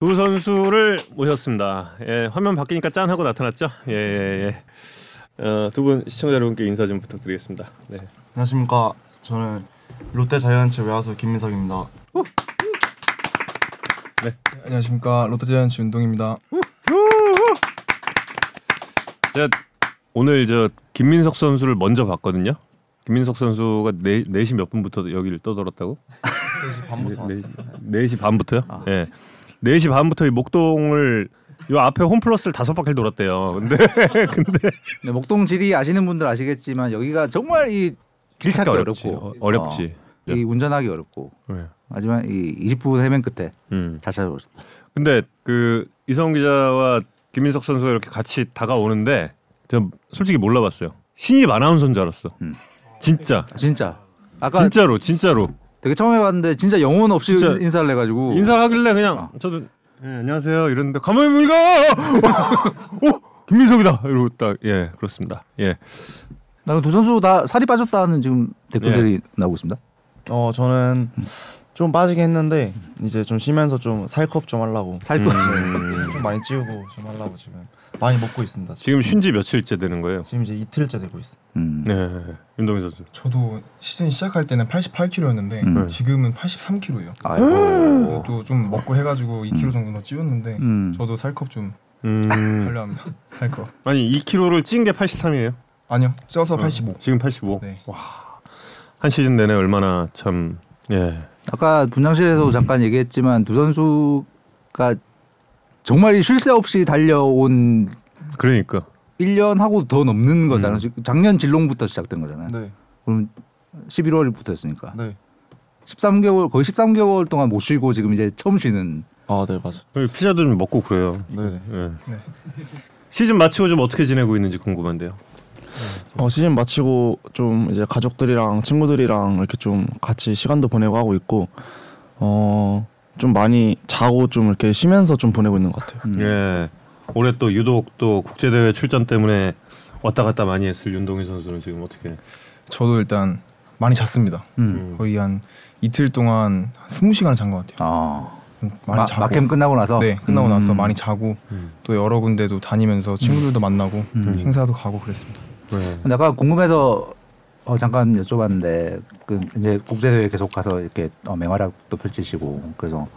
두 선수를 모셨습니다. 예, 화면 바뀌니까 짠 하고 나타났죠? 예, 예, 예. 어, 두분 시청자 여러분께 인사 좀 부탁드리겠습니다. 네. 안녕하십니까. 저는 롯데 자이언츠 외야수 김민석입니다. 네. 안녕하십니까. 롯데 자이언츠 윤동입니다. 제가 오늘 저 김민석 선수를 먼저 봤거든요. 김민석 선수가 네 4시 몇 분부터 여기를 떠돌았다고? 3시 반부터 네, 네, 시 반부터요? 예. 네. 시 반부터 이 목동을 요 앞에 홈플러스를 다섯 바퀴 돌았대요. 근데 네, 목동지리 아시는 분들 아시겠지만 여기가 정말 이 길찾기 어렵지. 어렵고 어- 어렵지. 어, 이 운전하기 어렵고 예. 하지만 이 20분 해변 끝에 음. 잘 찾아볼 수 근데 그 이성 기자와 김민석 선수가 이렇게 같이 다가오는데 전 솔직히 몰라봤어요. 신입 아나운서인 줄 알았어. 음. 진짜 있어요. 아, 진짜 아까 진짜로 진짜로 되게 처음 해봤는데 진짜 영혼 없이 진짜. 인사를 해가지고 인사를 하길래 그냥 아. 저도 예, 안녕하세요 이랬는데 가만히 보니까 어 김민석이다 이러고 딱 예 그렇습니다 예 나두 선수 다 살이 빠졌다는 지금 댓글들이 네. 나오고 있습니다. 어 저는 좀 빠지긴 했는데 이제 좀 쉬면서 좀 살컵 좀 하려고 살 거. 음, 좀 많이 찌우고 좀 하려고 지금 많이 먹고 있습니다. 지금, 지금 쉰 지 며칠째 되는 거예요 지금 이제 이틀째 되고 있어요. 음. 네 윤동희 선수 저도 시즌 시작할 때는 88kg였는데 음. 지금은 83kg예요. 네, 아이고. 또 좀 먹고 해가지고 2kg 정도 더 찌웠는데 음. 저도 살컵 좀 음 하려합니다. 살컵 아니 2kg를 찐 게 83이에요 아니요 쪄서 음. 85. 지금 85한 네. 시즌 내내 얼마나 참예 아까 음. 분장실에서 잠깐 얘기했지만 두 선수가 정말 쉴 새 없이 달려온 그러니까 1년 하고 더 넘는 음. 거잖아요. 지금 작년 진롱부터 시작된 거잖아요. 네, 그럼 11월부터였으니까 네. 13개월 거의 13개월 동안 못 쉬고 지금 이제 처음 쉬는 아, 네 맞아. 여기 피자도 좀 먹고 그래요. 네, 네. 예. 네. 시즌 마치고 좀 어떻게 지내고 있는지 궁금한데요. 어 시즌 마치고 좀 이제 가족들이랑 친구들이랑 이렇게 좀 같이 시간도 보내고 하고 있고 어 좀 많이 자고 좀 이렇게 쉬면서 좀 보내고 있는 것 같아요. 음. 예. 올해 또 유독 또 국제 대회 출전 때문에 왔다 갔다 많이 했을 윤동희 선수는 지금 어떻게? 예. 저도 일단 많이 잤습니다. 음. 거의 한 이틀 동안 한 20시간 잔 것 같아요. 아 많이 마, 자고 막캠 끝나고 나서 네 끝나고 음. 나서 많이 자고 음. 또 여러 군데도 다니면서 친구들도 만나고 음. 행사도 가고 그랬습니다. 예. 근데 아까 궁금해서 어, 잠깐 여쭤봤는데 그 이제 국제 대회 계속 가서 이렇게 어, 맹활약도 펼치시고 그래서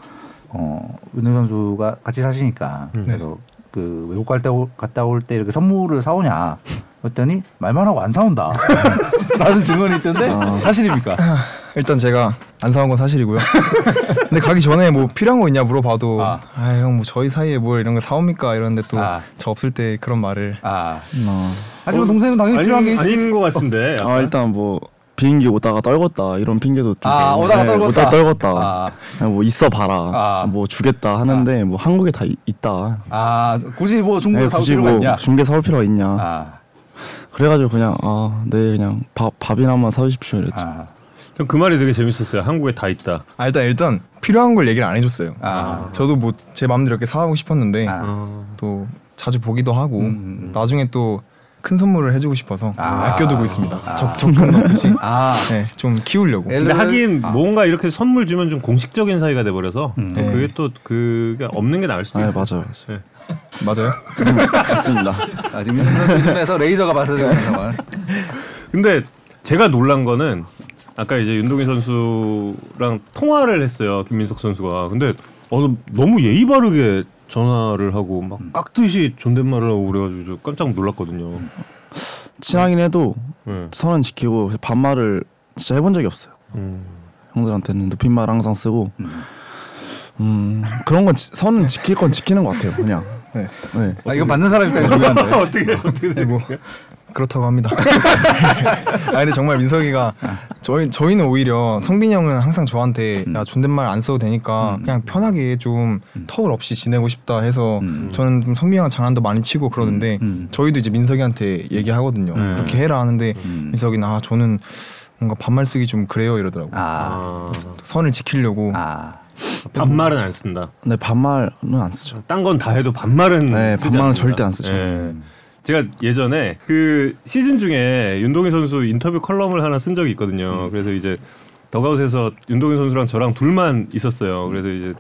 어 은우 선수가 같이 사시니까 음. 그래서 그 외국 갈 때 갔다 올 때 이렇게 선물을 사오냐 그랬더니 말만 하고 안 사온다 라는 증언이 있던데 아. 사실입니까? 일단 제가 안 사온 건 사실이고요. 근데 가기 전에 뭐 필요한 거 있냐 물어봐도 아. 아형뭐 저희 사이에 뭘 이런 거 사옵니까 이러는데 또 저 아. 없을 때 그런 말을 아 어. 하지만 동생은 당연히 필요한 게 아닌, 아닌 것 같은데. 약간. 아 일단 뭐 비행기 오다가 떨궜다 이런 핑계도 좀 아, 되고. 네, 오다가 떨궜다. 오다가 떨궜다 아. 그냥 뭐 있어 봐라 아. 뭐 주겠다 하는데 뭐 한국에 다 이- 있다 아 굳이 뭐 네, 중국에 사올 굳이 필요가 뭐 있냐? 중개 사올 필요가 있냐 아, 그래가지고 그냥 아 네 그냥 밥 밥이나마 사주십시오 이랬죠 아, 전그 말이 되게 재밌었어요. 한국에 다 있다. 아 일단 일단 필요한 걸 얘기를 안 해줬어요. 아. 저도 뭐 제 마음대로 이렇게 사고 싶었는데 아. 또 자주 보기도 하고 음, 음. 나중에 또 큰 선물을 해주고 싶어서 아. 아껴두고 있습니다. 아. 적금 넣듯이 아. 네, 좀 키우려고. 엘- 근데 하긴 아. 뭔가 이렇게 선물 주면 좀 공식적인 사이가 돼 버려서 음. 또 그게 또 그게 없는 게 나을 네. 아 수도 있어요. 네, 예. 맞아요 맞아요. 맞습니다 네. 아, 지금 눈에서 레이저가 발사되는 상황. 근데 제가 놀란 거는 아까 이제 윤동희 선수랑 통화를 했어요 김민석 선수가 근데 어, 너무 예의 바르게 전화를 하고 막 깍듯이 존댓말을 하고 그래가지고 저 깜짝 놀랐거든요. 친하긴 해도 네. 선은 지키고 반말을 진짜 해본 적이 없어요 음. 형들한테는 높임말 항상 쓰고 음 그런 건 지- 선은 지킬 건 지키는 것 같아요 그냥 네. 네. 아, 이거 받는 사람 입장에 중요한데. 어떻게 어떻게 네, 뭐 그렇다고 합니다. 아 근데 정말 민석이가 저희 저희는 오히려 성빈이 형은 항상 저한테 음. 야 존댓말 안 써도 되니까 그냥 편하게 좀 터울 없이 지내고 싶다 해서 음. 저는 좀 성빈이 형 장난도 많이 치고 그러는데 음. 네. 저희도 이제 민석이한테 얘기하거든요. 음. 그렇게 해라 하는데 음. 민석이는 아 저는 뭔가 반말 쓰기 좀 그래요 이러더라고. 요 아, 아, 선을 지키려고 아, 반말은 안 쓴다. 근데 반말은 안 쓰죠 딴 건 다 해도 반말은 네, 쓰지 반말은 않습니다. 절대 안 쓰죠. 예. 제가 예전에 그 시즌 중에 윤동희 선수 인터뷰 컬럼을 하나 쓴 적이 있거든요. 그래서 이제 더가웃에서 윤동현 선수랑 저랑 둘만 있었어요. 그래서 이제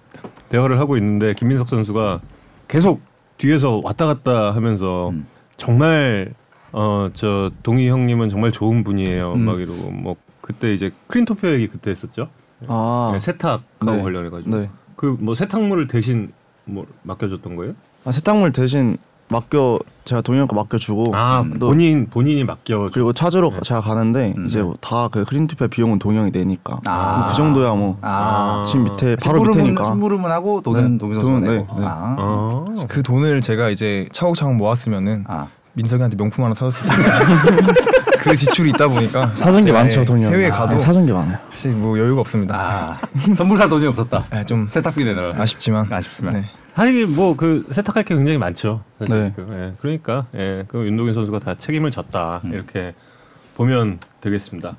대화를 하고 있는데 김민석 선수가 계속 뒤에서 왔다 갔다 하면서 음. 정말 어 저 동희 형님은 정말 좋은 분이에요. 음. 막 이러고 뭐 그때 이제 크린토피아 얘기 그때 했었죠. 아, 네, 세탁하고 네. 관련해가지고 네. 그 뭐 세탁물을 대신 뭐 맡겨줬던 거예요? 아, 세탁물 대신 맡겨 제가 동현 거 맡겨주고 음, 아 또 본인 본인이 맡겨 그리고 찾으러 가- 제가 가는데 음. 이제 다 그 크린투페 비용은 동영이 내니까 아. 뭐그 정도야 뭐 집 아. 밑에 네, 바로 심부름은 밑에니까 심부름은 하고 돈은 네, 동기 돈은 선수 내고. 네, 네. 아. 아 그 돈을 제가 이제 차곡차곡 모았으면은 아. 민석이한테 명품 하나 사줬을 때그 지출이 있다 보니까 사준 게 네, 많죠 동영 해외 가도 사준 게 많아요 사실 뭐 여유가 없습니다. 아. 선물 살 돈이 없었다. 네, 좀 세탁비 내느라. 아쉽지만 아쉽지만. 네. 사실 뭐 그 세탁할 게 굉장히 많죠. 사실. 네. 그, 예. 그러니까 예. 그 윤동현 선수가 다 책임을 졌다 이렇게 보면 되겠습니다.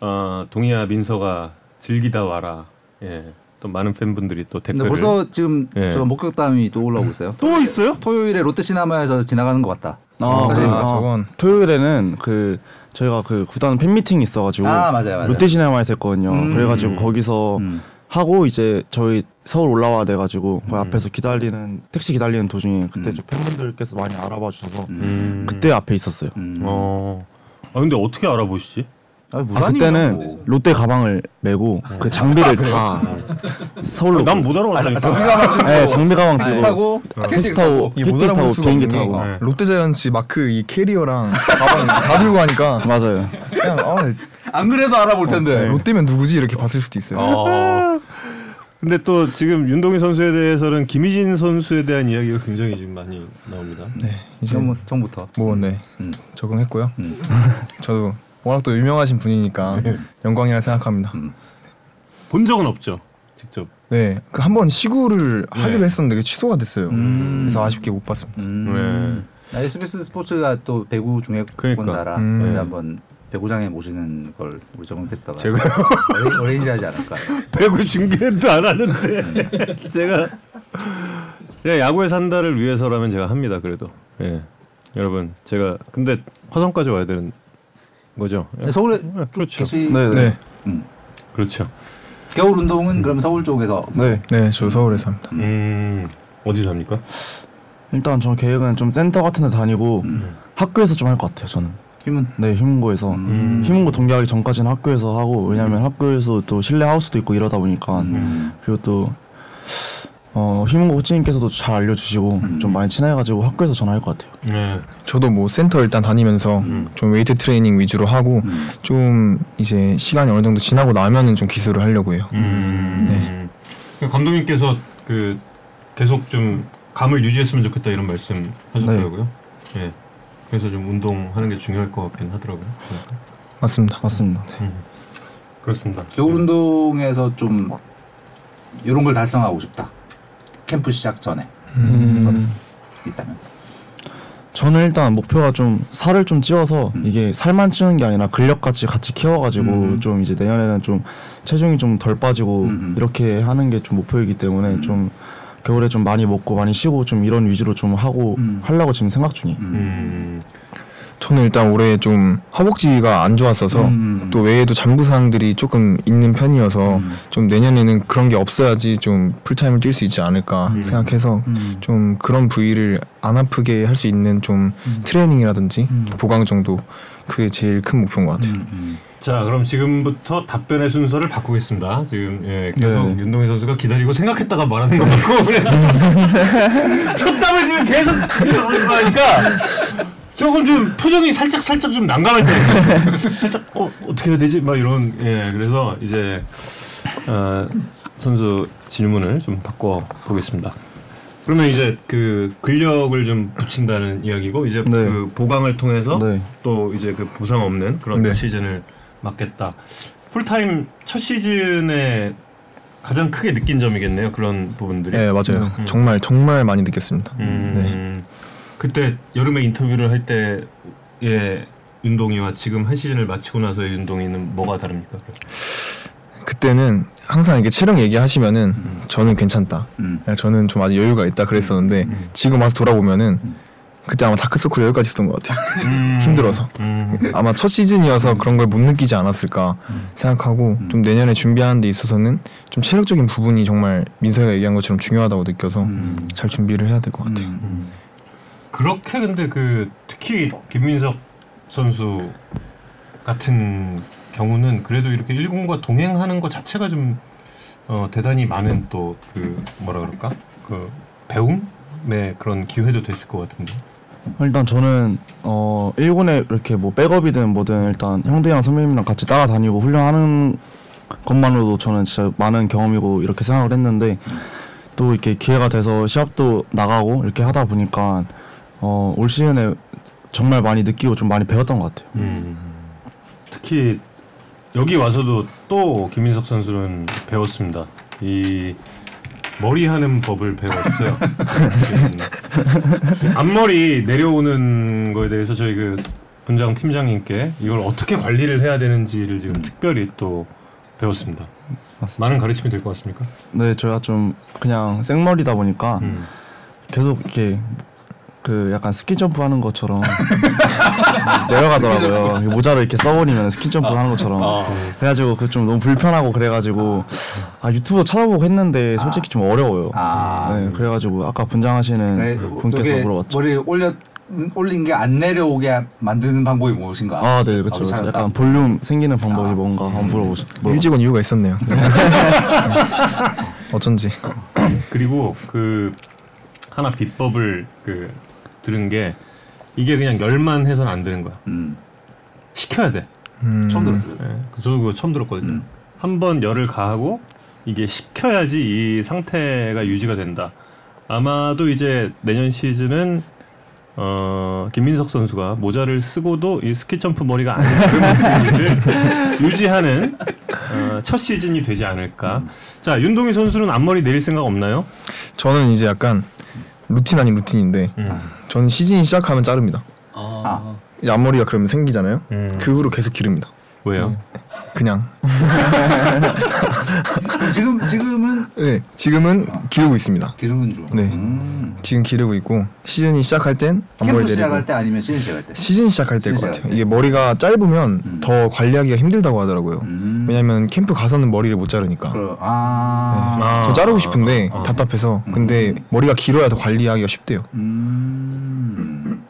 어, 동희야 민서가 즐기다 와라. 예. 또 많은 팬분들이 또 근데 댓글을 음. 벌써 지금 네. 예. 저 목격담이 또 올라오고 있어요. 또 있어요? 토요일에 롯데시네마에서 지나가는 것 같다. 아, 사실 아, 저건- 토요일에는 그 저희가 그 구단 팬 미팅이 있어가지고 아, 맞아요, 맞아요. 롯데시네마에서 했거든요 음. 그래가지고 거기서 음. 하고 이제 저희 서울 올라와야 돼가지고 그 앞에서 기다리는 택시 기다리는 도중에 그때 음. 좀 팬분들께서 많이 알아봐 주셔서 음. 그때 앞에 있었어요 음. 어. 아 근데 어떻게 알아보시지? 아, 아, 무산이 그때는 롯데 가방을 메고 그 장비를 다 서울로 난 못 알아봤다니까. 네, 장비 가방 택시 들고 아, 타고 택시 타고 이못 택시 타고 알아볼 수가 그 비행기 없는 게 타고 네. 롯데자이언츠 마크 이 캐리어랑 가방 다 들고 가니까 맞아요. 그냥 아, 네. 안 그래도 알아볼 어. 텐데. 롯데면 누구지 이렇게 봤을 수도 있어요. 어. 근데 또 지금 윤동희 선수에 대해서는 김희진 선수에 대한 이야기가 굉장히 지금 많이 나옵니다. 네, 이제 전, 전부터. 뭐 네, 음. 적응했고요. 음. 저도 워낙 또 유명하신 분이니까 영광이라 생각합니다. 음. 본 적은 없죠. 직접. 네, 그 한 번 시구를 하기로 네. 했었는데 그게 취소가 됐어요. 음. 그래서 아쉽게 못 봤습니다. 음. 나 SBS 스포츠가 또 배구 중에 그러니까. 본다라 음. 우리 한번 배구장에 모시는 걸 우리 정훈 캐스터가 제가요? 어레- 어레인지 하지 않을까. 배구 중계도 안 하는데 제가 제가 야구의 산다를 위해서라면 제가 합니다 그래도 예 여러분 제가 근데 화성까지 와야 되는 거죠 예. 서울에 네, 그렇죠 계시. 네. 네, 음. 그렇죠 겨울 운동은 그럼 서울 쪽에서 뭐 네. 네, 저 서울에서 합니다. 음 어디 삽니까 일단 저 계획은 좀 센터 같은 데 다니고 학교에서 좀 할 것 같아요. 저는. 힘은 네, 힘문고에서 음. 힘문고 동기하기 전까지는 학교에서 하고 왜냐면 학교에서 또 실내 하우스도 있고 이러다 보니까 음. 음. 그리고 또 어, 힘문고 코치님께서도 잘 알려주시고 좀 많이 친해가지고 학교에서 전화할 것 같아요. 네 저도 뭐 센터 일단 다니면서 음. 좀 웨이트 트레이닝 위주로 하고 좀 이제 시간이 어느 정도 지나고 나면은 좀 기술을 하려고 해요. 음. 감독님께서 그 계속 좀 감을 유지했으면 좋겠다 이런 말씀 하셨더라고요 예 그래서 좀 운동하는 게 중요할 것 같긴 하더라고요 맞습니다. 맞습니다. 그렇습니다 겨울 운동에서 좀 이런 걸 달성하고 싶다. 캠프 시작 전에 음, 있다면. 저는 일단 목표가 좀 살을 좀 찌워서 이게 살만 찌는 게 아니라 근력까지 같이 키워가지고 음. 좀 이제 내년에는 좀 체중이 좀 덜 빠지고 음, 음. 이렇게 하는 게 좀 목표이기 때문에 좀 겨울에 좀 많이 먹고 많이 쉬고 좀 이런 위주로 좀 하고 음. 하려고 지금 생각 중이에요. 음. 저는 일단 올해 좀 허벅지가 안 좋았어서 음. 또 외에도 잔부상들이 조금 있는 편이어서 음. 좀 내년에는 그런 게 없어야지 좀 풀타임을 뛸 수 있지 않을까 생각해서 음. 좀 그런 부위를 안 아프게 할 수 있는 좀 음. 트레이닝이라든지 보강 정도 그게 제일 큰 목표인 것 같아요. 음. 자, 그럼 지금부터 답변의 순서를 바꾸겠습니다. 지금 예, 계속 네. 윤동희 선수가 기다리고 생각했다가 말하는 것 같고 그래서 첫 답을 지금 계속 윤동희 선수가 하니까 조금 좀 표정이 살짝 살짝 좀 난감할 때 있어요. 살짝 어, 어떻게 해야 되지? 막 이런 예, 그래서 이제 어, 선수 질문을 좀 바꿔 보겠습니다. 그러면 이제 그 근력을 좀 붙인다는 이야기고 이제 네. 그 보강을 통해서 네. 또 이제 그 부상 없는 그런 네. 시즌을 맞겠다. 풀타임 첫 시즌에 가장 크게 느낀 점이겠네요. 그런 부분들이. 네 맞아요. 음. 정말 정말 많이 느꼈습니다. 음, 네. 그때 여름에 인터뷰를 할 때의 윤동이와 지금 한 시즌을 마치고 나서의 윤동이는 뭐가 다릅니까? 그때는 항상 이렇게 체력 얘기하시면은 저는 괜찮다. 음. 음. 야, 저는 좀 아직 여유가 있다 그랬었는데 지금 와서 돌아보면은 그때 아마 다크서클 여기까지 있었던 것 같아요. 힘들어서 음. 아마 첫 시즌이어서 그런 걸 못 느끼지 않았을까 음. 생각하고 좀 내년에 준비하는 데 있어서는 좀 체력적인 부분이 정말 민서이가 얘기한 것처럼 중요하다고 느껴서 음. 잘 준비를 해야 될 것 같아요. 음. 그렇게 근데 그 특히 김민석 선수 같은 경우는 그래도 이렇게 1군과 동행하는 것 자체가 좀 어, 대단히 많은 또 그 뭐라 그럴까 그 배움의 그런 기회도 됐을 것 같은데. 일단 저는 어 일본에 이렇게 뭐 백업이든 뭐든 일단 형들이랑 선배님이랑 같이 따라다니고 훈련하는 것만으로도 저는 진짜 많은 경험이고 이렇게 생각을 했는데 또 이렇게 기회가 돼서 시합도 나가고 이렇게 하다 보니까 어 올 시즌에 정말 많이 느끼고 좀 많이 배웠던 것 같아요. 특히 여기 와서도 또 김민석 선수는 배웠습니다. 이 머리 하는 법을 배웠어요. 앞머리 내려오는 거에 대해서 저희 그 분장 팀장님께 이걸 어떻게 관리를 해야 되는지를 지금 특별히 또 배웠습니다. 맞습니다. 많은 가르침이 될 것 같습니까? 네, 저희가 좀 그냥 생머리다 보니까 음. 계속 이렇게 그 약간 스키 점프 하는 것처럼 내려가더라고요. 모자를 이렇게 써버리면 스키 점프 하는 것처럼. 아. 그래가지고 그 좀 너무 불편하고 그래가지고 아 유튜브 찾아보고 했는데 솔직히 좀 어려워요. 아. 네, 그래가지고 아까 분장하시는 네, 분께서 이게 물어봤죠. 머리 올려 올린 게 안 내려오게 만드는 방법이 무엇인가? 아, 네, 그렇죠. 아, 음. 약간 볼륨 생기는 방법이 뭔가 한번 물어보시. 물어봤- 일찍은 이유가 있었네요. 뭐. 어쩐지. 그리고 그 하나 비법을 그 들은 게 이게 그냥 열만 해서는 안 되는 거야. 네. 음, 시켜야 돼. 음, 처음 들었어요. 예, 그- 저도 그거 처음 들었거든요. 음. 한 번 열을 가하고 이게 식혀야지 이 상태가 유지가 된다. 아마도 이제 내년 시즌은 어, 김민석 선수가 모자를 쓰고도 이 스키 점프 머리가 안 되는 분위기를 유지하는 어, 첫 시즌이 되지 않을까. 자 윤동희 선수는 앞머리 내릴 생각 없나요? 저는 이제 약간 루틴 아닌 루틴인데 음. 저는 시즌 시작하면 자릅니다. 아, 이제 앞머리가 그러면 생기잖아요. 음. 그 후로 계속 기릅니다. 왜요? 그냥. 그럼 지금 지금은 네, 지금은 기르고 있습니다. 기르는 중. 네. 음. 지금 기르고 있고 시즌이 시작할 땐 캠프 앞머리 시작할 내리고 때 아니면 시즌 시작할 때. 시즌 시작할 때일 것 시즌 같아요. 시작할 때. 이게 머리가 짧으면 더 관리하기가 힘들다고 하더라고요. 음. 왜냐면 캠프 가서는 머리를 못 자르니까. 그럼 아. 네. 아. 저 자르고 싶은데 답답해서 근데 머리가 길어야 더 관리하기가 쉽대요. 음.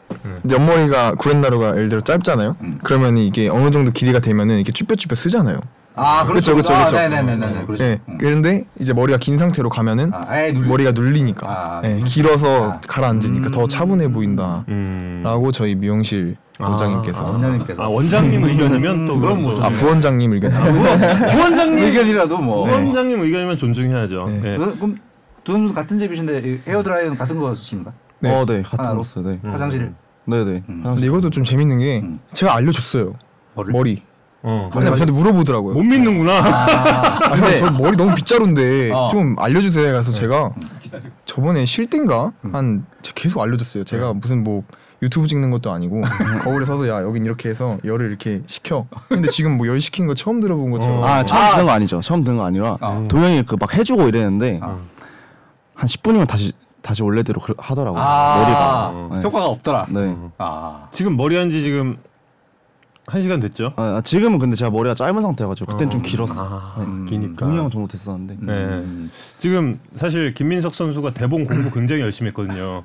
옆머리가 구렛나루가 예를 들어 짧잖아요. 그러면 이게 어느 정도 길이가 되면은 이렇게 쭈뼛쭈뼛 쓰잖아요. 아, 그렇죠. 그쵸, 그쵸, 아, 그쵸. 네네네네. 그렇죠. 예. 음. 그런데 이제 머리가 긴 상태로 가면은 아, 아예 눌리- 머리가 눌리니까 아, 예, 눌리니까. 길어서 아. 가라앉으니까 더 차분해 보인다라고 음. 저희 미용실 아. 원장님께서 아, 원장님께서 아 원장님 의견이면 또 그럼 네. 뭐 네. 부원장님 의견 부원장님 의견이라도 뭐. 부원장님 의견이면 존중해야죠. 네. 예. 그- 그럼 두 선수 같은 제비신데 헤어 드라이어는 같은 거 쓰십니까? 네. 어, 네, 같은 하나로? 거 써요. 네, 화장실 네, 네. 음. 근데 이것도 좀 재밌는 게 음. 제가 알려줬어요 머리를? 아, 네, 머리 어. 근데 저한테 물어보더라고요 못 믿는구나. 아, 근데 저 머리 너무 빗자루인데 어. 좀 알려주세요 해서 제가 저번에 쉴 땐가 한 제가 계속 알려줬어요 제가 무슨 뭐 유튜브 찍는 것도 아니고 거울에 서서 야 여긴 이렇게 해서 열을 이렇게 식혀 근데 지금 뭐 열 식힌 거 처음 들어본 것처럼 아 처음 듣는 거 아니죠. 처음 듣는 거 아니라 아. 도영이 그 막 해주고 이랬는데 한 10분이면 다시 다시 원래대로 그- 하더라고요. 아. 머리가. 네. 아. 효과가 없더라. 네. 아. 지금 머리 한 지 지금 한 시간 됐죠? 아, 지금은 근데 제가 머리가 짧은 상태여가지고 그땐 좀 길었어. 음. 아, 네. 기니까. 동이 형 정도 됐었는데. 네. 지금 사실 김민석 선수가 대본 공부 굉장히 열심히 했거든요.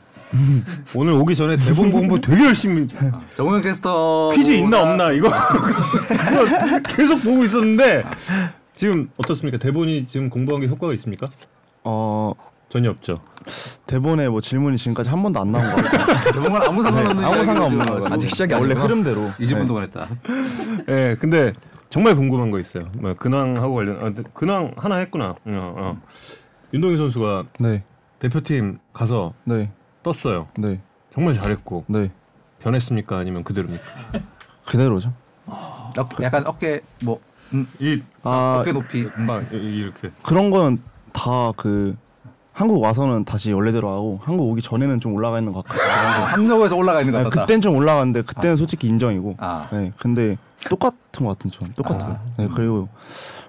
오늘 오기 전에 대본 공부 되게 열심히 정우영 어, 캐스터 퀴즈 있나 없나 이거 그걸 계속 보고 있었는데 지금 어떻습니까? 대본이 지금 공부한 게 효과가 있습니까? 어 전혀 없죠. 대본에 뭐 질문이 지금까지 한 번도 안 나온 거 같아요. 네, 정말 아무 상관없는 아무 상관없는 이야기를 거예요. 지금 아직 시작이 원래 아니구나. 흐름대로. 20분 네. 동안 했다. 예, 근데 정말 궁금한 거 있어요. 뭐 근황하고 관련 아, 근황 하나 했구나. 어, 어. 윤동희 선수가 네, 대표팀 가서 네, 떴어요. 네, 정말 잘했고 네. 변했습니까? 아니면 그대로입니까? 그대로죠. 어, 약간 어깨 뭐 음, 이 아그 어깨 높이 음. 막 이- 이렇게 그런 건 다 그 한국 와서는 다시 원래대로 하고 한국 오기 전에는 좀 올라가 있는 것 같아요. 함정에서 올라가 있는 것 네, 같다. 그땐 좀 올라갔는데 그때는 솔직히 인정이고. 아. 네, 근데 똑같은 것 같은 전 똑같아요. 네, 그리고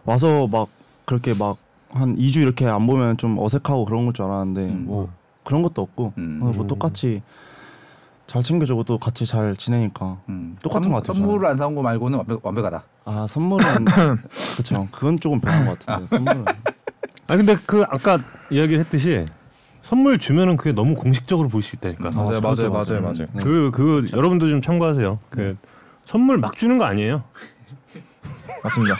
와서 막 그렇게 막 한 2주 이렇게 안 보면 좀 어색하고 그런 걸 줄 알았는데 음. 뭐 그런 것도 없고 음. 어, 뭐 똑같이 잘 챙겨주고 또 같이 잘 지내니까 음. 똑같은 선- 것 같아요. 선물을 저는. 안 사온 거 말고는 완벽, 완벽하다. 아 선물은 그렇죠. 그건 조금 변한 것 같은데 선물은 아 근데 그 아까 이야기를 했듯이 선물 주면은 그게 너무 공식적으로 보일 수 있다니까. 맞아요, 맞아요, 그것도 맞아요, 네. 맞아요. 그 그거 여러분도 좀 참고하세요. 그 선물 막 주는 거 아니에요. 맞습니다.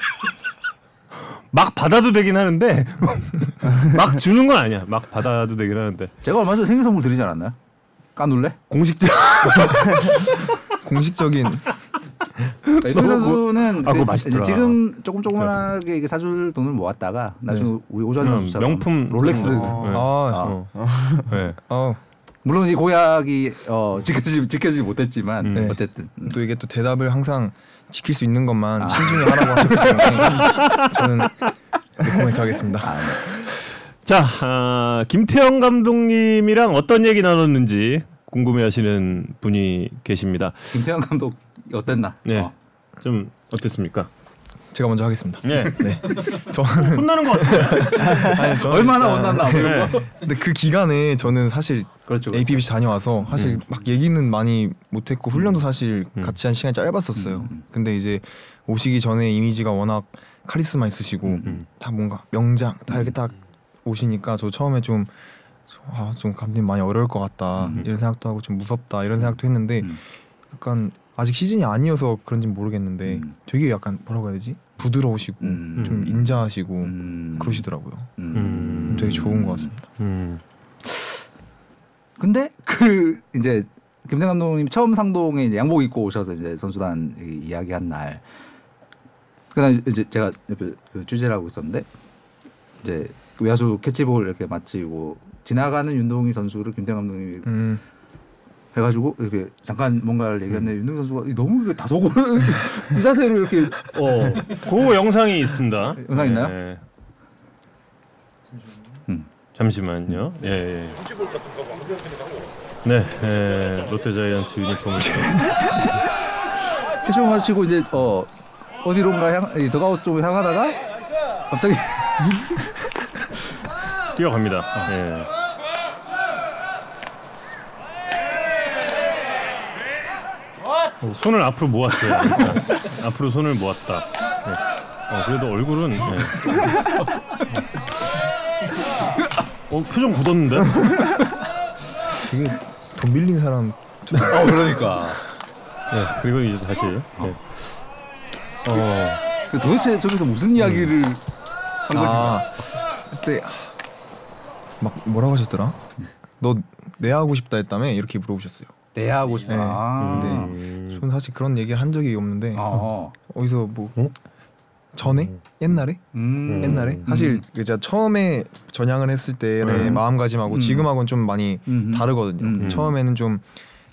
막 받아도 되긴 하는데 막 주는 건 아니야. 막 받아도 되긴 하는데 제가 얼마 전에 생일 선물 드리지 않았나요? 까눌래? 공식적. 공식적인 윤 그러니까 선수는 아, 그거 그 맛있더라. 이제 지금 조금 조금하게 이게 사줄 돈을 모았다가 나중에 우리 오전 음, 선수처럼 명품 롤렉스 어. 네. 아, 아, 네. 아, 물론 이 고약이 어, 지켜지 지켜지 못했지만 네. 어쨌든 음. 또 이게 또 대답을 항상 지킬 수 있는 것만 신중히 하라고 하셨기 때문에 저는 네, 코멘트 하겠습니다. 자 아, 김태형 감독님이랑 어떤 얘기 나눴는지 궁금해하시는 분이 계십니다. 김태형 감독 어땠나? 네. 어. 좀 어땠습니까? 제가 먼저 하겠습니다. 네. 네, 저는 혼나는 것 같아요. 아니, 저는 얼마나 일단- 혼났나 뭐 이런 거. 근데 그 기간에 저는 사실 그렇죠. APBC 다녀와서 사실 막 얘기는 많이 못했고 훈련도 사실 같이 한 시간이 짧았었어요. 음. 근데 이제 오시기 전에 이미지가 워낙 카리스마 있으시고 다 뭔가 명장 다 이렇게 딱 오시니까 저 처음에 좀 아, 좀 감독님 많이 어려울 것 같다 이런 생각도 하고 좀 무섭다 이런 생각도 했는데 음. 약간 아직 시즌이 아니어서 그런지 는 모르겠는데 음. 되게 약간 뭐라고 해야 되지 부드러우시고 음. 좀 인자하시고 음. 그러시더라고요. 음. 되게 좋은 것 같습니다. 음. 근데 그 이제 김태 감독님 처음 상동에 이제 양복 입고 오셔서 이제 선수단 이- 이야기한 날 그날 이제 제가 옆에 그 취재를 하고 있었는데 이제 그 외야수 캐치볼 이렇게 마치고 지나가는 윤동희 선수를 김태 감독님이 음. 해가지고 이렇게 잠깐 뭔가를 얘기했는데 윤동희 선수가 너무 이렇게 다소고 이 자세로 이렇게 어, 그 영상이 있습니다. 영상 있나요? 네. 음. 잠시만요. 예, 예. 네, 예, 롯데자이언츠 유니폼을 캐치볼 마치고 이제 어 어디론가 향 이 더가웃 쪽으로 향하다가 갑자기 뛰어갑니다. 예. 어, 손을 앞으로 모았어요. 그러니까. 앞으로 손을 모았다. 예. 어, 그래도 얼굴은 예. 어, 표정 굳었는데? 되게 돈 빌린 사람 어 그러니까 네, 그리고 이제 다시. 네. 어, 그 도대체 저기서 무슨 이야기를 한 것인가? 아, 그때 막 뭐라고 하셨더라? 너 내하고 싶다 했다며 이렇게 물어보셨어요. 내야하고 싶다. 네. 아. 네. 저는 사실 그런 얘기 한 적이 없는데 어. 어디서 뭐 어? 전에 옛날에 음. 옛날에 사실 그 제가 처음에 전향을 했을 때의 음. 마음가짐하고 음. 지금하고는 좀 많이 음. 다르거든요. 음. 처음에는 좀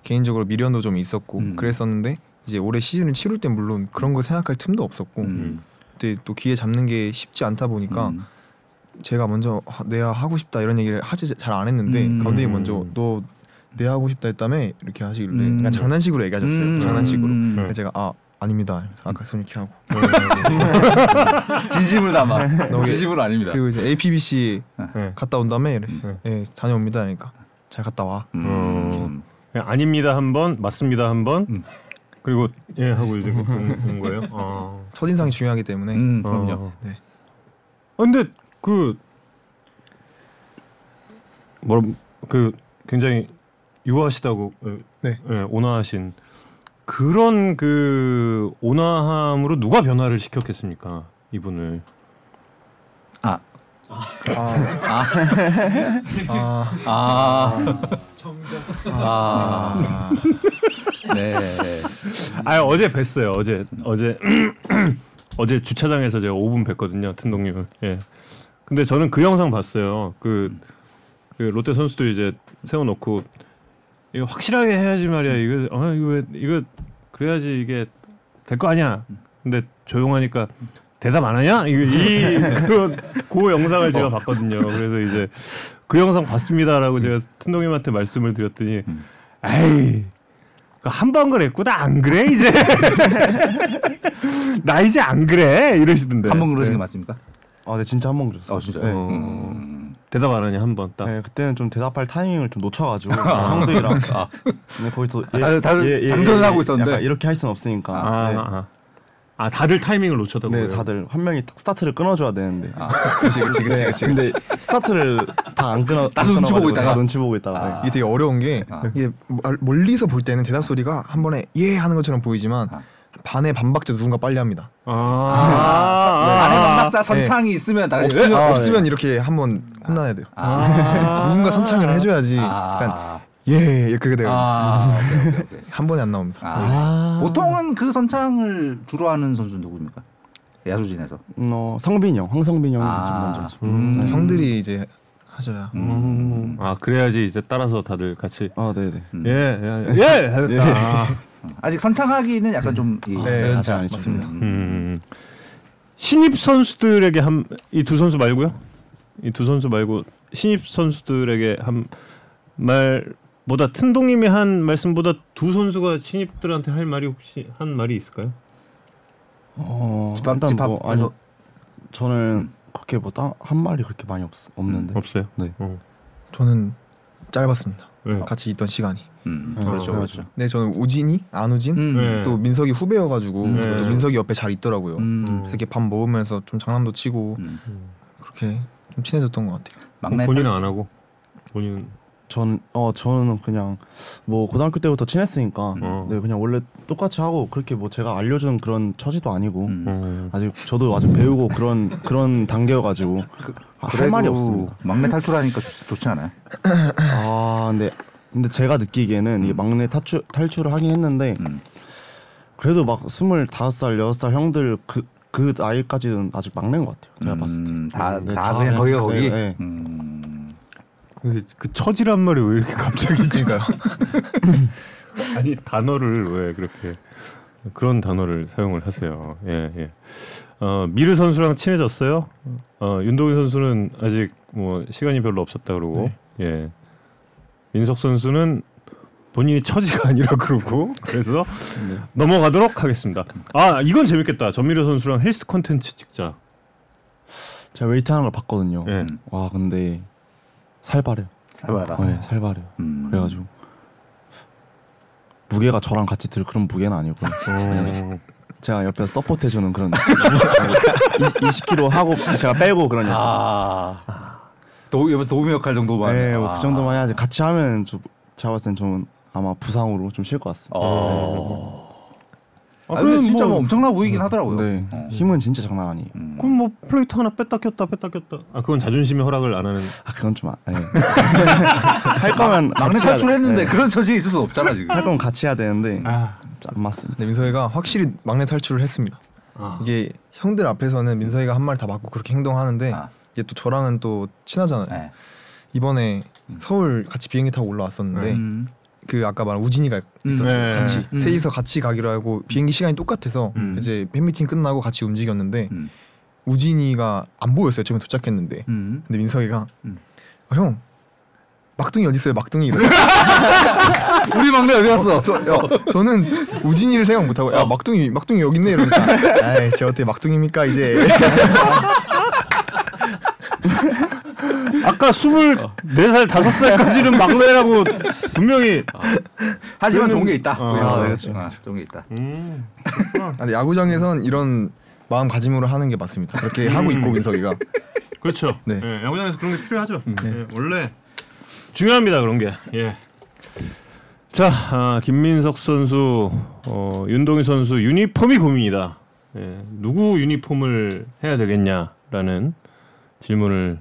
개인적으로 미련도 좀 있었고 음. 그랬었는데 이제 올해 시즌을 치를 때 물론 그런 걸 생각할 틈도 없었고 음. 그때 또 기회 잡는 게 쉽지 않다 보니까 음. 제가 먼저 하- 내가 하고 싶다 이런 얘기를 하지 잘 안 했는데 음. 감독님 먼저 너 내가 하고 싶다 했다며 이렇게 하시길래 음. 그냥 장난식으로 얘기하셨어요 음. 장난식으로 음. 그래서 제가 아 아닙니다 아까 손 이렇게 하고 진심을 담아. 너무- 진심으로 아닙니다. 네. 그리고 이제 APBC 네. 갔다 온 다음에 이래 예 다녀옵니다 그러니까 잘 갔다 와 음. 어. 그냥 아닙니다 한 번, 맞습니다 한 번, 음. 그리고 예 하고 이제 온, 온 거예요. 어. 첫인상이 중요하기 때문에 음, 그럼요. 어. 네. 아, 근데 그 뭐라 그 굉장히 유아하시다고 예, 네 예, 온화하신 그런 그 온화함으로 누가 변화를 시켰겠습니까 이분을? 아. 아, 아, 아. 정작. 아. 네. 아 어제 뵀어요 어제 어제 어제 주차장에서 제가 5분 뵀거든요 튼동님을 예 근데 저는 그 영상 봤어요 그, 그 롯데 선수들 이제 세워놓고 이거 확실하게 해야지 말이야 이거 어 이거 왜 이거 그래야지 이게 될 거 아니야 근데 조용하니까 대답 안 하냐 이그 그 영상을 제가 봤거든요 그래서 이제 그 영상 봤습니다라고 제가 튼동님한테 말씀을 드렸더니 음. 에이 한번 그랬고 나 안 그래 이제 나 이제 안 그래 이러시던데 한 번 그러신 네. 게 맞습니까? 아네 아, 진짜 한 번 그랬어요. 어, 진짜요? 네. 음. 대답 안 하냐 한 번 딱. 네, 그때는 좀 대답할 타이밍을 좀 놓쳐가지고 형들이랑 근데 거기서 예, 다들- 다들 장전을 하고 있었는데. 약간 이렇게 할 수는 없으니까 아, 아, 네. 아. 아, 다들 타이밍을 놓쳤던 네, 거예요. 다들 한 명이 딱 스타트를 끊어줘야 되는데. 아, 네, 그치 그치 그치 그치. 근데 스타트를 다 안 끊어. 다들 눈치 보고 있다가? 다 눈치 보고 아. 있다가. 네. 이게 되게 어려운 게 이게 멀- 멀리서 볼 때는 대답 소리가 한 번에 예 하는 것처럼 보이지만 아. 반의 반박자 누군가 빨리 합니다. 아, 아, 네. 안에 반박자 선창이 있으면 다 없으면 아, 없으면 이렇게 한번 혼나야 돼요. 아, 아. 누군가 선창을 해줘야지. 아. 약간 예 그렇게 돼요. 아, 오케이, 오케이, 오케이. 한 번에 안 나옵니다. 아. 아. 보통은 그 선창을 주로 하는 선수 누구입니까? 야수진에서. 음, 어, 성빈 형, 황성빈 형이 좀 먼저. 네. 했죠. 아. 음. 형들이 이제 하셔야. 음. 아, 그래야지 이제 따라서 다들 같이 아, 네, 네. 음. 예, 예, 예, 예, 하셨다. 아직 선창하기는 약간 좀 이- 네, 자- 잘 아니죠. 맞습니다. 음. 음. 신입 선수들에게 한 이 두 선수 말고요. 이 두 선수 말고 신입 선수들에게 한 말보다 튼동님이 한 말씀보다 두 선수가 신입들한테 할 말이 혹시 한 말이 있을까요? 어, 집합- 일단 뭐 아니 집합에서- 저는 그렇게 뭐한 말이 그렇게 많이 없 없는데. 음. 없어요. 네. 어. 저는 짧았습니다. 네. 아, 같이 있던 시간이. 음. 어, 그렇죠, 그렇죠. 네 저는 우진이 안우진 음. 네. 또 민석이 후배여가지고 음. 저도 네. 민석이 옆에 잘 있더라고요. 음. 음. 그래서 이렇게 밥 먹으면서 좀 장난도 치고 음. 그렇게 좀 친해졌던 것 같아요. 막내 뭐 본인은 딸- 안 하고 본인은 전, 어, 저는 그냥 뭐 고등학교 때부터 친했으니까. 음. 어. 네, 그냥 원래 똑같이 하고 그렇게 뭐 제가 알려준 그런 처지도 아니고. 음. 어. 아직 저도 아직 배우고 그런 그런 단계여가지고 아, 할 말이 그래도 없습니다. 막내 탈출하니까 좋, 좋지 않아요? 아 근데 근데 제가 느끼기에는 이 막내 탈출 탈출을 하긴 했는데 음. 그래도 막 스물다섯 살 여섯 살 형들 그 그 나이까지는 아직 막내인 것 같아요. 제가 봤을 때. 음, 다, 네, 다 다 그냥 거기가 그냥- 거기. 네, 네. 음. 근데 그 처지란 말이 왜 이렇게 갑자기 그러니까요. 아니 단어를 왜 그렇게 그런 단어를 사용을 하세요. 예, 예. 어, 미르 선수랑 친해졌어요. 어, 윤동희 선수는 아직 뭐 시간이 별로 없었다 그러고. 네. 예. 민석 선수는 본인이 처지가 아니라 그러고 그래서 네. 넘어가도록 하겠습니다. 아 이건 재밌겠다. 전미르 선수랑 헬스 컨텐츠 찍자. 제가 웨이트 하는 걸 봤거든요. 네. 예. 와 근데 살바래요. 살바라. 네, 살바래요. 음. 그래가지고 무게가 저랑 같이 들 그런 무게는 아니고 어, 제가 옆에서 서포트 해주는 그런 20kg 하고 제가 빼고 그런 약간 아. 도 여기서 도움이 역할 정도만. 네, 아. 뭐그 정도만 해야지. 같이 하면 좀 제가 봤을 땐 저는 아마 부상으로 좀 쉴 것 같습니다. 어. 아, 아, 근데 그럼 진짜 뭐- 뭐 엄청나 보이긴 하더라고요. 네, 어. 힘은 진짜 장난 아니에요. 음. 그럼 뭐 플레이트 하나 뺐다 꼈다 뺐다 꼈다. 아 그건 자존심이 허락을 안 하는. 아, 그건 좀 아, 네. 할 거면 막내 같이 해야- 탈출했는데 아. 네. 그런 처지에 있을 수 없잖아 지금. 할 거면 같이 해야 되는데 안 맞습니다. 근데 네, 민서이가 확실히 막내 탈출을 했습니다. 아. 이게 형들 앞에서는 민서이가 한 말 다 맞고 그렇게 행동하는데 아. 이게 또 저랑은 또 친하잖아요. 네. 이번에 서울 같이 비행기 타고 올라왔었는데 음. 그 아까 말한 우진이가 음. 있었어요. 네. 같이 음. 셋이서 같이 가기로 하고 비행기 시간이 똑같아서 음. 이제 팬미팅 끝나고 같이 움직였는데 음. 우진이가 안 보였어요. 처음에 도착했는데 음. 근데 민석이가 음. 어, 형 막둥이 어디 있어요? 막둥이 이래. 우리 막내 어디 갔어? 저, 야, 저는 우진이를 생각 못 하고 어. 야 막둥이 막둥이 여기 있네 이러니까 아이 제 어떻게 막둥입니까 이제 아까 스물 네 살 다섯 살까지는 막내라고 분명히. 하지만 그러면- 좋은 게 있다. 어, 그래서. 아, 네, 그렇죠. 아, 좋은 게 있다. 음. 아, 근데 야구장에선 이런 마음가짐으로 하는 게 맞습니다. 그렇게 하고 음. 있고 민석이가 그렇죠. 네. 예, 야구장에서 그런 게 필요하죠. 예, 원래 중요합니다 그런 게. 예. 자, 아, 김민석 선수, 어, 윤동희 선수 유니폼이 고민이다. 예, 누구 유니폼을 해야 되겠냐라는 질문을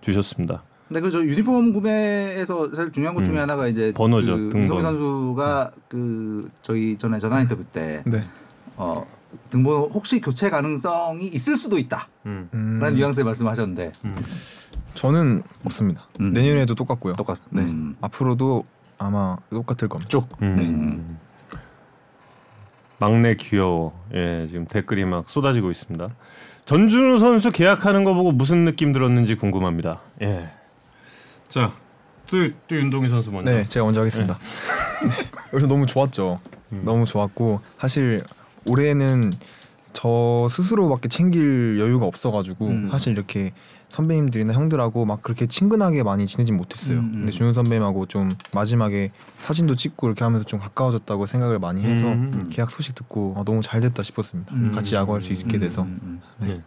주셨습니다. 근데 그저 유니폼 구매에서 제일 중요한 것 중에 음. 하나가 이제 번호죠, 그 등번. 운동 선수가 그 저희 전에 전화 인터뷰 때 네. 어, 등번호 혹시 교체 가능성이 있을 수도 있다라는 음. 음, 뉘앙스의 말씀하셨는데 저는 없습니다. 음. 내년에도 똑같고요. 똑같. 네. 음. 앞으로도 아마 똑같을 겁니다. 쭉. 음. 네. 막내 귀여워. 예, 지금 댓글이 막 쏟아지고 있습니다. 전준우 선수 계약하는 거 보고 무슨 느낌 들었는지 궁금합니다. 예. 자, 또, 또 윤동희 선수 먼저. 네, 제가 먼저 하겠습니다. 음. 네. 여기서 너무 좋았죠. 너무 좋았고 사실 올해는 저 스스로밖에 챙길 여유가 없어가지고 음. 사실 이렇게 선배님들이나 형들하고 막 그렇게 친근하게 많이 지내진 못했어요. 음, 음. 근데 준우 선배님하고 좀 마지막에 사진도 찍고 이렇게 하면서 좀 가까워졌다고 생각을 많이 해서 음. 계약 소식 듣고 아, 너무 잘 됐다 싶었습니다. 음. 같이 야구할 수 있게 돼서 음, 음,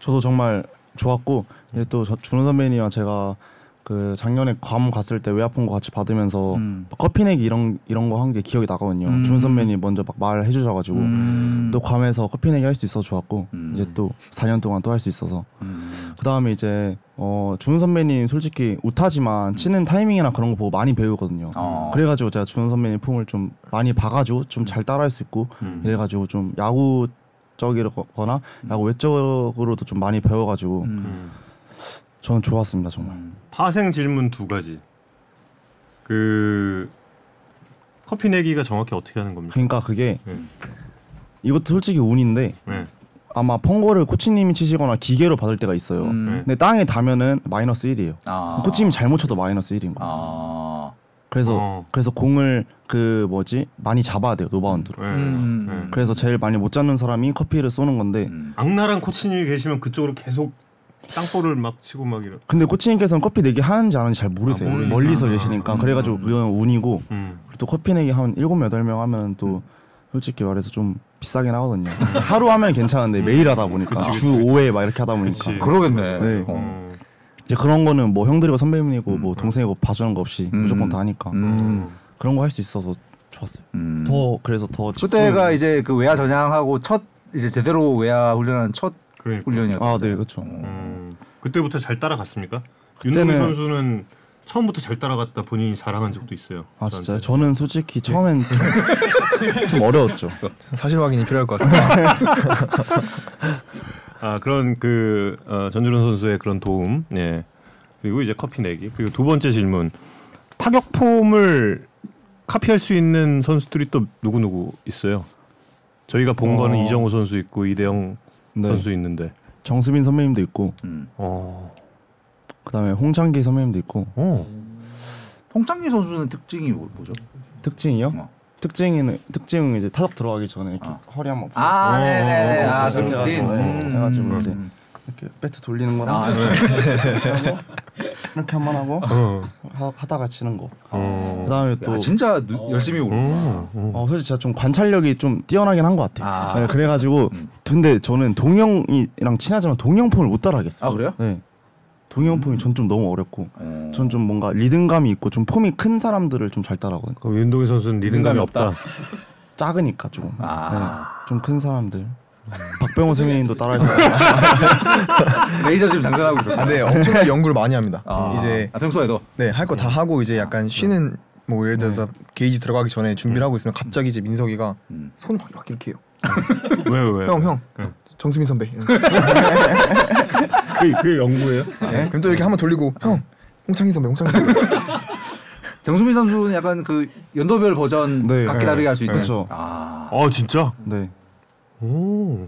저도 정말 좋았고 이제 또 저- 준호 선배님이랑 제가 그 작년에 괌 갔을 때 외화폰고 같이 받으면서 음. 커피 내기 이런 이런 거 한 게 기억이 나거든요. 음. 준호 선배님 먼저 막 말해 주셔가지고 음. 또 괌에서 커피 내기 할 수 있어서 좋았고 음. 이제 또 4년 동안 또 할 수 있어서 음. 그 다음에 이제 어, 준호 선배님 솔직히 우타지만 치는 타이밍이나 그런 거 보고 많이 배우거든요. 어. 그래가지고 제가 준호 선배님 폼을 좀 많이 봐가지고 좀 잘 따라할 수 있고 음. 이래가지고 좀 야구적이거나 야구 외적으로도 좀 많이 배워가지고 음. 음. 저는 좋았습니다 정말. 파생 질문 두 가지. 그 커피 내기가 정확히 어떻게 하는 겁니까? 그러니까 그게 네. 음. 이것도 솔직히 운인데 네. 아마 펑거를 코치님이 치시거나 기계로 받을 때가 있어요. 음. 근데 땅에 닿으면은 마이너스 1이에요. 아. 네. 코치님이 잘못 쳐도 마이너스 1인 거예요. 아. 그래서 어. 그래서 공을 그 뭐지 많이 잡아야 돼요 노바운드로. 네. 음. 네. 그래서 제일 많이 못 잡는 사람이 커피를 쏘는 건데 음. 아, 악랄한 코치님이 계시면 그쪽으로 계속 땅볼을 막 치고 막 이런. 근데 코치님께서는 커피 내기 하는지 안 하는지 잘 모르세요. 아, 모르니까. 멀리서 계시니까 그래가지고 그건 운이고 음. 그리고 또 커피 내기 한 일곱 여덟 명 하면 또 솔직히 말해서 좀 비싸긴 하거든요. 하루 하면 괜찮은데 매일 하다 보니까 그치, 그치. 주 5회 막 이렇게 하다 보니까 그치. 그러겠네. 네. 음. 어. 어. 이제 그런 거는 뭐 형들이고 선배님이고 음. 뭐 동생이고 봐주는 거 없이 음. 무조건 다 하니까 음. 그런 거 할 수 있어서 좋았어요. 음. 더 그래서 더 그때가 이제 그 외야 전향하고 첫 이제 제대로 외야 훈련하는 첫 그러니까. 훈련이었죠. 아네 그렇죠. 음. 그때부터 잘 따라갔습니까? 그때는- 윤동희 선수는 처음부터 잘 따라갔다 본인이 자랑한 적도 있어요. 아 저한테. 진짜요? 저는 솔직히 네. 처음엔 좀- 좀 어려웠죠. 사실 확인이 필요할 것 같습니다. 아 그런 그 어, 전준현 선수의 그런 도움. 예. 그리고 이제 커피 내기. 그리고 두 번째 질문. 타격 폼을 카피할 수 있는 선수들이 또 누구 누구 있어요? 저희가 본 어. 거는 이정호 선수 있고 이대영 네. 선수 있는데. 정수빈 선배님도 있고 음. 어. 그다음에 홍창기 선배님도 있고 어. 홍창기 선수는 특징이 뭐- 뭐죠? 특징이요? 어. 특징은 특징은 이제 타석 들어가기 전에 이렇게 허리 한번 아, 네, 네, 네. 아, 이렇게 그렇긴. 해가지고, 네, 음. 해가지고 음. 이제 이렇게 배트 돌리는 거랑 아, 네. 이렇게 한 번 하고 어. 하, 하다가 치는 거. 어. 그다음에 또 야, 아, 진짜 누- 열심히 오고. 어. 어. 어, 솔직히 제가 좀 관찰력이 좀 뛰어나긴 한 것 같아요. 아. 네, 그래가지고 근데 저는 동영이랑 친하지만 동영폼을 못 따라하겠어요. 아, 음. 그래요? 네. 동영폼이 전 좀 너무 어렵고 전 좀 뭔가 리듬감이 있고 좀 폼이 큰 사람들을 좀 잘 따라하거든요. 그럼 윤동희 선수는 리듬감이 리듬감이 없다. 작으니까 조금 아. 네, 좀큰 사람들. 박병호 선배님도 따라했어요. 네. 레이저 지금 장전하고 있었어요. 아, 네, 엄청나게 연구를 많이 합니다. 아. 네. 이제 아, 평소에도 네, 할 거 다 하고 이제 약간 쉬는 뭐 예를 들어서 게이지 들어가기 전에 준비를 하고 있으면 갑자기 이제 민석이가 음. 손을 확 이렇게 해요. 왜 왜? 형, 형. 응. 정수민 선배. 이러면서. 아, 그게 그게 연구예요? 네. 그럼 또 이렇게 한번 돌리고 형 홍창희 선배 홍창희 선배 정수민 선수는 약간 그 연도별 버전 네, 각기 네, 다르게 할 수 있는. 그렇죠. 아. 아 진짜? 네. 오.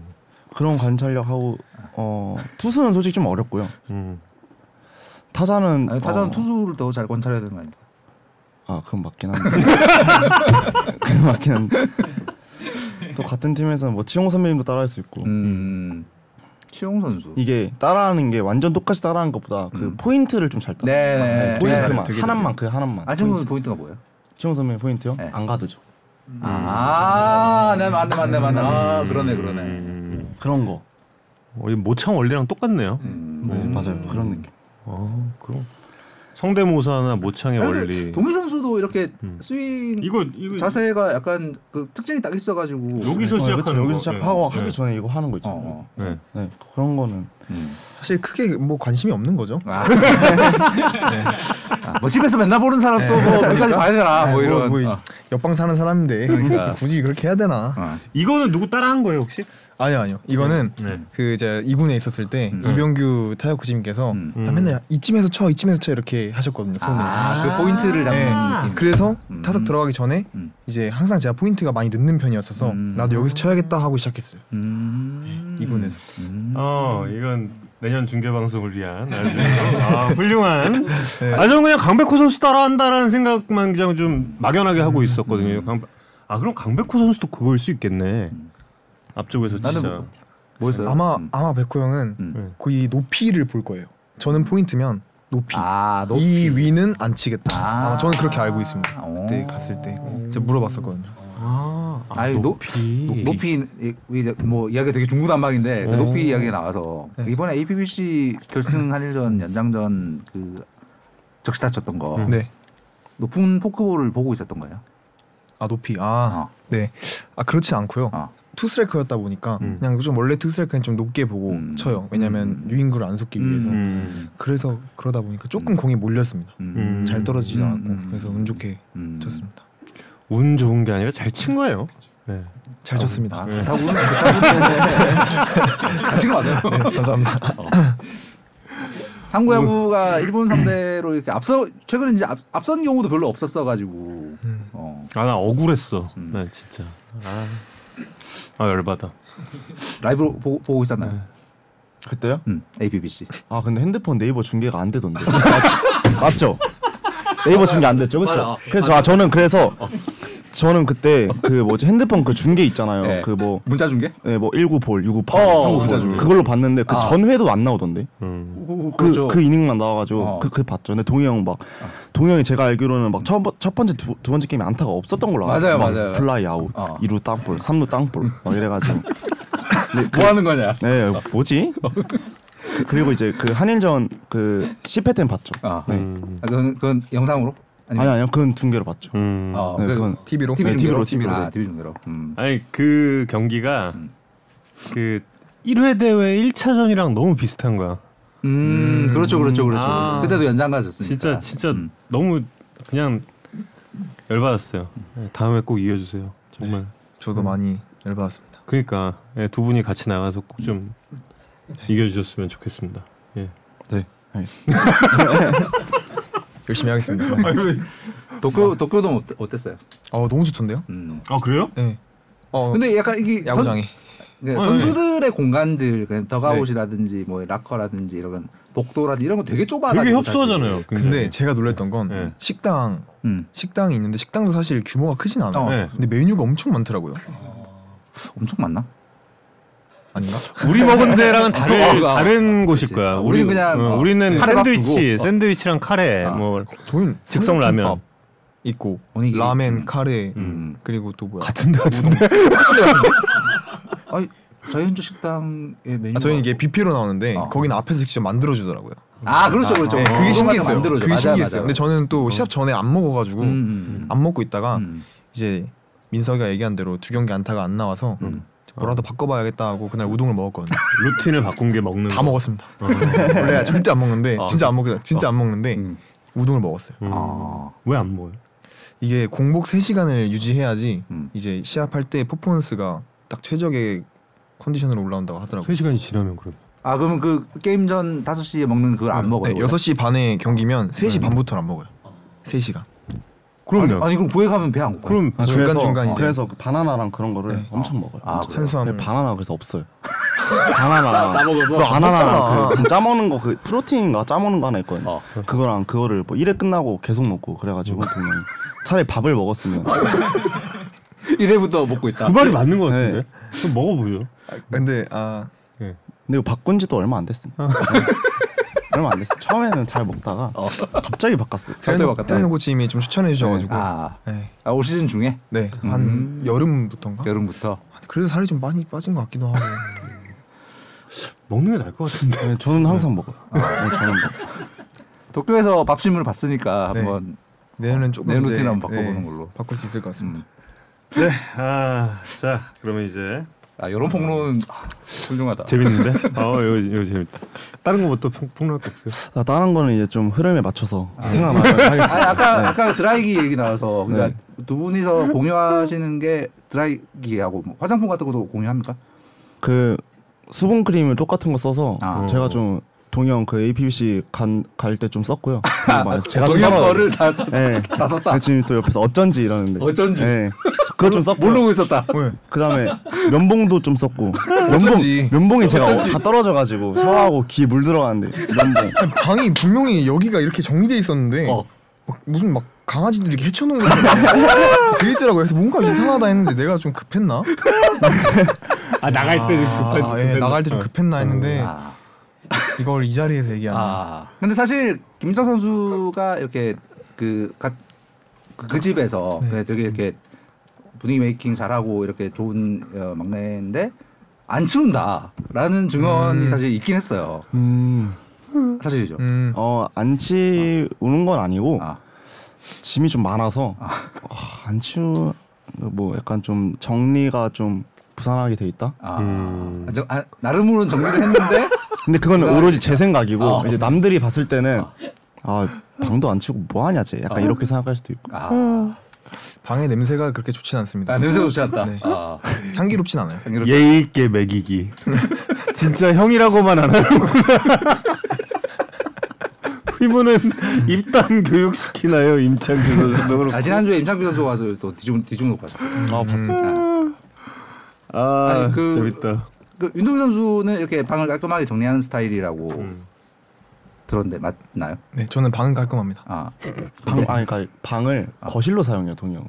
그런 관찰력하고 어, 투수는 솔직히 좀 어렵고요. 음. 타자는 아니, 타자는 어, 투수를 더 잘 관찰해야 되는 거 아닙니까? 아 그건 맞긴 한데 그건 맞긴 한데 또 같은 팀에서는 뭐 치용 선배님도 따라할 수 있고 음. 치용 선수. 이게 따라하는 게 완전 똑같이 따라하는 것보다 그 포인트를 좀 잘 따라 아, 네, 네, 포인트만 네. 하나만 그 하나만 아, 친구는 포인트가 뭐예요? 치용 선배님 포인트요? 네. 안 가드죠 아, 네, 맞네, 맞네, 맞네. 아, 그러네, 그러네. 음. 그런 거 어, 이 모창 원리랑 똑같네요. 음. 네, 맞아요 그런 느낌 아 그럼 성대모사나 모창의 아니, 근데 원리. 동희 선수도 이렇게 음. 스윙 이거 이거 자세가 약간 그 특징이 딱 있어가지고 네. 여기서 어, 그쵸, 시작하는 거. 여기서 시작하고 네. 하기 전에 이거 하는 거 있잖아요 어, 네. 네. 네 그런 거는 음. 사실 크게 뭐 관심이 없는 거죠 아. 아, 뭐 집에서 맨날 보는 사람도 뭐 여기까지 봐야 되나 뭐 아, 이런 뭐 어. 옆방 사는 사람인데 그러니까. 굳이 그렇게 해야 되나 어. 이거는 누구 따라한 거예요 혹시? 아니요 아니요 이거는 네. 그 이제 2군에 있었을 때 음. 이병규 타격 코치님께서 음. 아, 맨날 이쯤에서 쳐 이쯤에서 쳐 이렇게 하셨거든요 손을 아, 그 포인트를 잡는 네. 느낌. 그래서 음. 타석 들어가기 전에 음. 이제 항상 제가 포인트가 많이 늦는 편이었어서 음. 나도 여기서 쳐야겠다 하고 시작했어요 음. 이군에서. 음. 어 이건 내년 중계 방송을 위한 아주 아, 훌륭한. 네. 아전 그냥 강백호 선수 따라한다라는 생각만 그냥 음. 좀 막연하게 하고 있었거든요. 강... 아 그럼 강백호 선수도 그걸 수 있겠네. 앞쪽에서 나는 진짜 뭐였어요? 아마 음. 아마 백호 형은 음. 네. 그 이 높이를 볼 거예요. 저는 포인트면 높이. 아, 너 이 위는 안 치겠다. 아. 어. 아~ 마 저는 그렇게 알고 있습니다. 오. 그때 갔을 때 제가 물어봤었거든요. 아, 아, 아니, 높이. 높이 이- 이- 뭐 이야기 되게 중구난방인데 그 오. 높이 이야기가 나와서 네. 이번에 APBC 결승 한일전 연장전 그 적시타 쳤던 거 음. 네. 높은 포크볼을 보고 있었던 거예요. 아 높이. 아 어. 네. 아 그렇진 않고요. 어. 투스트라이크였다 보니까 음. 그냥 좀 원래 투스트라이크는 좀 높게 보고 음. 쳐요. 왜냐면 음. 유인구를 안 속기 위해서. 음. 그래서 그러다 보니까 조금 공이 몰렸습니다. 음. 잘 떨어지지 음. 않았고 음. 그래서 운 좋게 음. 쳤습니다. 운 좋은 게 아니라 잘 친 거예요. 네. 잘 쳤습니다. 아, 다 우는 다 우는 지금 와서 네, 감사합니다. 한국 야구가 어. 일본 상대로 이렇게 앞서 최근에 이제 앞, 앞선 경우도 별로 없었어 가지고 음. 어, 아 나 억울했어. 음. 나 진짜. 아, 아 열받아. 라이브 보고, 보고 있었나요? 그때요? 음, APBC. 아 근데 핸드폰 네이버 중계가 안 되던데 맞죠? 네이버 중계 안 됐죠, 맞아. 그렇죠? 그래서 아 저는 그래서 저는 그때 그 뭐지 핸드폰 그 중계 있잖아요. 네. 그 뭐 문자 중계? 네, 뭐 19볼, 6 9 8, 어, 3 9 맞아, 볼 맞아. 그걸로 봤는데 그 아. 전회도 안 나오던데. 음. 그, 그 이닝만 나와가지고 어. 그, 그 봤죠. 근데 동이 형 막 동이 형이 제가 알기로는 막 첫 첫 번째 두, 두 번째 게임에 안타가 없었던 걸로 맞아요, 알아요. 막 맞아요. 플라이 아웃, 어. 이루 땅볼, 삼루 땅볼 막 이래가지고. 근데 그- 뭐 하는 거냐? 네, 뭐지? 그- 그리고 이제 그 한일전 그 10회 땐 봤죠. 아, 네. 음. 아, 그건 그건 영상으로? 아니 아니요, 그건 중계로 봤죠. 음. 어, 네, 그- 그건 TV로. TV 네, 중계로? TV로, TV로. 아, TV 중계로. 음. 아니 그 경기가 그 1회 대회 1차전이랑 너무 비슷한 거야. 음, 그렇죠, 그렇죠, 그렇죠. 아. 그때도 연장 가졌으니까. 진짜 진짜 음. 너무 그냥 열받았어요. 네, 다음에 꼭 이겨주세요. 정말. 저도 많이 열받았습니다. 그러니까 예, 두 분이 같이 나가서 꼭 좀 이겨주셨으면 좋겠습니다. 예. 네, 알겠습니다. 열심히 하겠습니다. 도쿄 도쿄돔 어때- 어땠어요? 어 너무 좋던데요? 음. 아 그래요? 네. 어 근데 약간 이게 야구장이. 네, 어, 선수들의 공간들 그냥 더가웃이라든지 뭐 락커라든지 이런 복도라든지 이런 거 되게 좁아가지고 되게 사실. 협소하잖아요. 근데 제가 놀랬던 건 네. 식당 음, 식당이 있는데 식당도 사실 규모가 크진 않아요. 어. 네. 근데 메뉴가 엄청 많더라고요. 엄청 많나? 아닌가? 우리 먹은 데랑은 다른 어, 어, 다른 곳일 어, 그렇지. 거야. 어, 우리는 그냥, 어, 어, 우리는 카레 밥 샌드위치, 주고. 어. 샌드위치랑 카레 아. 뭐 저희는 즉석 삼각김밥 라면. 있고 오니기리. 라멘, 음. 카레 음. 그리고 또 뭐야? 같은데 같은데. 아니 자연주 식당의 메뉴. 아, 저희는 이게 BP로 나오는데 어. 거기는 앞에서 직접 만들어 주더라고요. 아 그렇죠 그렇죠. 네, 그거마다 그게 신기했어요. 만들어줘. 그게 맞아요, 신기했어요. 맞아요. 근데 저는 또 시합 전에 안 먹어가지고 음, 음, 음. 안 먹고 있다가 음. 이제 민석이가 얘기한 대로 두 경기 안타가 안 나와서 음. 뭐라도 바꿔봐야겠다 하고 그날 우동을 먹었거든요. 루틴을 바꾼 게 먹는 다 거. 먹었습니다. 어. 원래 절대 안 먹는데 아. 진짜 안 먹, 진짜 안 먹는데 음. 우동을 먹었어요. 아. 왜안 먹어요? 이게 공복 3시간을 유지해야지 음. 이제 시합할 때 퍼포먼스가 딱 최적의 컨디션으로 올라온다고 하더라고요. 3시간이 지나면 그럼. 아 그러면 그 게임 전 5시에 먹는 그걸 안 먹어요. 네. 네, 6시 반에 경기면 3시 반부터는 안 먹어요. 3시간. 그럼요. 아니, 아니 그럼 구에 가면 배 안 네. 고파. 그럼 아, 중간, 그래서 중간 이제. 그래서 그 바나나랑 그런 거를 엄청 먹어요. 아, 엄청. 그래요? 탄수화물. 네, 바나나 그래서 없어요. 바나나 먹어서 또 먹잖아. 바나나 그, 무슨 짜 먹는 거 그 프로틴인가 짜 먹는 거 하나 있거든요. 어. 그거랑 그거를 뭐 일회 끝나고 계속 먹고 그래가지고 그냥 차라리 밥을 먹었으면 1회부터 먹고 있다. 그 말이 맞는 거 같은데. 좀 먹어보죠. 아, 근데 아 근데 이거 바꾼 지도 얼마 안 됐어요. 네. 얼마 안 됐어요. 처음에는 잘 먹다가 갑자기 바꿨어요. 갑자기 트레이너, 바꿨다. 트레이너 코치님이 좀 추천해 주셔가지고 아. 음. 네, 아, 올 시즌 중에 네. 한 여름부터인가? 여름부터. 그래서 살이 좀 많이 빠진 것 같기도 하고 먹는 게 나을 것 같은데. 네, 저는 항상 먹어요. 네, 저는 먹어요. 도쿄에서 밥심을 봤으니까 네. 한번 내년은 조금 내 이제, 예, 루틴 한번 바꿔보는 걸로. 바꿀 수 있을 것 같습니다. 음. 네. 아, 자, 그러면 이제 아 이런 폭로는 아, 훌륭하다. 재밌는데? 어, 이거 이거 재밌다. 다른 거뭐또 폭로할 거 음. 없어요? 아, 다른 거는 이제 좀 흐름에 맞춰서 아. 생각나면 하겠습니다. 아니, 네. 아까 아까 드라이기 얘기 나와서 그러니까 두 분이서 공유하시는 게 드라이기하고 뭐 화장품 같은 것도 공유합니까? 그 수분 크림을 똑같은 거 써서 아. 제가 좀 동영 그 APBC 간갈 때 좀 썼고요. 아, 많이 제가 좀 동양 따라와요. 거를 다 네. 다 썼다. 지금 또 옆에서 어쩐지 이러는데. 어쩐지. 네. 그거 좀 썼고. 모르고 있었다. 왜? 그다음에 면봉도 좀 썼고. 면봉 어쩐지. 면봉이 제가 다 떨어져 가지고 샤워하고 귀에 물 들어가는데 면봉. 방이 분명히 여기가 이렇게 정리돼 있었는데 어. 막 무슨 막 강아지들이 이렇게 헤쳐놓은 것처럼 들리더라고요. 그래서 뭔가 이상하다 했는데 내가 좀 급했나? 아 나갈 때 좀 급할 아, 예, 나갈 때 좀 급했나 했는데 아. 이걸 이 자리에서 얘기하는 아. 근데 사실 김민석 선수가 이렇게 그, 가, 그, 그 집에서 네. 되게 이렇게 분위기 메이킹 잘하고 이렇게 좋은 어, 막내인데 안 치운다라는 증언이 음. 사실 있긴 했어요. 음. 사실이죠. 음, 어, 안 치우는 건 아니고 아. 짐이 좀 많아서 어, 안 치우 뭐 약간 좀 정리가 좀 부산하게 돼 있다. 아. 음. 아, 저, 아, 나름으로는 정리를 했는데 근데 그건 부산하게 오로지 제 생각이고 아. 이제 남들이 봤을 때는 아 방도 안 치고 뭐 하냐 쟤 아. 약간 이렇게 생각할 수도 있고. 아, 방의 냄새가 그렇게 좋진 않습니다. 아 냄새 좋지 않다. 네. 아, 향기롭진 않아요. 향기롭- 예의 있게 먹이기. 진짜 형이라고만 안 하는구나. 이분은 입단 교육시키나요 임창규 선수도 그렇고. 아, 지난주에 임창규 선수가 와서 또 뒤중 뒤중 놓고 가죠. 아 봤어. 음. 아 아니, 그- 재밌다. 그 윤동희 선수는 이렇게 방을 깔끔하게 정리하는 스타일이라고 들었는데 맞나요? 네, 저는 방은 깔끔합니다. 아, 방 아니 그러니까 방을 거실로 사용해요 동이 형은.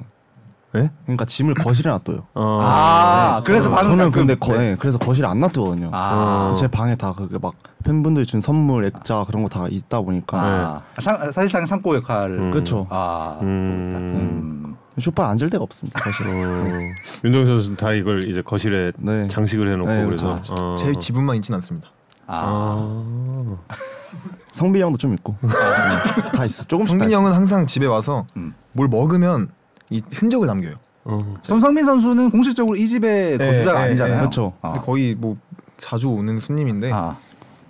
예? 그러니까 짐을 거실에 놔둬요. 어. 아 그래서 방을 저는 깔끔- 네. 근데 어, 거, 예, 그래서 거실에 안 놔두거든요. 아, 제 방에 다 그게 막 팬분들이 준 선물 액자 그런 거 다 있다 보니까 아, 상- 사실상 창고 역할을 음. 그렇죠. 아, 음. 어, 음. 쇼파에 앉을 데가 없습니다. 사실. 윤동 선수는 다 이걸 이제 거실에 네. 장식을 해놓고 네, 그래서 어. 제 지분만 있진 않습니다. 아, 아. 성빈 형도 좀 있고 네. 네, 다 있어. 조금씩 다 성빈 있어. 형은 항상 집에 와서 음. 뭘 먹으면 이 흔적을 남겨요. 어. 손성민 선수는 공식적으로 이 집의 네, 거주자가 네, 아니잖아요. 네. 그렇죠. 아. 근데 거의 뭐 자주 오는 손님인데 아,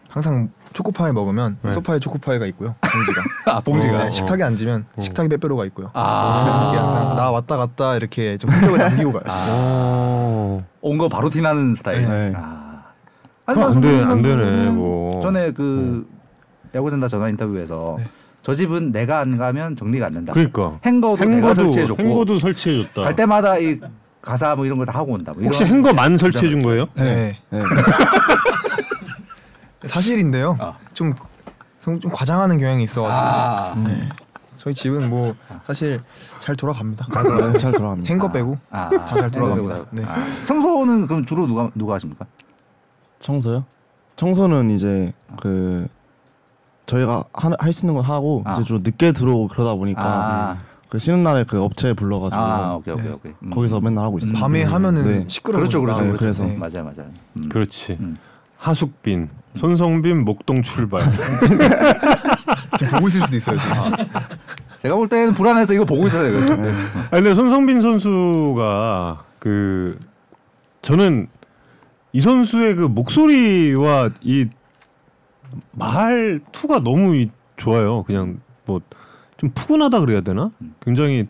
항상 초코파이 먹으면 네. 소파에 초코파이가 있고요. 봉지가. 아 봉지가 어. 네, 식탁에 앉으면 식탁에 빼빼로가 있고요. 아. 이렇게 항상 나 왔다 갔다 이렇게 좀 흔적을 남기고 가요. 어. 온 거 바로 티나는 스타일. 네. 아. 그럼 안 돼, 안 되네, 뭐. 전에 그 야구센터 전화 인터뷰에서 저 집은 내가 안 가면 정리가 안 된다. 그러니까 행거도, 내가 설치해줬고 행거도 설치해줬다. 갈 때마다 이 가사 뭐 이런 거 다 하고 온다. 뭐 이런 혹시 행거만 설치해준 거예요? 네. 네. 사실인데요. 아. 좀, 좀 과장하는 경향이 있어가지고 아, 저희 집은 뭐 사실 잘 돌아갑니다. 네, 잘 돌아갑니다. 행거 빼고 아, 다잘 돌아갑니다. 행거보다. 네. 아. 청소는 그럼 주로 누가 누가 하십니까? 청소요? 청소는 이제 그 저희가 할 수 있는 건 하고 아. 이제 좀 늦게 들어오고 그러다 보니까 아, 그 쉬는 날에 그 업체에 불러가지고 아, 오케이 오케이 오케이. 음. 거기서 맨날 하고 있어요. 밤에 하면은 네. 시끄러워. 그렇죠 그렇죠 네, 그렇죠. 그래서. 네, 맞아요 맞아요. 음. 그렇지. 음. 하숙빈, 손성빈, 목동 출발. 지금 보고 있을 수도 있어요. 지금. 제가 볼 때는 불안해서 이거 보고 있어요. 이거. 네. 아 근데 손성빈 선수가 그 저는 이 선수의 그 목소리와 이 말투가 너무 이- 좋아요. 그냥 뭐 좀 푸근하다 그래야 되나? 굉장히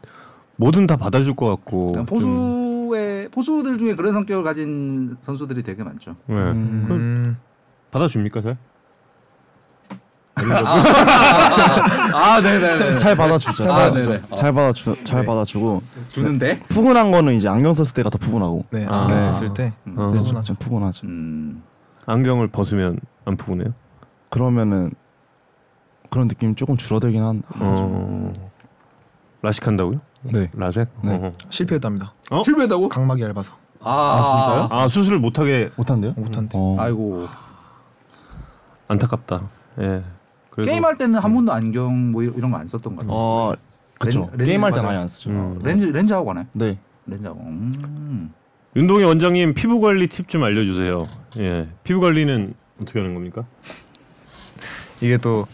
뭐든 다 받아줄 것 같고. 그냥 좀- 포수의 포수들 중에 그런 성격을 가진 선수들이 되게 많죠. 네. 음. 받아줍니까, 잘? 아, 네네네. 잘 받아주죠. 네. 아, 잘, 네네. 받아주- 어. 잘 받아주 잘 받아주고 주는데. 푸근한 거는 이제 안경 썼을 때가 더 푸근하고. 네, 아. 안경 썼을 때 네, 어. 그래서 푸근하죠. 좀 푸근하죠. 음. 안경을 벗으면 안 푸근해요? 그러면은 그런 느낌이 조금 줄어들긴 한. 어. 라식한다고요? 네. 라섹? 네. 어. 실패했답니다. 어? 실패했다고? 각막이 얇아서 아, 아 수술을 못하게 못한대요? 못한대. 어. 아이고. 안타깝다. 예. 그래도- 게임할 때는 한 음. 번도 안경 뭐 이런 거 안 썼던 거 같아요. 어, 그쵸. 렌즈- 게임할 때 맞아요. 아예 안 쓰죠. 음. 렌즈 렌즈 하고 가나요? 네. 렌즈 하고. 음. 윤동희 원장님 피부 관리 팁 좀 알려주세요. 예, 피부 관리는 어떻게 하는 겁니까? 이게 또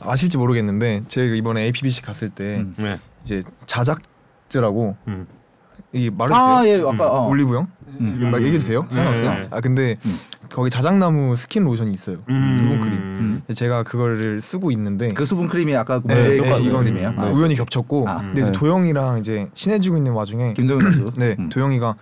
아실지 모르겠는데 제가 그 이번에 APBC 갔을 때 음. 네. 이제 자작제라고 음. 이 말해도 아, 돼요? 예. 아까 어. 올리브영? 음. 막 얘기해도 돼요? 상관없어요? 네. 아 근데 거기 자작나무 스킨 로션이 있어요. 음. 수분 크림. 음. 제가 그거를 쓰고 있는데 그 수분 크림이 아까 그 네, 모델 네, 수분 이건 크림이에요. 음. 아, 우연히 겹쳤고 아. 근데 이제 네. 도영이랑 이제 친해지고 있는 와중에 김동현 선수. 네 음. 도영이가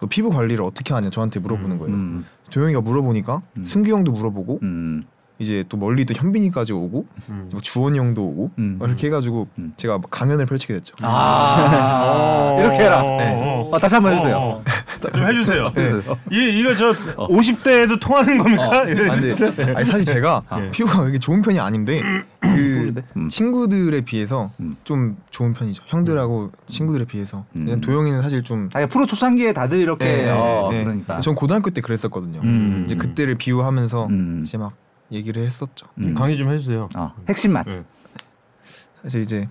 너 피부 관리를 어떻게 하냐 저한테 물어보는 거예요. 음. 도영이가 물어보니까 음. 승규 형도 물어보고 음. 이제 또 멀리 또 현빈이까지 오고 음. 뭐 주원이 형도 오고 음. 이렇게 해가지고 음. 제가 막 강연을 펼치게 됐죠. 아 이렇게 해라. 네. 아, 다시 한번 해주세요. 어, 어. 좀 해주세요. 해주세요. 이 이거 저 50대에도 통하는 겁니까? 아, 근데 아니 사실 제가 피부가 이렇게 좋은 편이 아닌데 그 꾸준해? 음. 친구들에 비해서 음. 좀 좋은 편이죠. 형들하고 친구들에 비해서 음. 그냥 도영이는 사실 좀 네. 아니 프로 초창기에 다들 이렇게 네, 어, 그러니까. 전 고등학교 때 그랬었거든요. 음. 이제 그때를 비유하면서 음. 이제 막 얘기를 했었죠. 음. 강의 좀 해주세요. 어, 핵심만. 네. 사실 이제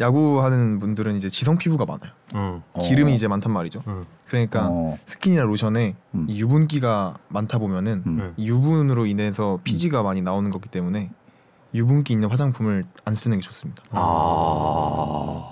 야구하는 분들은 이제 지성 피부가 많아요. 어. 기름이 어. 이제 많단 말이죠. 어. 그러니까 어. 스킨이나 로션에 음. 이 유분기가 많다 보면은 음. 네. 이 유분으로 인해서 피지가 많이 나오는 거기 때문에 유분기 있는 화장품을 안 쓰는 게 좋습니다. 아.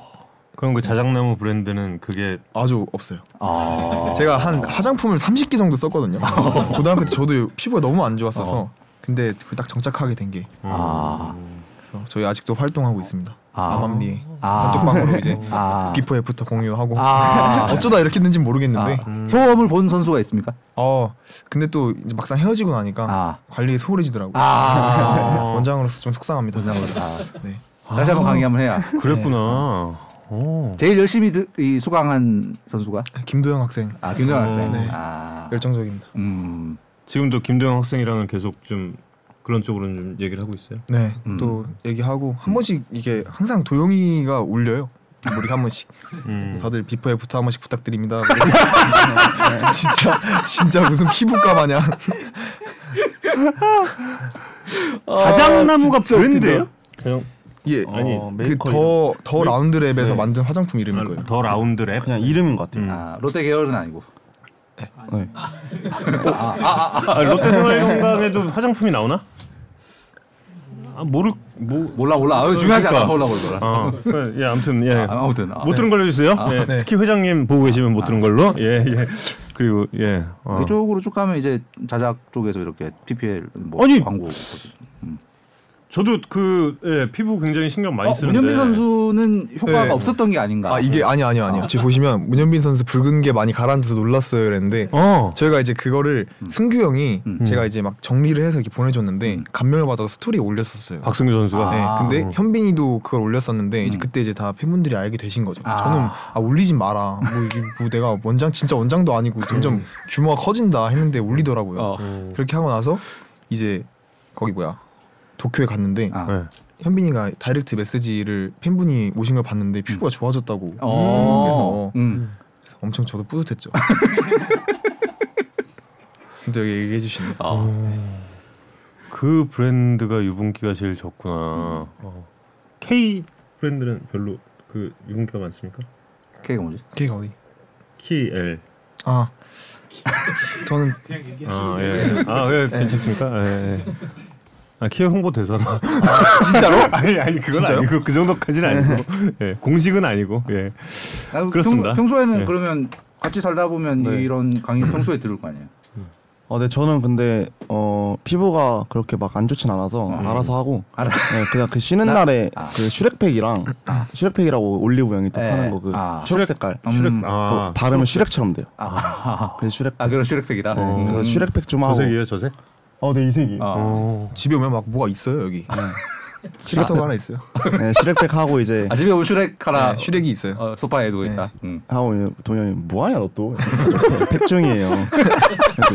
그럼 그 자작나무 브랜드는 그게 아주 없어요. 아. 제가 한 화장품을 30개 정도 썼거든요. 고등학교 때 저도 피부가 너무 안 좋았어서 근데 그걸 딱 정착하게 된 게 아. 그래서 저희 아직도 활동하고 있습니다. 아. 암암리에 아. 단톡방으로 이제 아. 비포 애프터 공유하고 아. 어쩌다 이렇게 됐는지 모르겠는데 아. 효험을 본 선수가 있습니까? 어 근데 또 이제 막상 헤어지고 나니까 아. 관리에 소홀해지더라고. 요 아. 원장으로서 좀 속상합니다. 아. 네. 다시 한번 강의 한번 해야. 네. 그랬구나. 오. 제일 열심히 드, 이 수강한 선수가 김도영 학생 아 김동현 학생. 네. 아. 열정적입니다. 음. 지금도 김도영 학생이랑은 계속 좀 그런 쪽으로는 좀 얘기를 하고 있어요. 네, 음. 또 얘기하고 한 번씩 이게 항상 도영이가 울려요. 우리 한 번씩 음. 다들 비포 애프터 한 번씩 부탁드립니다. 뭐 진짜 진짜 무슨 피부과 마냥 자작나무가 브랜드예요? 그냥 이게 어, 아니, 메이커 이름. 그더더 라운드 랩에서 네. 만든 화장품 이름인 거예요. 아, 더 라운드 랩. 그냥 이름인 것 같아요. 음. 아 롯데 계열은 아니고. 네. 아, 롯데생활건강에도 화장품이 나오나? 아 모를 뭐. 몰라 몰라. 아, 중요하지 않아. 그러니까. 몰라 몰라. 몰라. 아, 예, 아무튼 예. 아, 아무튼 아, 못 들은 걸로 해주세요. 예, 네. 특히 회장님 보고 계시면 못 들은 걸로. 예, 예. 그리고 예. 어. 이쪽으로 쭉 가면 이제 자작 쪽에서 이렇게 PPL 뭐 아니, 광고. 저도 그 예, 피부 굉장히 신경 많이 어, 쓰는데. 문현민 선수는 효과가 네. 없었던 게 아닌가. 아 이게 아니 아니 아니요. 지금 보시면 문현빈 선수 붉은 게 많이 가라앉아서 놀랐어요. 이랬는데 어. 저희가 이제 그거를 음. 승규 형이 제가 이제 막 정리를 해서 이렇게 보내줬는데 감명을 받아서 스토리에 올렸었어요. 박승규 선수가. 네, 아. 근데 음. 현빈이도 그걸 올렸었는데 이제 그때 이제 다 팬분들이 알게 되신 거죠. 음. 아. 저는 아 올리지 마라. 뭐, 이게 뭐 내가 원장 진짜 원장도 아니고 점점 규모가 커진다 했는데 올리더라고요. 음. 어. 그렇게 하고 나서 이제 거기 뭐야 도쿄에 갔는데 아. 네. 현빈이가 다이렉트 메시지를 팬분이 오신 걸 봤는데 음. 피부가 좋아졌다고 어. 그래서 음. 엄청 저도 뿌듯했죠. 근데 여기 얘기해 주시네. 어. 그 브랜드가 유분기가 제일 적구나. 음. 어. K 브랜드는 별로 그 유분기가 많습니까? K가 뭐지? 걔가 어디? K L. 아 저는 아 예. 아 예. 괜찮습니까? 예. 예. 아 키의 홍보 대사가 진짜로? 아니 아니 그건 진짜요? 아니고 그 정도까지는 아니고 예, 공식은 아니고 예. 아, 평- 그렇습니다. 평소에는 네. 그러면 같이 살다 보면 네. 이런 강의 평소에 들을 거 아니에요. 어, 네 저는 근데 어 피부가 그렇게 막 안 좋진 않아서 알아서 하고 알아. 네, 그냥 그 쉬는 음. 나- 아. 날에 그 슈렉팩이랑 슈렉팩이라고 올리브영이 또 예. 파는 거 그 아. 초록 색깔 슈렉 음. 아 그거 바르면 슈렉처럼 돼요. 아, 아, 그 슈렉. 아 그런 슈렉팩이다. 어, 네, 음. 그래서 슈렉팩 좀 하고. 저색이에요 저색? 어, 네 이색이. 아. 어. 집에 오면 막 뭐가 있어요 여기. 네. 캐릭터가 하나 있어요. 네 슈렉팩 하고 이제 아 집에 오면 슈렉 하나 네, 슈렉이 있어요. 네. 어, 소파에 누워 있다. 음. 하고 이제 동현이 뭐하냐 너 또? 팩중이에요. 그래서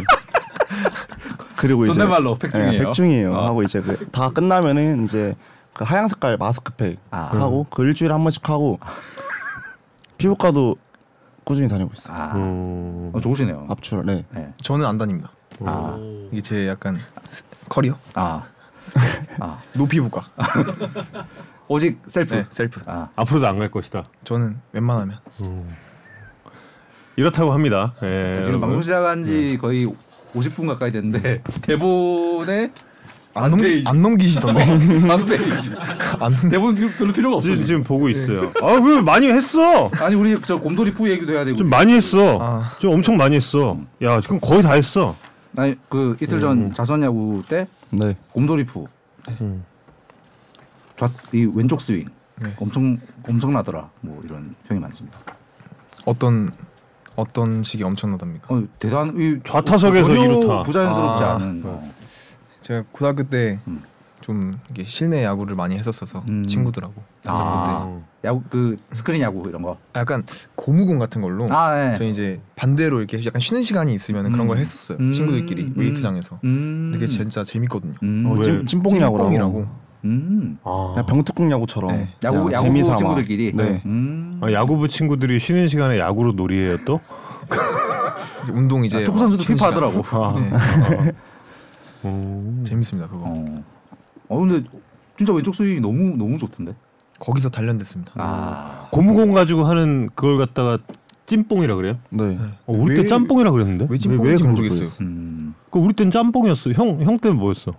그리고 이제 존댓말로 팩중이에요? 네, 팩중이에요. 어. 하고 이제 그, 다 끝나면은 이제 그 하얀 색깔 마스크팩 아. 하고 그 일주일에 한 번씩 하고 피부과도 꾸준히 다니고 있어. 요 아 음. 어, 좋으시네요. 아, 압출. 네. 네. 저는 안 다닙니다. 아, 이게 제 약간 스- 커리어 아, 아, 노피부과. 오직 셀프. 네 셀프. 아, 앞으로도 안 갈 것이다. 저는 웬만하면 이렇다고 합니다. 예, 지금 여러분. 네. 방송 시작한 지 거의 50분 가까이 됐는데 대본에 아, 안, 넘기, 페이지. 안 넘기시던데. 안 페이지. 안 넘. 대본 필요- 별로 필요가 없어. 지금, 지금 보고 있어요. 아왜 많이 했어? 아니 우리 저 곰돌이 푸 얘기도 해야 되고. 좀 많이 했어. 아. 좀 엄청 많이 했어. 야 지금 거의 다 했어. 아니 그 이틀 전 자선야구 때 네. 곰돌이 푸. 좌이 왼쪽 스윙. 네. 엄청 엄청나더라. 뭐 이런 평이 많습니다. 어떤 어떤 식이 엄청나답니까? 어, 대단 이 좌타석에서 전혀 이루타. 부자연스럽지 아. 않은 어. 제가 고등학교 때 음. 좀 이게 실내 야구를 많이 했었어서 음. 친구들하고 고등학교 때 아 야구 그 스크린 야구 이런 거. 약간 고무공 같은 걸로 아 네. 저희 이제 반대로 이렇게 약간 쉬는 시간이 있으면 그런 걸 음. 했었어요 음. 친구들끼리 음. 웨이트장에서 음. 근데 그게 진짜 재밌거든요 음. 어, 왜? 찜, 찜뽕야구라고. 찜뽕이라고. 음. 아. 그냥 병뚜껑 야구처럼. 네. 야구 그냥 야구 재미삼아. 친구들끼리. 네. 음. 아, 야구부 친구들이 쉬는 시간에 야구로 놀이해요 또? 운동 이제 아, 축구 막 선수도 쉬는 피파 시간. 하더라고. 아. 네. 오. 재밌습니다 그거 어. 어 근데 진짜 왼쪽 스윙이 너무 너무 좋던데. 거기서 단련됐습니다 아. 고무공 가지고 하는 그걸 갖다가 찜뽕이라 그래요? 네. 어, 우리 왜- 때 짬뽕이라 그랬는데? 왜 왜 찜뽕인지 그런 모르겠어요 거였어? 음. 그 우리 땐 짬뽕이었어. 형, 형 때는 뭐였어?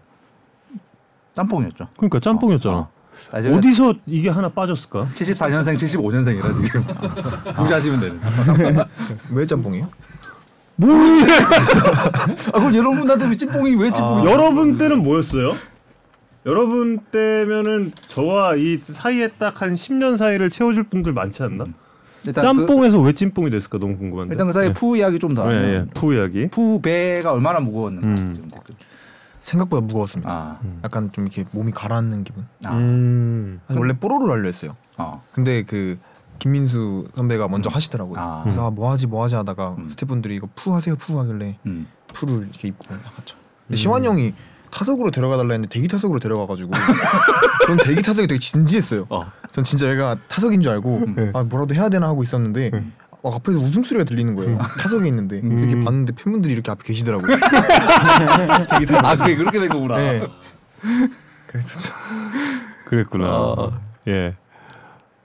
짬뽕이었죠. 그러니까 짬뽕이었잖아. 어. 아, 제가 어디서 이게 하나 빠졌을까? 74년생, 75년생이라 지금 무시하시면 되는. 왜 짬뽕이에요? 아 그럼 여러분한테 왜 찐뽕이 왜 찐뽕이? 아. 여러분 때는 뭐였어요? 여러분 때면은 저와 이 사이에 딱 한 10년 사이를 채워줄 분들 많지 않나? 음. 일단 짬뽕에서 왜 찐뽕이 됐을까 너무 궁금한데. 그, 일단 네. 그 사이 예. 푸 이야기 좀 더. 예, 하면 예. 푸 이야기. 푸 배가 얼마나 무거웠는가 음. 지금 댓글. 생각보다 무거웠습니다 아, 약간 좀 이렇게 몸이 가라앉는 기분 아, 음. 사실 원래 뽀로로 하려 했어요 어, 근데 그 김민수 선배가 먼저 하시더라고요. 아. 그래서 아, 뭐 하지 뭐 하지 하다가 음. 스태프분들이 이거 푸 하세요 푸 하길래 음. 푸를 이렇게 입고 나갔죠. 근데 시환 형이 타석으로 데려가 달라 했는데 대기 타석으로 데려가가지고 전 대기 타석이 되게 진지했어요. 어. 음. 전 진짜 얘가 타석인 줄 알고 네. 아 뭐라도 해야 되나 하고 있었는데 아, 앞에서 웃음소리가 들리는 거예요. 타석에 있는데 음. 이렇게 봤는데 팬분들이 이렇게 앞에 계시더라고요. 대기 타석. 아 그게 그렇게 된 거구나. 네. 그래도 참 그랬구나. 어. 예.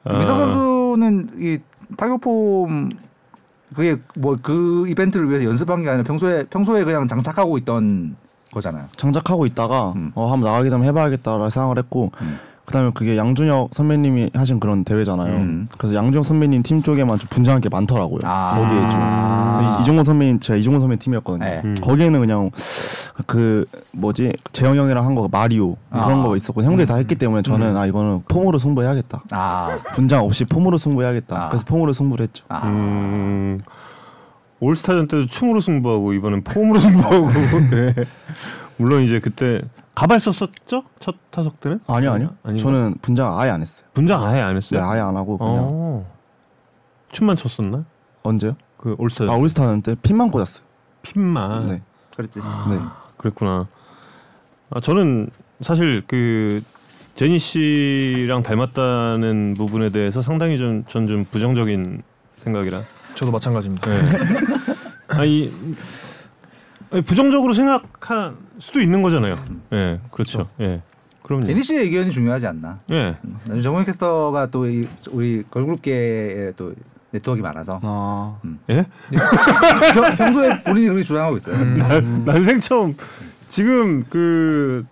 아. 미석 선수는 이 타격폼 그게 뭐 그 이벤트를 위해서 연습한 게 아니라 평소에 평소에 그냥 장착하고 있던 거잖아요. 장착하고 있다가 음. 어 한번 나가게 되면 해봐야겠다라는 생각을 했고 음. 그다음에 그게 양준혁 선배님이 하신 그런 대회잖아요. 음. 그래서 양준혁 선배님 팀 쪽에만 좀 분장한 게 많더라고요. 아. 거기에 좀 아. 이- 이종호 선배님 제가 이종호 선배 팀이었거든요. 네. 음. 거기에는 그냥 그 뭐지 재영 형이랑 한 거 마리오 그런 아. 거 있었고 형들이 다 했기 때문에 저는 아 이거는 폼으로 승부해야겠다. 아, 분장 없이 폼으로 승부해야겠다. 아. 그래서 폼으로 승부를 했죠. 아. 음. 올스타전 때도 춤으로 승부하고 이번엔 폼으로 승부하고. 네. 물론 이제 그때 가발 썼었죠? 첫 타석 때는? 아니요 아니요. 아닌가? 저는 분장 아예 안 했어요. 분장 아예 안 네, 했어요. 아예 안 하고 그냥 어. 춤만 췄었나? 언제요? 그 올스타전 아 올스타는 때 핀만 꽂았어요. 핀만. 네. 그랬지. 네. 그랬구나. 아, 저는 사실 그 제니 씨랑 닮았다는 부분에 대해서 상당히 좀 전 좀 부정적인 생각이라. 저도 마찬가지입니다. 네. 아니, 아니, 부정적으로 생각할 수도 있는 거잖아요. 예, 그렇죠. 예, 그럼요. 제니 씨의 의견이 중요하지 않나. 예, 나중에 정훈 캐스터가 또 이- 우리 걸그룹계에 또 네트워크가 많아서 음. 아 예. 평- 평소에 본인이 그렇게 주장하고 있어요. 음. 난, 난생 처음 지금 그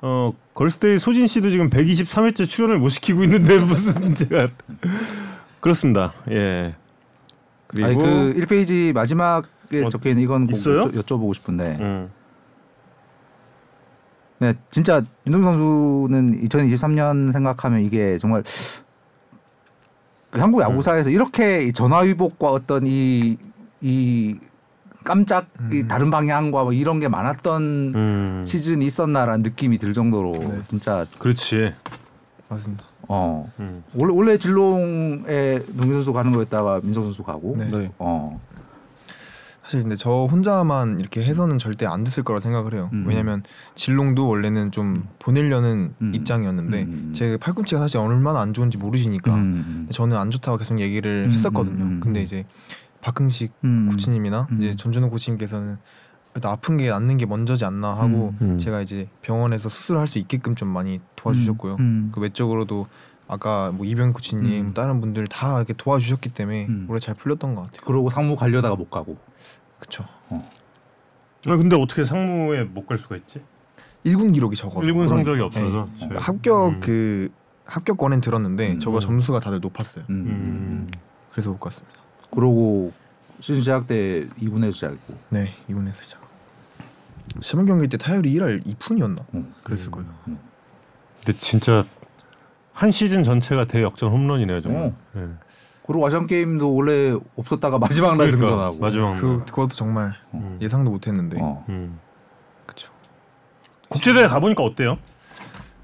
어, 걸스데이 소진 씨도 지금 123회째 출연을 못 시키고 있는데 무슨 제가 그렇습니다. 예. 그리고 아니 그 1페이지 마지막에 어, 적혀 있는 이건 꼭 있어요? 여쭤, 여쭤보고 싶은데. 음. 네, 진짜 윤동 선수는 2023년 생각하면 이게 정말 그 한국 야구사에서 음. 이렇게 이 전화위복과 어떤 이, 이 깜짝 음. 이 다른 방향과 뭐 이런 게 많았던 음. 시즌이 있었나라는 느낌이 들 정도로 네. 진짜 그렇지. 맞습니다. 어 음. 원래 원래 진롱에 농민 선수 가는 거였다가 민석 선수 가고 네. 네. 어 사실 근데 저 혼자만 이렇게 해서는 절대 안 됐을 거라 생각을 해요. 음. 왜냐면 진롱도 원래는 좀 보내려는 음. 입장이었는데 음. 제 팔꿈치가 사실 얼마나 안 좋은지 모르시니까 음, 저는 안 좋다고 계속 얘기를 음, 했었거든요. 음, 음, 근데 음. 이제 박흥식 음. 코치님이나 음. 이제 전준호 코치님께서는 그래도 아픈 게 낫는 게 먼저지 않나 하고 음. 음. 제가 이제 병원에서 수술할 수 있게끔 좀 많이 도와주셨고요. 음. 그 외적으로도 아까 뭐 이병 코치님 음. 다른 분들 다 이렇게 도와주셨기 때문에 음. 올해 잘 풀렸던 것 같아요. 그러고 상무 가려다가 못 가고 그렇죠. 아 근데 어떻게 상무에 못 갈 수가 있지? 1군 기록이 적어서 일본 그런- 성적이 없어서. 네. 그러니까 합격 음. 그 합격권엔 들었는데 음. 저거 점수가 다들 높았어요. 음. 음. 그래서 못 갔습니다. 그러고 시즌 시작 때 2군에서 시작했고 네 이군에서 시작. 시범 경기 때 타율이 1할 2푼이었나? 음. 그랬을 거예요. 근데 진짜 한 시즌 전체가 대역전 홈런이네요, 정말. 어. 예. 그리고 아시안 게임도 원래 없었다가 마지막 날 그러니까 승선하고 음. 마지막. 그 그것도 정말 음. 예상도 못했는데. 어. 음. 그렇죠. 국제대회 가보니까 어때요?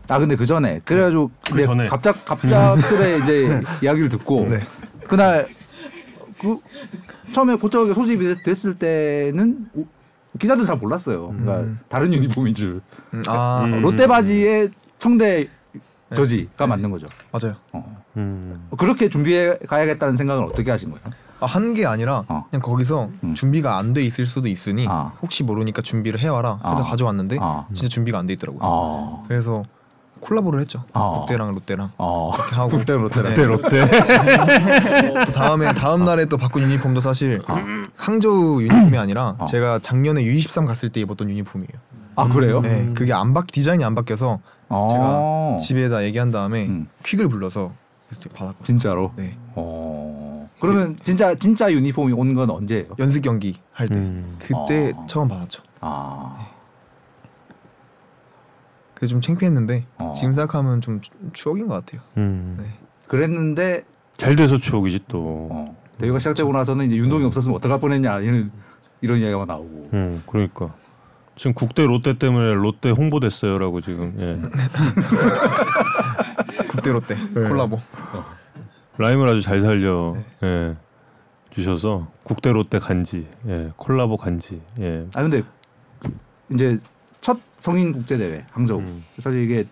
아 근데 그 전에 그래가지고 근데 네. 전에. 네. 갑작 갑작스레 이제 이야기를 듣고 네. 그날 그 처음에 고척에 소집이 됐- 됐을 때는 우- 기자들 잘 몰랐어요. 그러니까 다른 유니폼인 줄 음, 아 음. 네. 롯데 바지에 청대 저지가 맞는 거죠. 맞아요. 어. 음. 그렇게 준비해 가야겠다는 생각은 어떻게 하신 거예요? 아, 한 게 아니라 어. 그냥 거기서 음. 준비가 안 돼 있을 수도 있으니 아. 혹시 모르니까 준비를 해와라 해서 아. 가져왔는데 아. 진짜 준비가 안 돼 있더라고요. 아, 그래서 콜라보를 했죠. 아. 롯데랑 롯데랑 어, 이렇게 하고 롯데 롯데랑 네. 롯데. 또그 다음에 다음 날에 또 바꾼 유니폼도 사실 항저우 유니폼이 아니라 어. 제가 작년에 U23 갔을 때 입었던 유니폼이에요. 아 그래요? 네, 그게 안 바, 디자인이 안 바뀌어서 어. 제가 집에다 얘기한 다음에 음. 퀵을 불러서 그래서 받았거든요. 진짜로. 네, 어. 그러면 진짜 진짜 유니폼이 온 건 언제예요? 연습 경기 할 때 음. 그때 어. 처음 받았죠. 아, 그게 좀 창피했는데 어. 지금 생각하면 좀 추- 추억인 것 같아요. 음. 네. 그랬는데 잘 돼서 추억이지 또. 어, 대회가 시작되고 나서는 이제 윤동이 없었으면 어떡할 뻔했냐 이런 이런 이야기가 나오고 음, 그러니까 지금 국대 롯데 때문에 롯데 홍보됐어요라고 지금 예. 국대 롯데 네. 콜라보. 라임을 아주 잘 살려 예. 주셔서 국대 롯데 간지 예. 콜라보 간지 예. 아 근데 이제 첫 성인 국제 대회 항저우 음. 사실 이게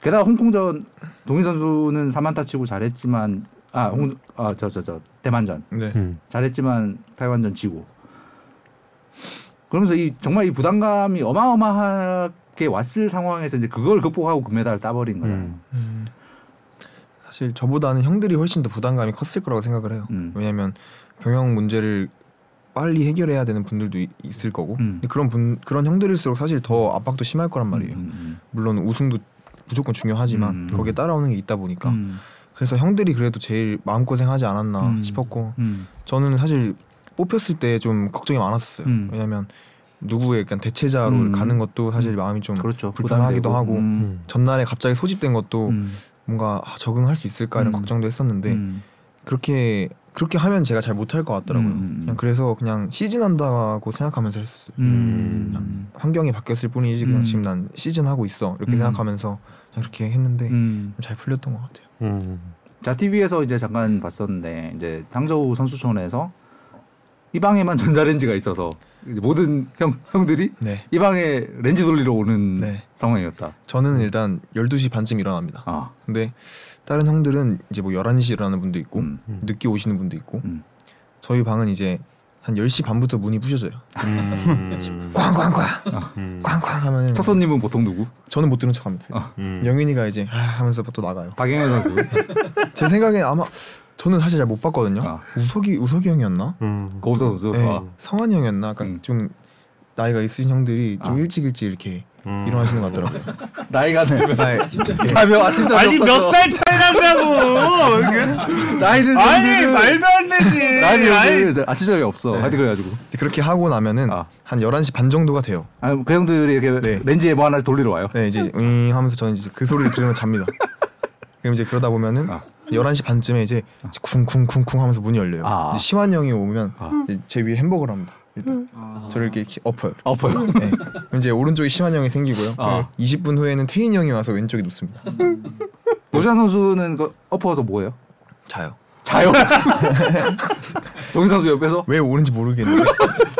게다가 홍콩전 동희 선수는 4만타 치고 잘했지만 아홍아저 저 저 대만전 네. 음. 잘했지만 타이완전 지고 그러면서 이 정말 이 부담감이 어마어마하게 왔을 상황에서 이제 그걸 극복하고 금메달을 따버린 거예요. 음. 음, 사실 저보다는 형들이 훨씬 더 부담감이 컸을 거라고 생각을 해요. 음. 왜냐하면 병역 문제를 빨리 해결해야 되는 분들도 이- 있을 거고 음. 근데 그런 분 그런 형들일수록 사실 더 압박도 심할 거란 말이에요. 음, 물론 우승도 무조건 중요하지만 음. 거기에 따라오는 게 있다 보니까 음, 그래서 형들이 그래도 제일 마음 고생하지 않았나 음. 싶었고 음, 저는 사실 뽑혔을 때 좀 걱정이 많았었어요. 음. 왜냐하면 누구의 그냥 대체자로 음. 가는 것도 사실 마음이 좀 그렇죠. 불편하기도 부담되고. 하고 음, 음. 전날에 갑자기 소집된 것도 음, 뭔가 아, 적응할 수 있을까 이런 음. 걱정도 했었는데 음, 그렇게 그렇게 하면 제가 잘 못할 것 같더라고요. 음, 음, 음. 그냥 그래서 그냥 시즌 한다고 생각하면서 했었어요. 음. 그냥 환경이 바뀌었을 뿐이지 그냥 음. 지금 난 시즌 하고 있어 이렇게 음. 생각하면서 그냥 그렇게 했는데 음. 잘 풀렸던 것 같아요. 음. 자 TV에서 이제 잠깐 봤었는데 이제 항저우 선수촌에서 이 방에만 전자레인지가 있어서 이제 모든 형 형들이 네, 이 방에 렌즈 돌리러 오는 네. 상황이었다. 저는 일단 12시 반쯤 일어납니다. 아, 근데 다른 형들은 이제 뭐 11시 일어나는 분도 있고 음, 음. 늦게 오시는 분도 있고 음. 저희 방은 이제 한 10시 반부터 문이 부셔져요. 음. 꽝꽝꽝 음. 꽝꽝 하면은 아, 첫 손님은 보통 누구? 저는 못 들은 척합니다. 아. 음. 영윤이가 이제 하 하면서 또 나가요. 박영현 선수. 제 생각엔 아마 저는 사실 잘 못 봤거든요. 아. 우석이 우석이 형이었나? 음. 고우서 선수. 네, 아. 성환이 형이었나? 약간 음. 좀 나이가 있으신 형들이 좀 아. 일찍 일찍 이렇게 음. 일어나시는 것 같더라고요. 아, 예. 나이가 들면 나이, 자며 아심자 아니 몇 살 차이 난다고 나이는 아니 말도 안 되지 나이는 아니, 아침잠이 없어. 하여튼 그래가지고. 그렇게 하고 나면은 아. 한 11시 반 정도가 돼요. 아니, 그 형들이 이렇게 네. 렌즈에 뭐 하나 돌리러 와요. 네, 이제 윙 하면서 저는 이제 그 소리를 들으면 잡니다. 그럼 이제 그러다 보면은 아. 11시 반쯤에 이제 쿵쿵쿵쿵 하면서 문이 열려요. 아. 이제 시환이 형이 오면 아. 이제 제 위에 햄버거를 합니다. 일단 저를 이렇게 키- 엎어요. 아파요. 네. 그럼 이제 오른쪽에 시환이 형이 생기고요. 아. 20분 후에는 태인 형이 와서 왼쪽이 눕습니다. 노시환 선수는 그 엎어서 뭐예요? 자요. 자요. 동희 선수 옆에서 왜 오는지 모르겠는데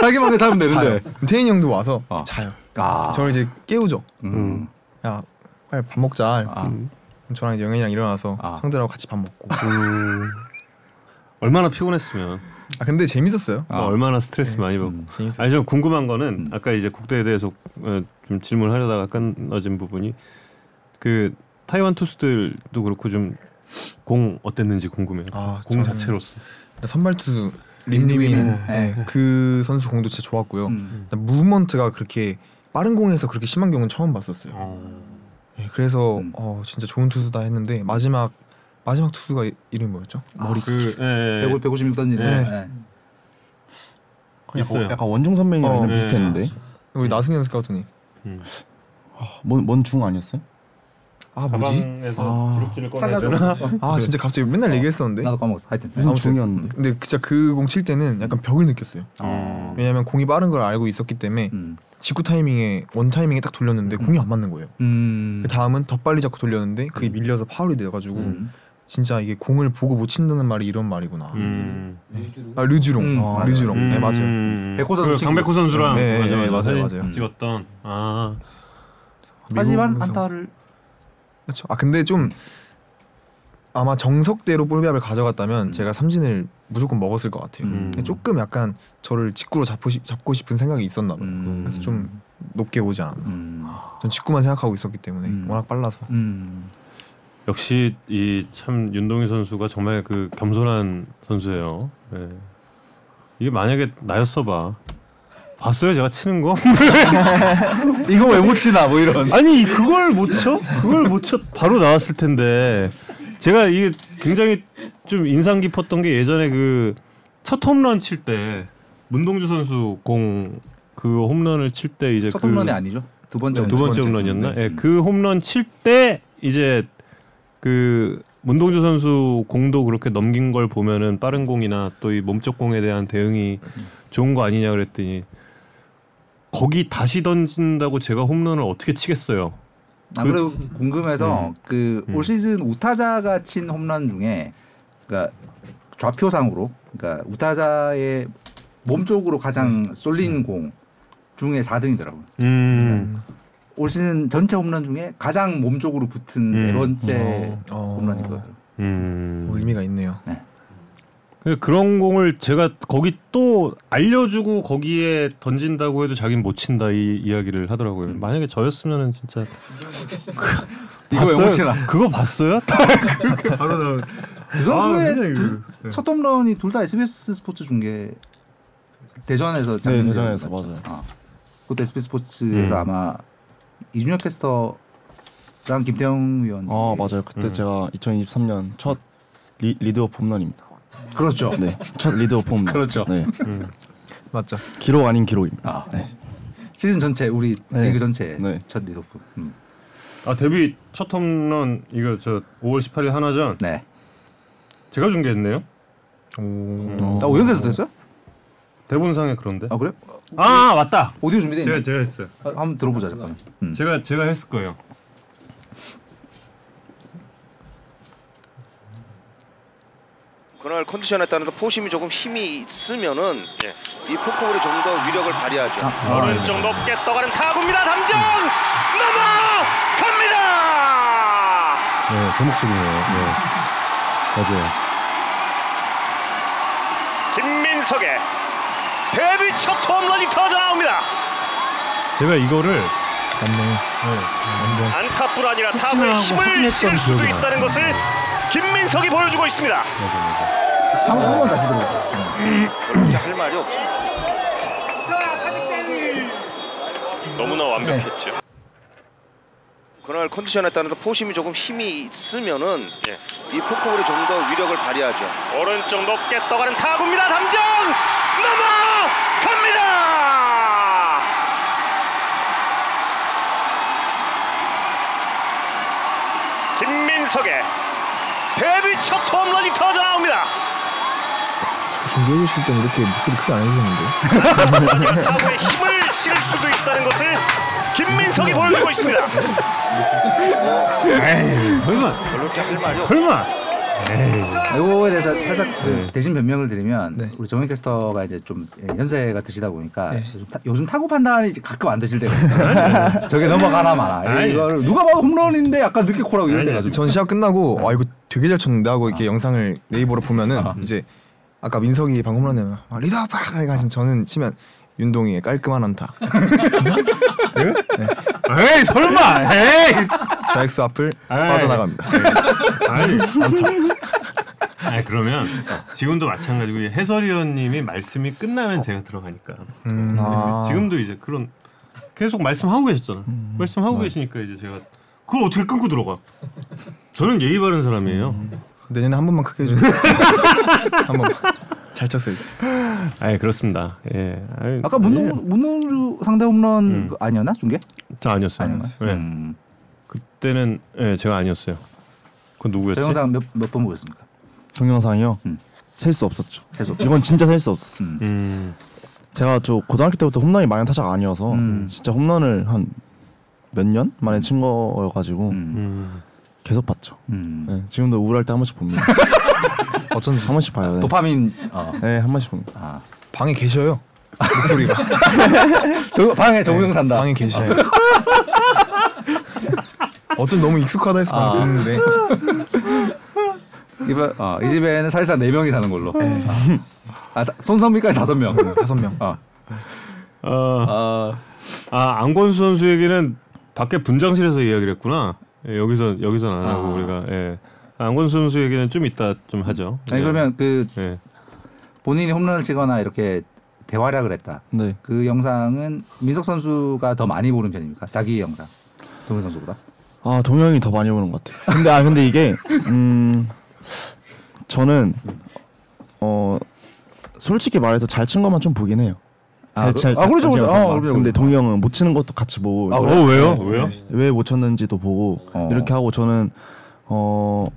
자기만의 살면 자요. 되는데. 태인 형도 와서 네. 아. 자요. 아. 저를 이제 깨우죠. 음. 야 빨리 밥 먹자. 아. 그럼 저랑 이제 영현이랑 일어나서 아. 형들하고 같이 밥 먹고. 음. 얼마나 피곤했으면 아 근데 재밌었어요. 아. 어, 얼마나 스트레스 많이 받고 음. 재밌었어요. 아니 좀 궁금한 음. 거는 아까 이제 국대에 대해서 어, 좀 질문하려다가 끊어진 부분이 그 타이완 투수들도 그렇고 좀 공 어땠는지 궁금해요. 아, 공 저는- 자체로서. 일단 선발투수 림리윈 네, 네. 그 선수 공도 진짜 좋았고요. 음. 일단 무브먼트가 그렇게 빠른 공에서 그렇게 심한 경우는 처음 봤었어요. 네, 그래서 아. 음. 어, 진짜 좋은 투수다 했는데 마지막 마지막 투수가 이- 이름이 뭐였죠? 머리 그 예, 예. 100, 156단지. 네. 네. 있어요. 약간 원중 선배님이랑 어, 그냥 네. 비슷했는데 우리 나승현 스카우트님. 음. 뭔뭔중 아니었어요? 아 뭐지? 가방에서 아. 기록지를 꺼내야 되나? 싸가지고. 아 진짜 갑자기 맨날 얘기했었는데. 어. 나도 까먹었어. 하여튼. 무슨 네. 아무튼. 중이었는데 근데 진짜 그 공 칠 때는 약간 벽을 느꼈어요. 어. 왜냐면 공이 빠른 걸 알고 있었기 때문에 음. 직구 타이밍에 원 타이밍에 딱 돌렸는데 공이 안 맞는 거예요. 음. 그 다음은 더 빨리 잡고 돌렸는데 그게 밀려서 파울이 돼가지고 음. 진짜 이게 공을 보고 못 친다는 말이 이런 말이구나. 음. 아 류주롱, 음, 아, 맞아요. 류주롱, 네 맞아요. 음. 백호 선수 그 친구. 강백호 선수랑 네, 맞아, 네, 맞아, 맞아요, 맞아. 맞아요. 찍었던 아 하지만 미국 안타를 그렇죠. 아 근데 좀 아마 정석대로 볼배합을 가져갔다면 제가 삼진을 무조건 먹었을 것 같아요. 음. 근데 조금 약간 저를 직구로 잡고, 싶- 잡고 싶은 생각이 있었나 봐요. 음. 그래서 좀 높게 오지 않았나. 음. 전 직구만 생각하고 있었기 때문에 음. 워낙 빨라서. 음. 역시 이 참 윤동희 선수가 정말 그 겸손한 선수예요. 예. 이게 만약에 나였어봐 봤어요 제가 치는 거? 이거 왜 못 치나 뭐 이런. 아니 그걸 못 쳐? 그걸 못 쳐? 바로 나왔을 텐데 제가 이게 굉장히 좀 인상 깊었던 게 예전에 그 첫 홈런 칠 때 문동주 선수 공 그 홈런을 칠 때 이제 첫 그 네, 홈런이 아니죠. 두 번째 두 번째 홈런이었나? 예, 그 홈런 칠 때 이제 그 문동주 선수 공도 그렇게 넘긴 걸 보면은 빠른 공이나 또 이 몸쪽 공에 대한 대응이 좋은 거 아니냐 그랬더니 거기 다시 던진다고 제가 홈런을 어떻게 치겠어요? 아무래도 궁금해서 그그올 음. 시즌 우타자가 친 홈런 중에 그러니까 좌표상으로 그러니까 우타자의 몸 쪽으로 가장 쏠린 공 중에 4등이더라고요. 음. 올 시즌 전체 홈런 중에 가장 몸 쪽으로 붙은 네 음. 번째 어, 홈런이거든요. 음. 뭐 의미가 있네요. 근데 그런 공을 제가 거기 또 알려주고 거기에 던진다고 해도 자기는 못 친다 이 이야기를 하더라고요. 만약에 저였으면은 진짜 그, 이거 왜 못치나? 그거 아, 봤어요? 그, 바로 나온. 두 선수의 굉장히 두- 네. 그- 첫 홈런이 둘 다 SBS 스포츠 중계 대전에서 네, 잡힌 대전에서 거죠? 맞아요. 아, 그것도 SBS 스포츠에서 음. 아마 이준혁 캐스터랑 김태형 위원 아 맞아요. 그때 제가 2023년 첫 리, 리드업 홈런입니다. 그렇죠. 네, 첫 리드업 홈런. 그렇죠. 네, 맞죠. 기록 아닌 기록입니다. 아. 네. 시즌 전체 우리 네. 리그 전체 네. 첫 리더프. 음. 아 데뷔 첫 홈런 이거 저 5월 18일 하나전 네. 제가 중계했네요. 오. 어. 아 오영에서 됐어요? 대본상에 그런데. 아 그래? 아 맞다. 오디오 준비돼 제가 있네. 제가 했어요. 아, 한번 들어보자 잠깐. 음. 제가 제가 했을 거예요. 그날 컨디션에 따라서 포심이 조금 힘이 있으면은 이 포크볼이 좀 더 위력을 발휘하죠. 오른쪽 높게 떠가는 타구입니다. 담장 넘어갑니다. 네, 제 목소리네요. 네. 맞아요. 김민석의 데뷔 첫 홈런이 터져 나옵니다. 제가 이거를 맞네. 안타뿐 아니라 타구의 혹시나 하고 힘을 확인했던 실을 수도 기억이 나요. 있다는 것을 김민석이 보여주고 있습니다. 한번 한번 다시 들어보자. 그렇게 할 말이 없습니다. 너무나 완벽했죠. 그날 컨디션에 따라서 포심이 조금 힘이 있으면은 이 포크볼이 좀 더 위력을 발휘하죠. 오른쪽 높게 떠가는 타구입니다. 담장 넘어갑니다. 김민석의 데뷔 첫 홈런이 터져 나옵니다. 저 중계해 주실 땐 이렇게 목소리 크게 안 해주셨는데. 타구에 힘을 실을 수도 있다는 것을 김민석이 보여주고 있습니다. 설마 그렇게 할 말이 없. 설마. 아, 이거에 대해서 살짝 그 대신 변명을 드리면 네. 우리 정현 캐스터가 이제 좀 예, 연세가 드시다 보니까 네. 요즘, 타, 요즘 타구 판단이 이제 가끔 안 되실 때가 있어요. 저게 넘어가나 마나. 네. 아니. 이거를 누가 봐도 홈런인데 약간 늦게 코라고 이럴 아니, 때가 좀. 전 시합 끝나고 아 이거 되게 잘 쳤는데 하고 이렇게 영상을 네이버로 보면은 이제 아까 민석이 방금 홈런에 아, 리더 팍 하신 저는 치면 윤동이의 깔끔한 안타 에이 설마. 에이. 좌익수 앞을 아이. 빠져나갑니다. 아니, 아니 그러면 지금도 마찬가지고 이 해설위원님이 말씀이 끝나면 제가 들어가니까 음, 아. 지금도 이제 그런 계속 말씀하고 계셨잖아. 말씀하고 계시니까 이제 제가 그걸 어떻게 끊고 들어가? 저는 예의 바른 사람이에요. 내년에 한 번만 크게 해주세요. 한 번만 잘 쳤을 때. 아예 그렇습니다. 예. 아이, 아까 문동 문동주 상대 홈런 음. 그거 아니었나 중계? 예, 저 아니었어요. 예. 음. 그때는 예, 제가 아니었어요. 그 누구였지? 네. 저 영상 몇 몇 번 보셨습니까? 동영상이요. 음. 셀 수 없었죠. 계속. 이건 진짜 셀 수 없었어. 음. 제가 저 고등학교 때부터 홈런이 많은 타자가 아니어서 음. 진짜 홈런을 한 몇 년 만에 친 거여가지고 음. 음. 계속 봤죠. 음. 네, 지금도 우울할 때 한 번씩 봅니다. 어쩐지 한 번씩 봐요. 네. 도파민 어. 네, 한 번씩 봅니다. 아. 방에 계셔요. 목소리가 저, 방에 정우영 네. 산다. 방에 계셔요. 어쩐 너무 익숙하다 해서 아. 방금 듣는데 이번 어, 이 집에는 사실상 네 명이 사는 걸로. 아, 다- 손선미까지 다섯 명. 다섯 명. 어. 네. 아, 아, 아 안건수 선수 얘기는 밖에 분장실에서 이야기를 했구나. 예, 여기서 여기서 안 하고 아. 우리가 예. 안건수 선수 얘기는 좀 이따 좀 하죠. 아니 예. 그러면 그 예. 본인이 홈런을 치거나 이렇게 대활약을 했다. 네, 그 영상은 민석 선수가 더 많이 보는 편입니까? 자기 영상. 동현 선수보다. 아 동영이 더 많이 보는 것 같아요. 근데 아 근데 이게 음 저는 어 솔직히 말해서 잘 친 것만 좀 보긴 해요. 아, 잘, 잘, 아, 그렇죠, 잘 치는 그렇죠. 것만. 아, 그럼요, 근데 그럼요. 동이 형은 못 치는 것도 같이 보고 아, 어 그래요? 왜요? 왜요? 왜 못 쳤는지도 보고 어. 이렇게 하고 저는 어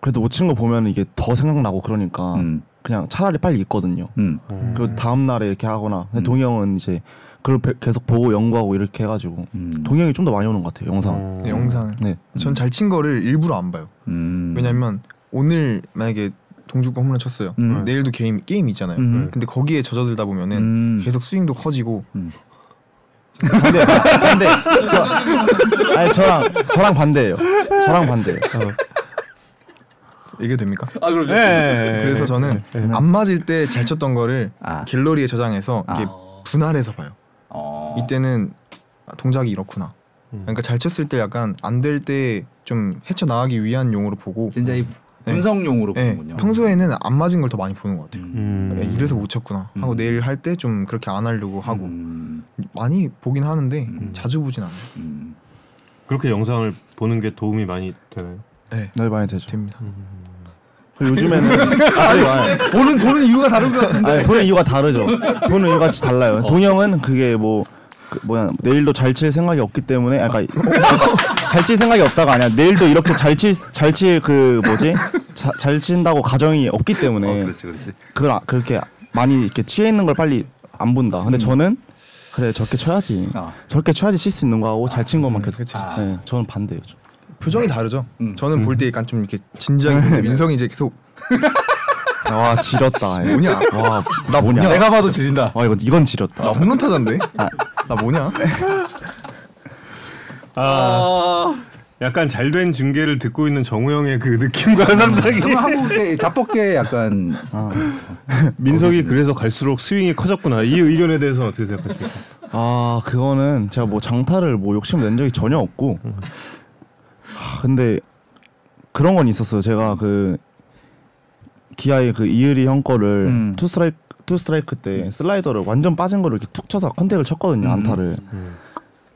그래도 못 친 거 보면 이게 더 생각나고 어. 그러니까 음. 그냥 차라리 빨리 있거든요. 음. 그 다음 날에 이렇게 하거나 근데 동이 형은 이제 그걸 배- 계속 보고 연구하고 이렇게 해가지고 음. 동이 형이 좀 더 많이 오는 것 같아요 영상. 어. 네, 영상. 네. 전 잘 친 거를 일부러 안 봐요. 음. 왜냐면 오늘 만약에 동주가 홈런 쳤어요. 음. 내일도 게임 게임 있잖아요. 음. 근데 거기에 젖어들다 보면은 음. 계속 스윙도 커지고 반대 반대 저 아니 저랑 저랑 반대예요. 저랑 반대예요. 어, 이게 됩니까? 아, 그럼요. 예. 네. 그래서 저는 안 맞을 때 잘 쳤던 거를 네. 아. 갤러리에 저장해서 아. 이렇게 분할해서 봐요. 어. 이때는 아, 동작이 이렇구나. 그러니까 잘 쳤을 때 약간 안 될 때 좀 헤쳐 나가기 위한 용어로 보고 진짜 이 분석용으로 예, 보는군요. 평소에는 안 맞은 걸 더 많이 보는 것 같아요. 음. 예, 이래서 못 쳤구나 하고 음. 내일 할 때 좀 그렇게 안 하려고 하고 음. 많이 보긴 하는데 음. 자주 보진 않아요. 음. 그렇게 영상을 보는 게 도움이 많이 되나요? 네, 네 많이 되죠. 됩니다. 그리고 요즘에는 아니, 아니, 보는 보는 이유가 다른 것 같은데. 어. 아니, 보는 이유가 다르죠. 보는 이유가 같이 달라요. 동영은 그게 뭐 그, 뭐야 내일도 잘 칠 생각이 없기 때문에 아까 잘칠 생각이 없다가 아니야 내일도 이렇게 잘칠잘칠그 뭐지 자, 잘 친다고 가정이 없기 때문에 어, 그렇지, 그렇지. 그걸 아- 그렇게 많이 이렇게 취해 있는 걸 빨리 안 본다. 음. 근데 저는 그래 저렇게 쳐야지 아. 저렇게 쳐야지 칠 수 있는 거하고 잘 친 것만 계속 음, 그치, 그치. 네, 저는 반대예요. 좀. 표정이 다르죠. 음. 네. 저는 볼 때 약간 좀 이렇게 진지하게 보는데 민성이 이제 계속 와 지렸다. 예. 뭐냐? 와, 나 뭐냐? 내가 봐도 지린다. 와 이건 이건 나 지렸다. 홈런 타잔데? 나 뭐냐? 네. 아, 약간 잘된 중계를 듣고 있는 정우영의 그 느낌과 상당히 그러면 한국의 자뻑계 약간 민석이 그래서 갈수록 스윙이 커졌구나. 이 의견에 대해서 어떻게 생각하세요? 아 그거는 제가 뭐 장타를 뭐 욕심 낸 적이 전혀 없고. 하, 근데 그런 건 있었어요. 제가 그 기아의 그 이의리 형 거를 음. 투 스트라이크 투 스트라이크 때 슬라이더를 완전 빠진 거를 이렇게 툭 쳐서 컨택을 쳤거든요 음. 안타를.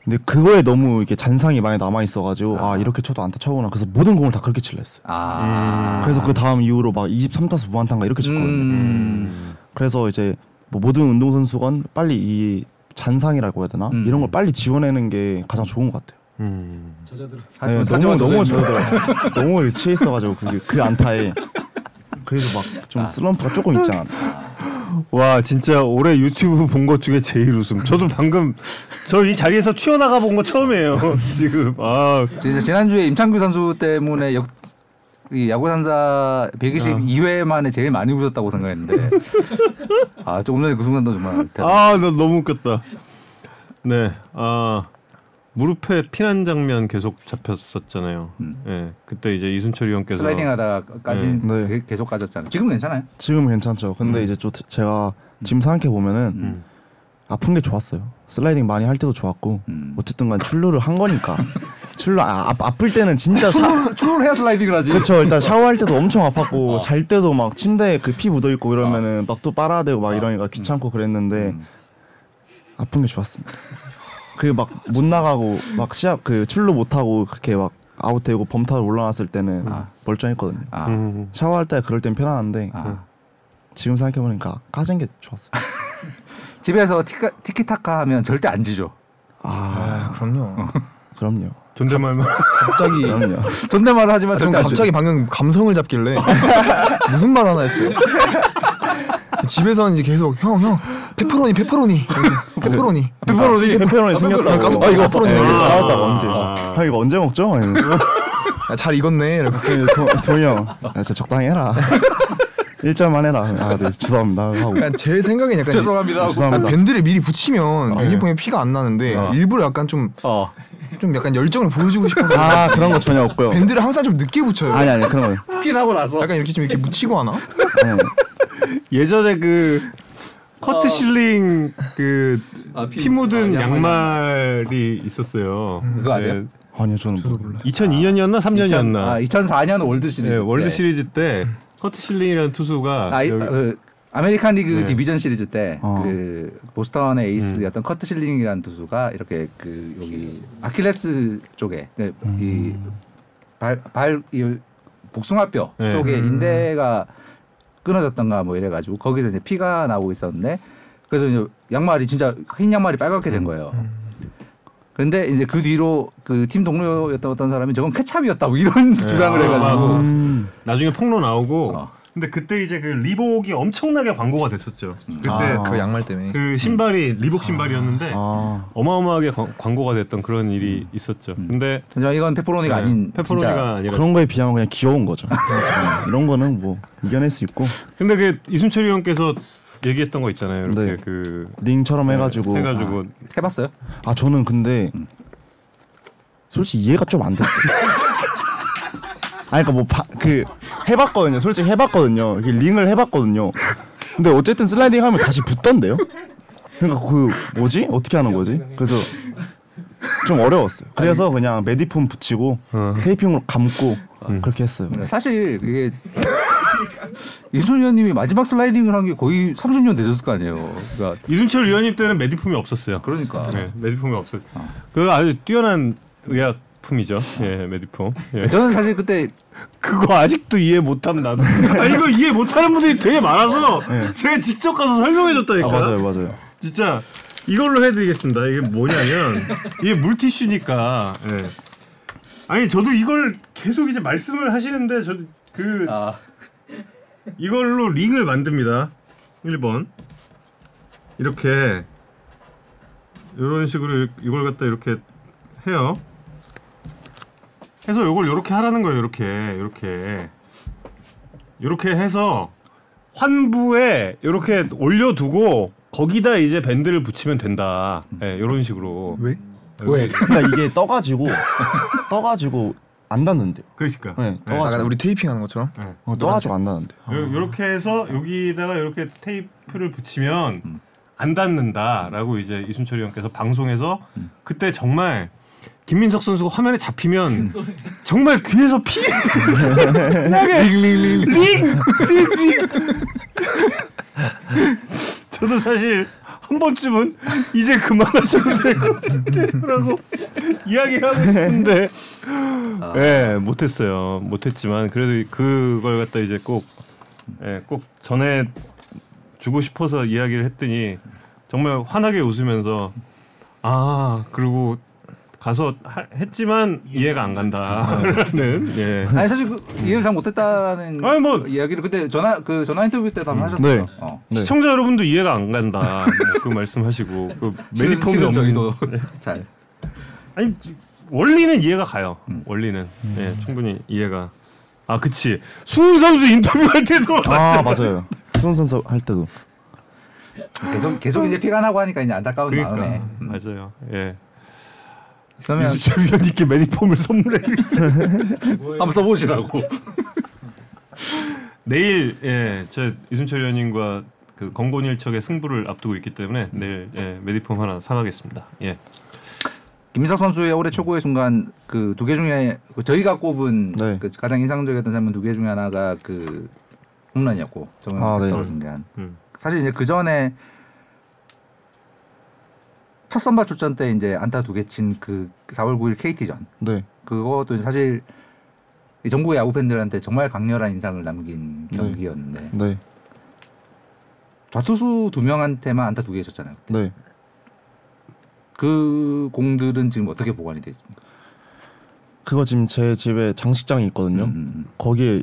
근데 그거에 너무 이렇게 잔상이 많이 남아 있어가지고 아. 이렇게 쳐도 안타 쳐구나 그래서 모든 공을 다 그렇게 칠려 했어요. 아. 그래서 그 다음 이후로 막 23타수 무안타인가 이렇게 쳤거든요. 음. 그래서 이제 뭐 모든 운동 선수건 빨리 이 잔상이라고 해야 되나 음. 이런 걸 빨리 지워내는 게 가장 좋은 것 같아요. 음. 하지만 네, 너무 하지만 너무 저는- 좋더라고요. 너무 취해 있어가지고 그게 그 안타에 그래서 막 좀 아. 슬럼프가 조금 있지 않아. 와 진짜 올해 유튜브 본 것 중에 제일 웃음. 저도 방금 저 이 자리에서 튀어나가 본 거 처음이에요. 지금 아 진짜 지난주에 임창규 선수 때문에 역, 이 야구단다 122회 만에 제일 많이 웃었다고 생각했는데 아 조금 전에 그 순간도 정말 대단- 아 나 너무 웃겼다. 네. 아 무릎에 피난 장면 계속 잡혔었잖아요. 예. 그때 이제 이순철 의원께서 음. 슬라이딩하다 까지 네. 게- 계속 까졌잖아요. 지금 괜찮아요? 지금 괜찮죠. 근데 이제 좀 제가 지금 생각해 보면은 아픈 게 좋았어요. 슬라이딩 많이 할 때도 좋았고 음. 어쨌든간 출루를 한 거니까 출루 아, 아, 아플 때는 진짜 사, 추울 해야 슬라이딩을 하지. 그렇죠. 일단 샤워할 때도 엄청 아팠고 잘 때도 막 침대에 그 피 묻어 있고 이러면은 막 또 빨아야 되고 막 이러니까 귀찮고 네. 그랬는데 아픈 게 좋았습니다. 그 막 못 나가고 막 시합 그 출루 못 하고 그렇게 막 아웃되고 범타로 올라왔을 때는 아. 멀쩡했거든요. 아, 음. 샤워할 때 그럴 땐 편안한데 아. 지금 생각해 보니까 까진 게 좋았어요. 집에서 티카, 티키타카 하면 절대 안 지죠. 아, 어, 그럼요. 그럼요. 존댓말만 갑자기 그럼요. 존댓말을 하지만 아, 전 절대 안 지죠. 갑자기 방금 감성을 잡길래 무슨 말 하나 했어요. 집에서는 이제 계속 형 형 페퍼로니 페퍼로니 페퍼로니 네. 그러니까 페퍼로니 페퍼로니 생겼다. 아, 깜짝- 아 이거 페퍼로니 아. 나왔다 언제? 아 이거 언제 먹죠? 막 이러면서. 아, 잘 익었네 이렇게 그 도- 도희 형, 아, 진짜 적당히 해라. 일절만 해라. 아, 네, 죄송합니다. 하고. 약간 제 생각엔 약간 죄송합니다. 아, 네. 하고. 약간 죄송합니다. 밴드를 미리 붙이면 유니폼에 피가 안 나는데 일부러 약간 좀 좀 네. 아. 어. 약간 열정을 보여주고 싶어서 아 그런 거 전혀 없고요. 밴드를 항상 좀 늦게 붙여요. 네. 아니 아니 그런 거. 피나고 나서 약간 이렇게 좀 이렇게 묻히고 하나? 아니, 예전에 그 어. 커트 실링 그 아, 피- 피 묻은 아, 양말이 있었어요. 그거 아세요? 네, 아니요 저는 뭐 모르- 2002년이었나 3년이었나. 아, 2004년 월드 시리즈. 네, 월드 때. 시리즈 때 커트 실링이라는 투수가 아, 이- 여기- 그 아메리칸 리그 네. 디비전 시리즈 때 어. 그 보스턴의 음. 에이스였던 커트 실링이라는 투수가 이렇게 그 여기 아킬레스 쪽에 그 이발발 이 복숭아뼈 음. 네. 쪽에 인대가 끊어졌던가 뭐 이래가지고 거기서 이제 피가 나고 있었는데 그래서 이제 양말이 진짜 흰 양말이 빨갛게 음. 된 거예요. 근데 이제 그 뒤로 그 팀 동료였던 어떤 사람이 저건 케찹이었다 뭐 이런 주장을 아, 해가지고 음. 나중에 폭로 나오고 어. 근데 그때 이제 그 리복이 엄청나게 광고가 됐었죠. 그때 아, 그, 그 양말 때문에. 그 신발이 리복 신발이었는데 아 어마어마하게 광- 광고가 됐던 그런 일이 있었죠. 근데 하지만 이건 페퍼로니가 네, 음. 아닌 페퍼로니가 진짜 아니라 그런 거에 비하면 그냥 귀여운 거죠. 이런 거는 뭐 이겨낼 수 있고 근데 그 이순철 형께서 얘기했던 거 있잖아요. 이렇게 네. 그 링처럼 해가지고. 해가지고 해봤어요? 아 저는 근데 솔직히 이해가 좀 안 됐어요. 아니 그러니까 뭐그 해봤거든요. 솔직히 해봤거든요. 이게 링을 해봤거든요. 근데 어쨌든 슬라이딩 하면 다시 붙던데요. 그러니까 그 뭐지? 어떻게 하는 거지? 그래서 좀 어려웠어요. 그래서 그냥 메디폼 붙이고 테이핑으로 감고 그렇게 했어요. 네, 사실 이게 이순현님이 마지막 슬라이딩을 한 게 거의 30년 되셨을 거 아니에요. 그러니까 이순철 위원님 때는 메디폼이 없었어요. 그러니까 네, 메디폼이 없었. 그 아주 뛰어난 의약품이죠. 예, 메디폼. 예. 네, 저는 사실 그때 그거 아직도 이해 못함 나도. 네. 아 이거 이해 못하는 분들이 되게 많아서 제가 직접 가서 설명해줬다니까. 아, 맞아요, 맞아요. 진짜 이걸로 해드리겠습니다. 이게 뭐냐면 이게 물티슈니까. 예. 아니 저도 이걸 계속 이제 말씀을 하시는데 저그 아, 이걸로 링을 만듭니다. 1번 이렇게 이런 식으로 이- 이걸 갖다 이렇게 해요. 해서 이걸 이렇게 하라는 거예요. 이렇게 이렇게 이렇게 해서 환부에 이렇게 올려두고 거기다 이제 밴드를 붙이면 된다. 예, 이런 식으로. 왜? 왜? 그러니까 이게 떠가지고 떠가지고 안 닿는데요. 그러니까. 네, 예. 아까 우리 테이핑하는 것처럼. 어, 떠가지고 안 닿는데요. 이렇게 해서 여기다가 이렇게 테이프를 붙이면 안 닿는다라고 이제 이순철 형께서 방송에서 그때 정말 김민석 선수가 화면에 잡히면 정말 귀에서 피 나게 링링링링링 저도 사실 한 번쯤은 이제 그만하셔도 될것 같아라고 이야기하고 싶은데 예 못했어요 못했지만 그래도 그걸 갖다 이제 꼭 예, 꼭 전에 주고 싶어서 이야기를 했더니 정말 환하게 웃으면서 아 그리고 가서 하, 했지만 이해가 안 간다라는 예. 아니 사실 그 이해를 잘 못했다라는 아니, 뭐- 음. 이야기를 그때 전화 그 전화 인터뷰 때도 한번 하셨어요. 네. 어. 네. 시청자 여러분도 이해가 안 간다 뭐그 말씀하시고 그 메리폼이 실은 없는 저희도 잘 아니 지- 원리는 이해가 가요 음. 원리는 예, 충분히 이해가 아 그치 수훈 선수 인터뷰할 때도 네. 아 맞아요. 수원 선수 할 때도. 계속 계속 이제 피가 나고 하니까 이제 안타까운 마음에 그러니까 음. 맞아요 예 그러면 위원님께 메리폼을 선물해 드렸어요. 한번 써보시라고. 내일 예, 제 이순철 의원님과 그 건곤일척의 승부를 앞두고 있기 때문에 내일 예, 메디폼 하나 사가겠습니다. 예. 김민석 선수의 올해 최고의 순간 그 두 개 중에 그 저희가 꼽은 네. 그 가장 인상적이었던 장면 두 개 중에 하나가 그 홈런이었고 아, 정현 네. 스타를 중계한 음. 사실 이제 그 전에 첫 선발 출전 때 이제 안타 두 개 친 그 4월 9일 KT전 네. 그것도 사실 이 전국의 야구 팬들한테 정말 강렬한 인상을 남긴 네. 경기였는데 네. 좌투수 두 명한테만 안타 두 개 쳤잖아요. 네. 그 공들은 지금 어떻게 보관이 돼 있습니까? 그거 지금 제 집에 장식장이 있거든요. 음, 거기에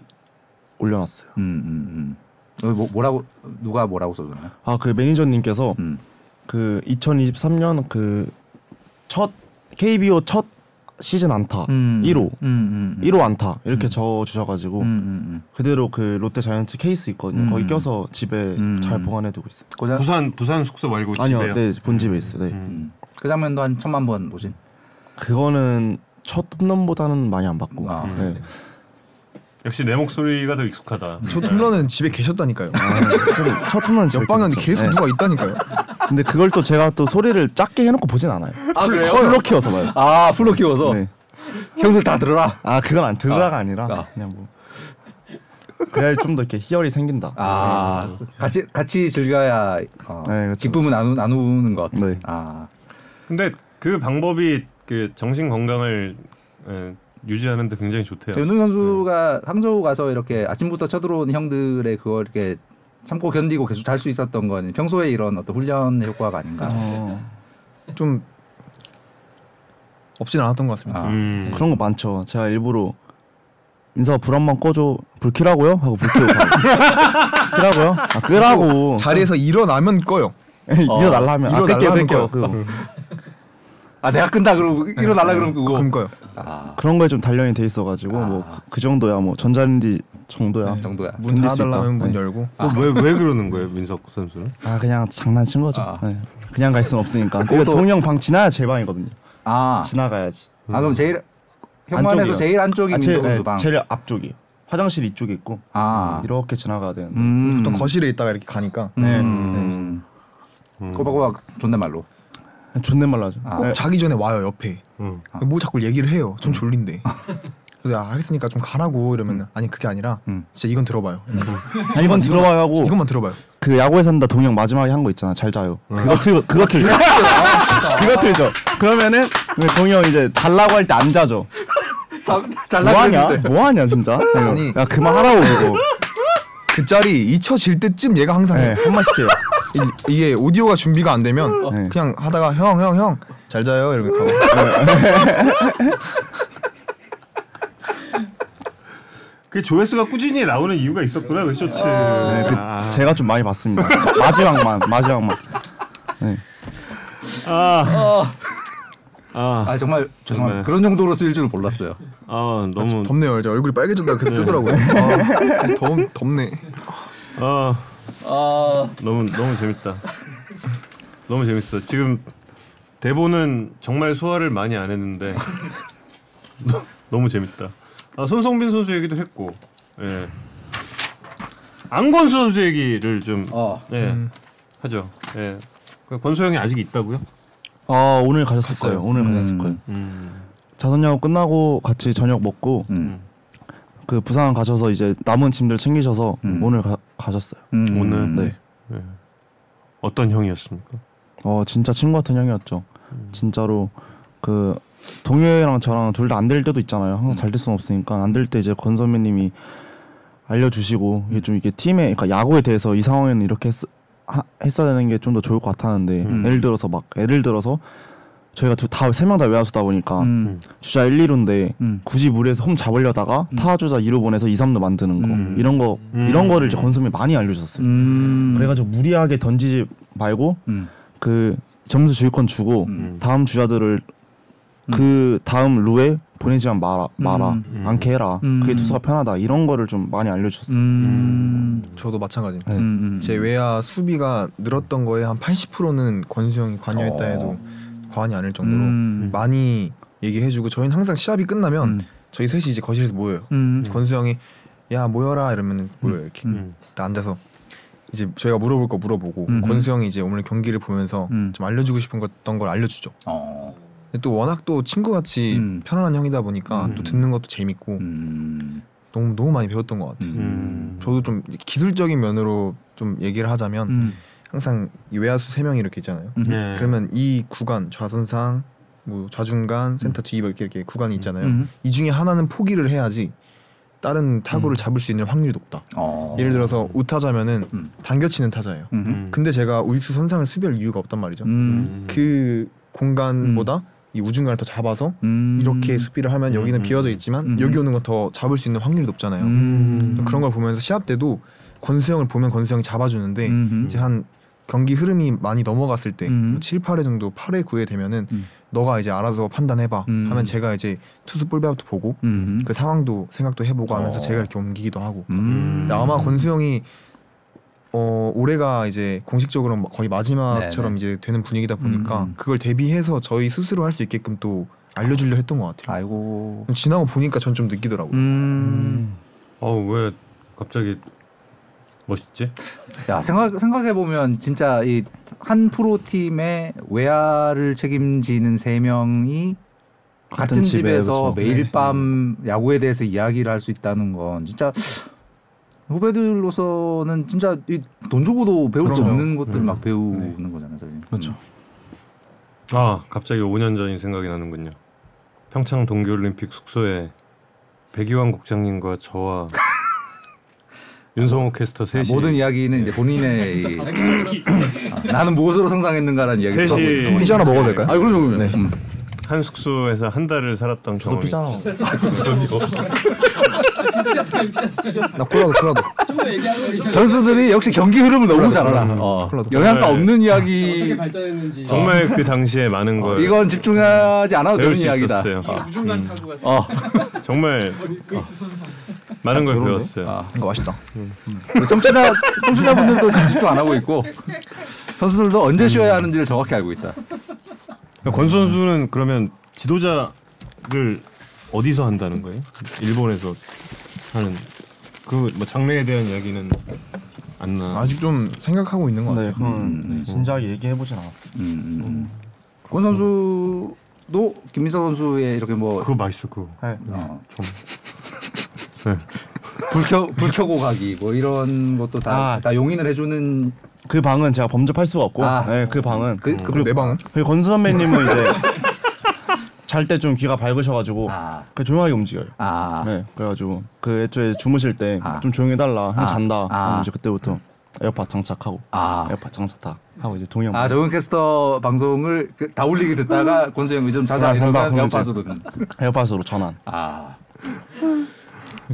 올려놨어요. 음, 음, 음. 어, 뭐, 뭐라고 누가 뭐라고 써줬나요? 아 그 매니저님께서 음. 그 2023년 그 첫 KBO 첫 시즌 안타 1호 음, 음, 음. 1호 안타 이렇게 적어 주셔가지고 음, 음, 음. 그대로 그 롯데 자이언츠 케이스 있거든요. 음. 거기 껴서 집에 음. 잘 보관해두고 있어요. 그 고장 부산 부산 숙소 말고 아니요, 집에요. 네 본집에 있어요. 네. 음. 그 장면도 한 천만 번 보신. 그거는 첫 홈런보다는 많이 안 받고. 아. 네. 역시 내 목소리가 더 익숙하다. 저 홈런은 집에 계셨다니까요. 저도 첫 홈런 집에 옆방에 꼈죠. 계속 아, 네. 누가 있다니까요. 근데 그걸 또 제가 또 소리를 작게 해놓고 보진 않아요. 아 그래요? 컬러 키워서 봐요. 아 풀로 키워서 네. 형들 다 들어라. 아 그건 안 들으라가 아, 니라 아. 그냥 뭐 그래야 좀 더 이렇게 희열이 생긴다. 아 같이 같이 즐겨야 어, 네, 그쵸, 기쁨은 나누 나누는 것. 네. 아 근데 그 방법이 그 정신 건강을 예, 유지하는데 굉장히 좋대요. 윤동 선수가 항저우 가서 이렇게 아침부터 쳐들어온 형들의 그걸 이렇게 참고 견디고 계속 잘 수 있었던 건 평소에 이런 어떤 훈련 효과가 아닌가. 어, 좀 없진 않았던 것 같습니다. 아. 음. 그런 거 많죠. 제가 일부러 인사 불 한번 꺼줘 불 키라고요? 하고 불 키고 가고 키라고요? 아 끄라고 자리에서 일어나면 꺼요. 일어날라면 아 뺄게요 일어날라면 뺄게요 꺼요. 그거 아 내가 끈다 그러고 일어날라 그러면 그거. 그럼 꺼요. 아 그런 거에 좀 단련이 돼 있어가지고 뭐 그 정도야 뭐 전자레인지 네, 정도야 정도야. 문 견딜 수 닫아달라면 있다. 문 네. 열고. 어, 왜왜 그러는 거예요, 민석 선수는? 아 그냥 장난친 거죠 아. 네. 그냥 갈 순 없으니까 그러니까 그것도- 동영 방 지나야 제 방이거든요 아, 지나가야지 아 그럼 제일 현관에서 안쪽이요. 제일 안쪽이 아, 민석 네, 선수 방. 제일 앞쪽이 화장실 이쪽에 있고 아. 이렇게 지나가야 되는데 음. 보통 거실에 있다가 이렇게 가니까 네. 음. 꼬박꼬박 존댓말로. 존댓말로 하죠 아. 꼭 네. 음. 자기 전에 와요 옆에. 음. 뭐 자꾸 얘기를 해요. 좀 졸린데. 그래서 아, 알겠으니까 좀 가라고 이러면 아니 그게 아니라 음. 진짜 이건 들어봐요. 아, 이건 들어봐야 하고 이것만 들어봐요. 그 야구에 산다 동영 마지막에 한 거 있잖아 잘 자요 그거 틀 그거 틀죠 아, 그거 틀죠 그러면은 동영 이제 잘라고 할 때 안 자죠 잘라 뭐하냐 뭐하냐 진짜 아니. 야 그만하라고 그거 아. 그 자리 잊혀질 때쯤 얘가 항상 네, 해요. 한 번씩 해요 이, 게 오디오가 준비가 안 되면 어. 네. 그냥 하다가 형 형 형 잘 자요 이렇게 가고 그 조회수가 꾸준히 나오는 이유가 있었구나 그 쇼츠. 네, 그 아. 제가 좀 많이 봤습니다 마지막만 마지막만 네. 아, 아 정말 죄송합니다. 네. 그런 정도로 쓸 줄 몰랐어요. 네. 아 너무 덥네요. 이제 얼굴이 빨개졌다가 계속 뜨더라고요. 아, 덥 덥네. 아, 너무 너무 재밌다. 너무 재밌어. 지금 대본은 정말 소화를 많이 안 했는데 너- 너무 재밌다. 아, 손성빈 선수 얘기도 했고, 예. 안건수 선수 얘기를 좀 어. 예, 하죠. 예. 그 권수 형이 아직 있다고요? 아, 어 오늘 가셨을 거예요 오늘 음. 가셨을 거예요 자선야구 끝나고 같이 저녁 먹고 음. 그 부산 가셔서 이제 남은 짐들 챙기셔서 음. 오늘 가, 가셨어요 음. 오늘. 예. 네. 어떤 형이었습니까? 어 진짜 친구 같은 형이었죠. 음. 진짜로 그 동효랑 저랑 둘 다 안 될 때도 있잖아요. 항상 잘 될 수는 없으니까 안 될 때 이제 권 선배님이 알려주시고 음. 이게 좀 이게 팀에 그러니까 야구에 대해서 이 상황에는 이렇게 했, 하, 했어야 되는 게 좀 더 좋을 것 같았는데 음. 예를 들어서 막 예를 들어서 저희가 두다세 명 다 외야수다 보니까 음. 주자 1, 2루인데 음. 굳이 무리해서 홈 잡으려다가 타 주자 2루 보내서 2, 3루 만드는 거 음. 이런 거 음. 이런 거를 이제 권 선배 님 많이 알려주셨어요. 음. 그래가지고 무리하게 던지지 말고 음. 그 점수 주유권 주고 음. 다음 주자들을 그 다음 루에 보내지만 마라 마라 음. 않게 해라 음. 그게 투수가 편하다 이런 거를 좀 많이 알려주셨어요. 음. 저도 마찬가지입니다. 네. 음. 제 외야 수비가 늘었던 거에 한 80%는 권수 형이 관여했다 해도 과언이 아닐 정도로 어. 음. 많이 얘기해주고 저희는 항상 시합이 끝나면 음. 저희 셋이 이제 거실에서 모여요. 음. 권수 형이 야 모여라 이러면 모여요 이렇게 음. 딱 앉아서 이제 저희가 물어볼 거 물어보고 음. 권수 형이 이제 오늘 경기를 보면서 음. 좀 알려주고 싶은 것- 어떤 걸 알려주죠. 어. 근데 또 워낙 또 친구같이 음. 편안한 형이다 보니까 음. 또 듣는 것도 재밌고 음. 너무 너무 많이 배웠던 것 같아요. 음. 저도 좀 이제 기술적인 면으로 좀 얘기를 하자면 음. 항상 이 외야수 세 명이 이렇게 있잖아요. 음. 네. 그러면 이 구간 좌선상 뭐 좌중간 센터 뒤뭐 이렇게 이렇게 구간이 있잖아요. 음. 이 중에 하나는 포기를 해야지 다른 타구를 잡을 수 있는 확률이 높다. 음. 어. 예를 들어서 우타자면은 음. 당겨치는 타자예요. 음. 근데 제가 우익수 선상을 수비할 이유가 없단 말이죠. 음. 그 공간보다 이 우중간을 더 잡아서 음. 이렇게 수비를 하면 여기는 음. 비어져 있지만 음. 여기 오는 건 더 잡을 수 있는 확률이 높잖아요. 음. 그런 걸 보면서 시합 때도 권수영을 보면 권수영이 잡아주는데 음흠. 이제 한 경기 흐름이 많이 넘어갔을 때 음. 뭐 7, 8회 정도 8회 9회 되면은 음. 너가 이제 알아서 판단해봐 음. 하면 제가 이제 투수 볼배합도 보고 음. 그 상황도 생각도 해보고 하면서 어. 제가 이렇게 옮기기도 하고 음. 근데 아마 권수영이 어 올해가 이제 공식적으로 뭐 거의 마지막처럼 네, 이제 되는 분위기다 보니까 음. 그걸 대비해서 저희 스스로 할 수 있게끔 또 알려주려 했던 것 같아요. 아이고. 지나고 보니까 전 좀 느끼더라고요. 음. 아왜 갑자기 멋있지? 야 생각 생각해 보면 진짜 이 한 프로 팀의 외야를 책임지는 세 명이 같은, 같은 집에, 집에서 그쵸. 매일 밤 야구에 대해서 이야기를 할 수 있다는 건 진짜 후배들로서는 진짜 이 돈 주고도 배울 수 그럼요. 없는 것들 막 배우는 거잖아요, 음. 사실. 그렇죠. 아 갑자기 5년 전이 생각이 나는군요. 평창 동계올림픽 숙소에 백이환 국장님과 저와 윤성호 캐스터 음. 셋이 모든 이야기는 이제 본인의 이- 아, 나는 무엇으로 성장했는가라는 이야기를 하고 있는 셋이 거죠. 피자 하나 먹어도 될까요? 아 그럼요, 그럼요. 네. 음. 한 숙소에서 한 달을 살았던 저도 경험이 피자 나 콜라도 콜라도. 선수들이 역시 경기 흐름을 너무 잘 알아. 어. 콜라도. 음. 영양가 네. 없는 이야기. 발전했는지 정말 그 당시에 많은 어, 걸 이건 집중하지 않아도 배울 되는 수 이야기다. 있었어요. 무중간 타구 같은 어, 정말 많은 걸 배웠어요. 아. 이거 맛있다. 우리 청취자 청취자분들도 지금 집중 안 하고 있고 선수들도 음. 언제 쉬어야 하는지를 정확히 알고 있다. 권 선수는 그러면 지도자를 어디서 한다는 거예요? 일본에서 하는 그 뭐 장래에 대한 이야기는 안 나. 아직 좀 생각하고 있는 것 같아요. 네, 그건 네, 진지하게 얘기해 보진 않았어요. 음. 권 선수도 김민석 선수의 이렇게 뭐 그거 맛있어 그거. 네. 어, 네. 불켜 불켜고 가기 뭐 이런 것도 다, 아. 다 용인을 해주는 그 방은 제가 범접할 수가 없고, 아. 네, 그 방은 음. 그, 그 내 방은? 그리고 권수 선배님은 이제 잘 때 좀 귀가 밝으셔가지고 아. 그 조용하게 움직여요. 아, 네, 그래가지고 그 애초에 주무실 때 아. 좀 조용히 해달라, 형 아. 잔다. 아. 그럼 이제 그때부터 에어팟 장착하고 아. 에어팟 장착 다 하고 이제 동영. 아 정은 캐스터 방송을 그, 다 올리게 듣다가 권수영이 좀 자자 아, 간다, 이러면 그럼 이제. 옆에서 듣는. 에어팟으로 전환. 아,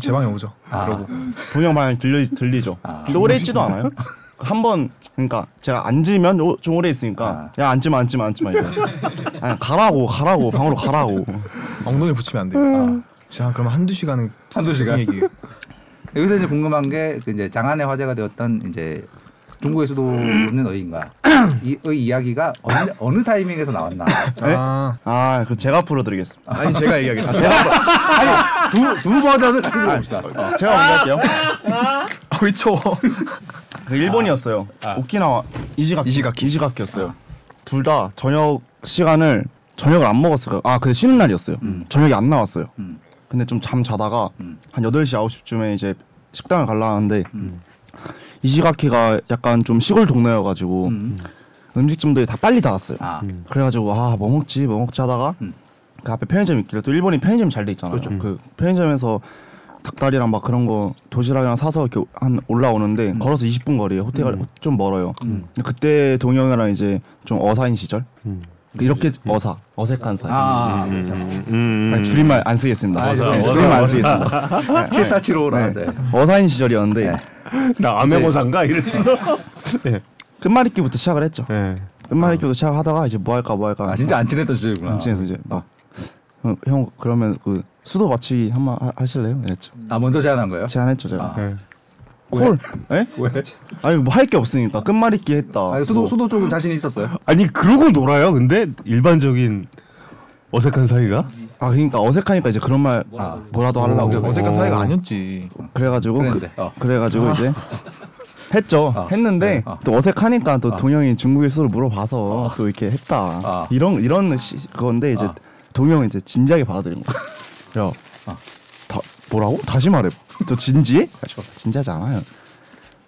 제 방에 오죠. 아. 그러고 동영 방향 들리 들리죠. 근데 오래 있지도 않아요. 한 번 그러니까 제가 앉으면 오, 좀 오래 있으니까 아. 야 앉지 마 앉지 마 앉지 마 이거. 아니 가라고 가라고 방으로 가라고. 엉덩이 붙이면 안 돼요. 아. 제가 그러면 한두 시간은 한두 시간? 무슨 얘기예요. 여기서 이제 궁금한 게그 이제 장안의 화제가 되었던 이제 중국의 수도는 어디인가 이의 이야기가 어느, 어느 타이밍에서 나왔나 아, 아, 그 제가 풀어드리겠습니다. 아니 제가 얘기하겠습니다. 두두 버전을 같이 들어봅시다. 어. 제가 얘기할게요. 아, 왜 쳐? 그 일본이었어요. 오키나와 이시가키. 이시가키. 이시가키였어요. 둘 다 저녁 시간을 저녁을 안 먹었어요. 아, 근데 쉬는 날이었어요. 저녁이 안 나왔어요. 음. 근데 좀 잠 자다가 한 8시 9시쯤에 이제 식당을 갈라 하는데 이시가키가 약간 좀 시골 동네여 가지고 음. 음식점들이 다 빨리 닫았어요. 아, 그래가지고 아 뭐 먹지 뭐 먹지 하다가 음. 그렇죠. 그 앞에 편의점 있길래 또 일본이 편의점 잘 돼 있잖아요. 그 편의점에서 닭다리랑 막 그런 거 도시락이랑 사서 이렇게 한 올라오는데 음. 걸어서 20분 거리에 호텔 가좀 멀어요. 근데 그때 동영이랑 이제 좀 어사인 시절 이렇게 어사 어색한 사이. 음. 아, 음. 아니, 줄임말 안 쓰겠습니다. 아, 네, 죄송합니다. 줄임말 안 어사. 쓰겠습니다. 네. 칠사칠오라 이제 어사인 시절이었는데 네. 나 아메고산가 이랬어. 예. 끝말잇기부터 시작을 했죠. 예. 끝말잇기부터 시작하다가 이제 뭐 할까 뭐 할까. 아 진짜 안 친했던 시절이구나. 안친해서 이제 막형 그러면 그 수도 마치기 한번 하- 하실래요? 그랬죠. 아 먼저 제안한 거예요? 제안했죠 제가. 아. 예. 콜? 에? 왜? 아니 뭐 할 게 없으니까 끝말잇기 했다. 아 수도 뭐. 수도 쪽은 자신 있었어요. 아니 그러고 놀아요. 근데 일반적인 어색한 사이가 아 그러니까 어색하니까 이제 그런 말 뭐라고. 아, 뭐라도 하려고. 어색한 사이가 아니었지. 그래가지고 그랬는데. 그, 어. 래가지고 이제 했죠. 아. 했는데 네, 아. 또 어색하니까 또 동영이 중국의 수를 물어봐서 또 이렇게 했다. 아. 이런 이런 시, 그건데 이제 아. 동영이 이제 진지하게 받아들인 거야. 야, 어. 다, 뭐라고? 다시 말해봐. 또 진지해? 진지하지 않아요.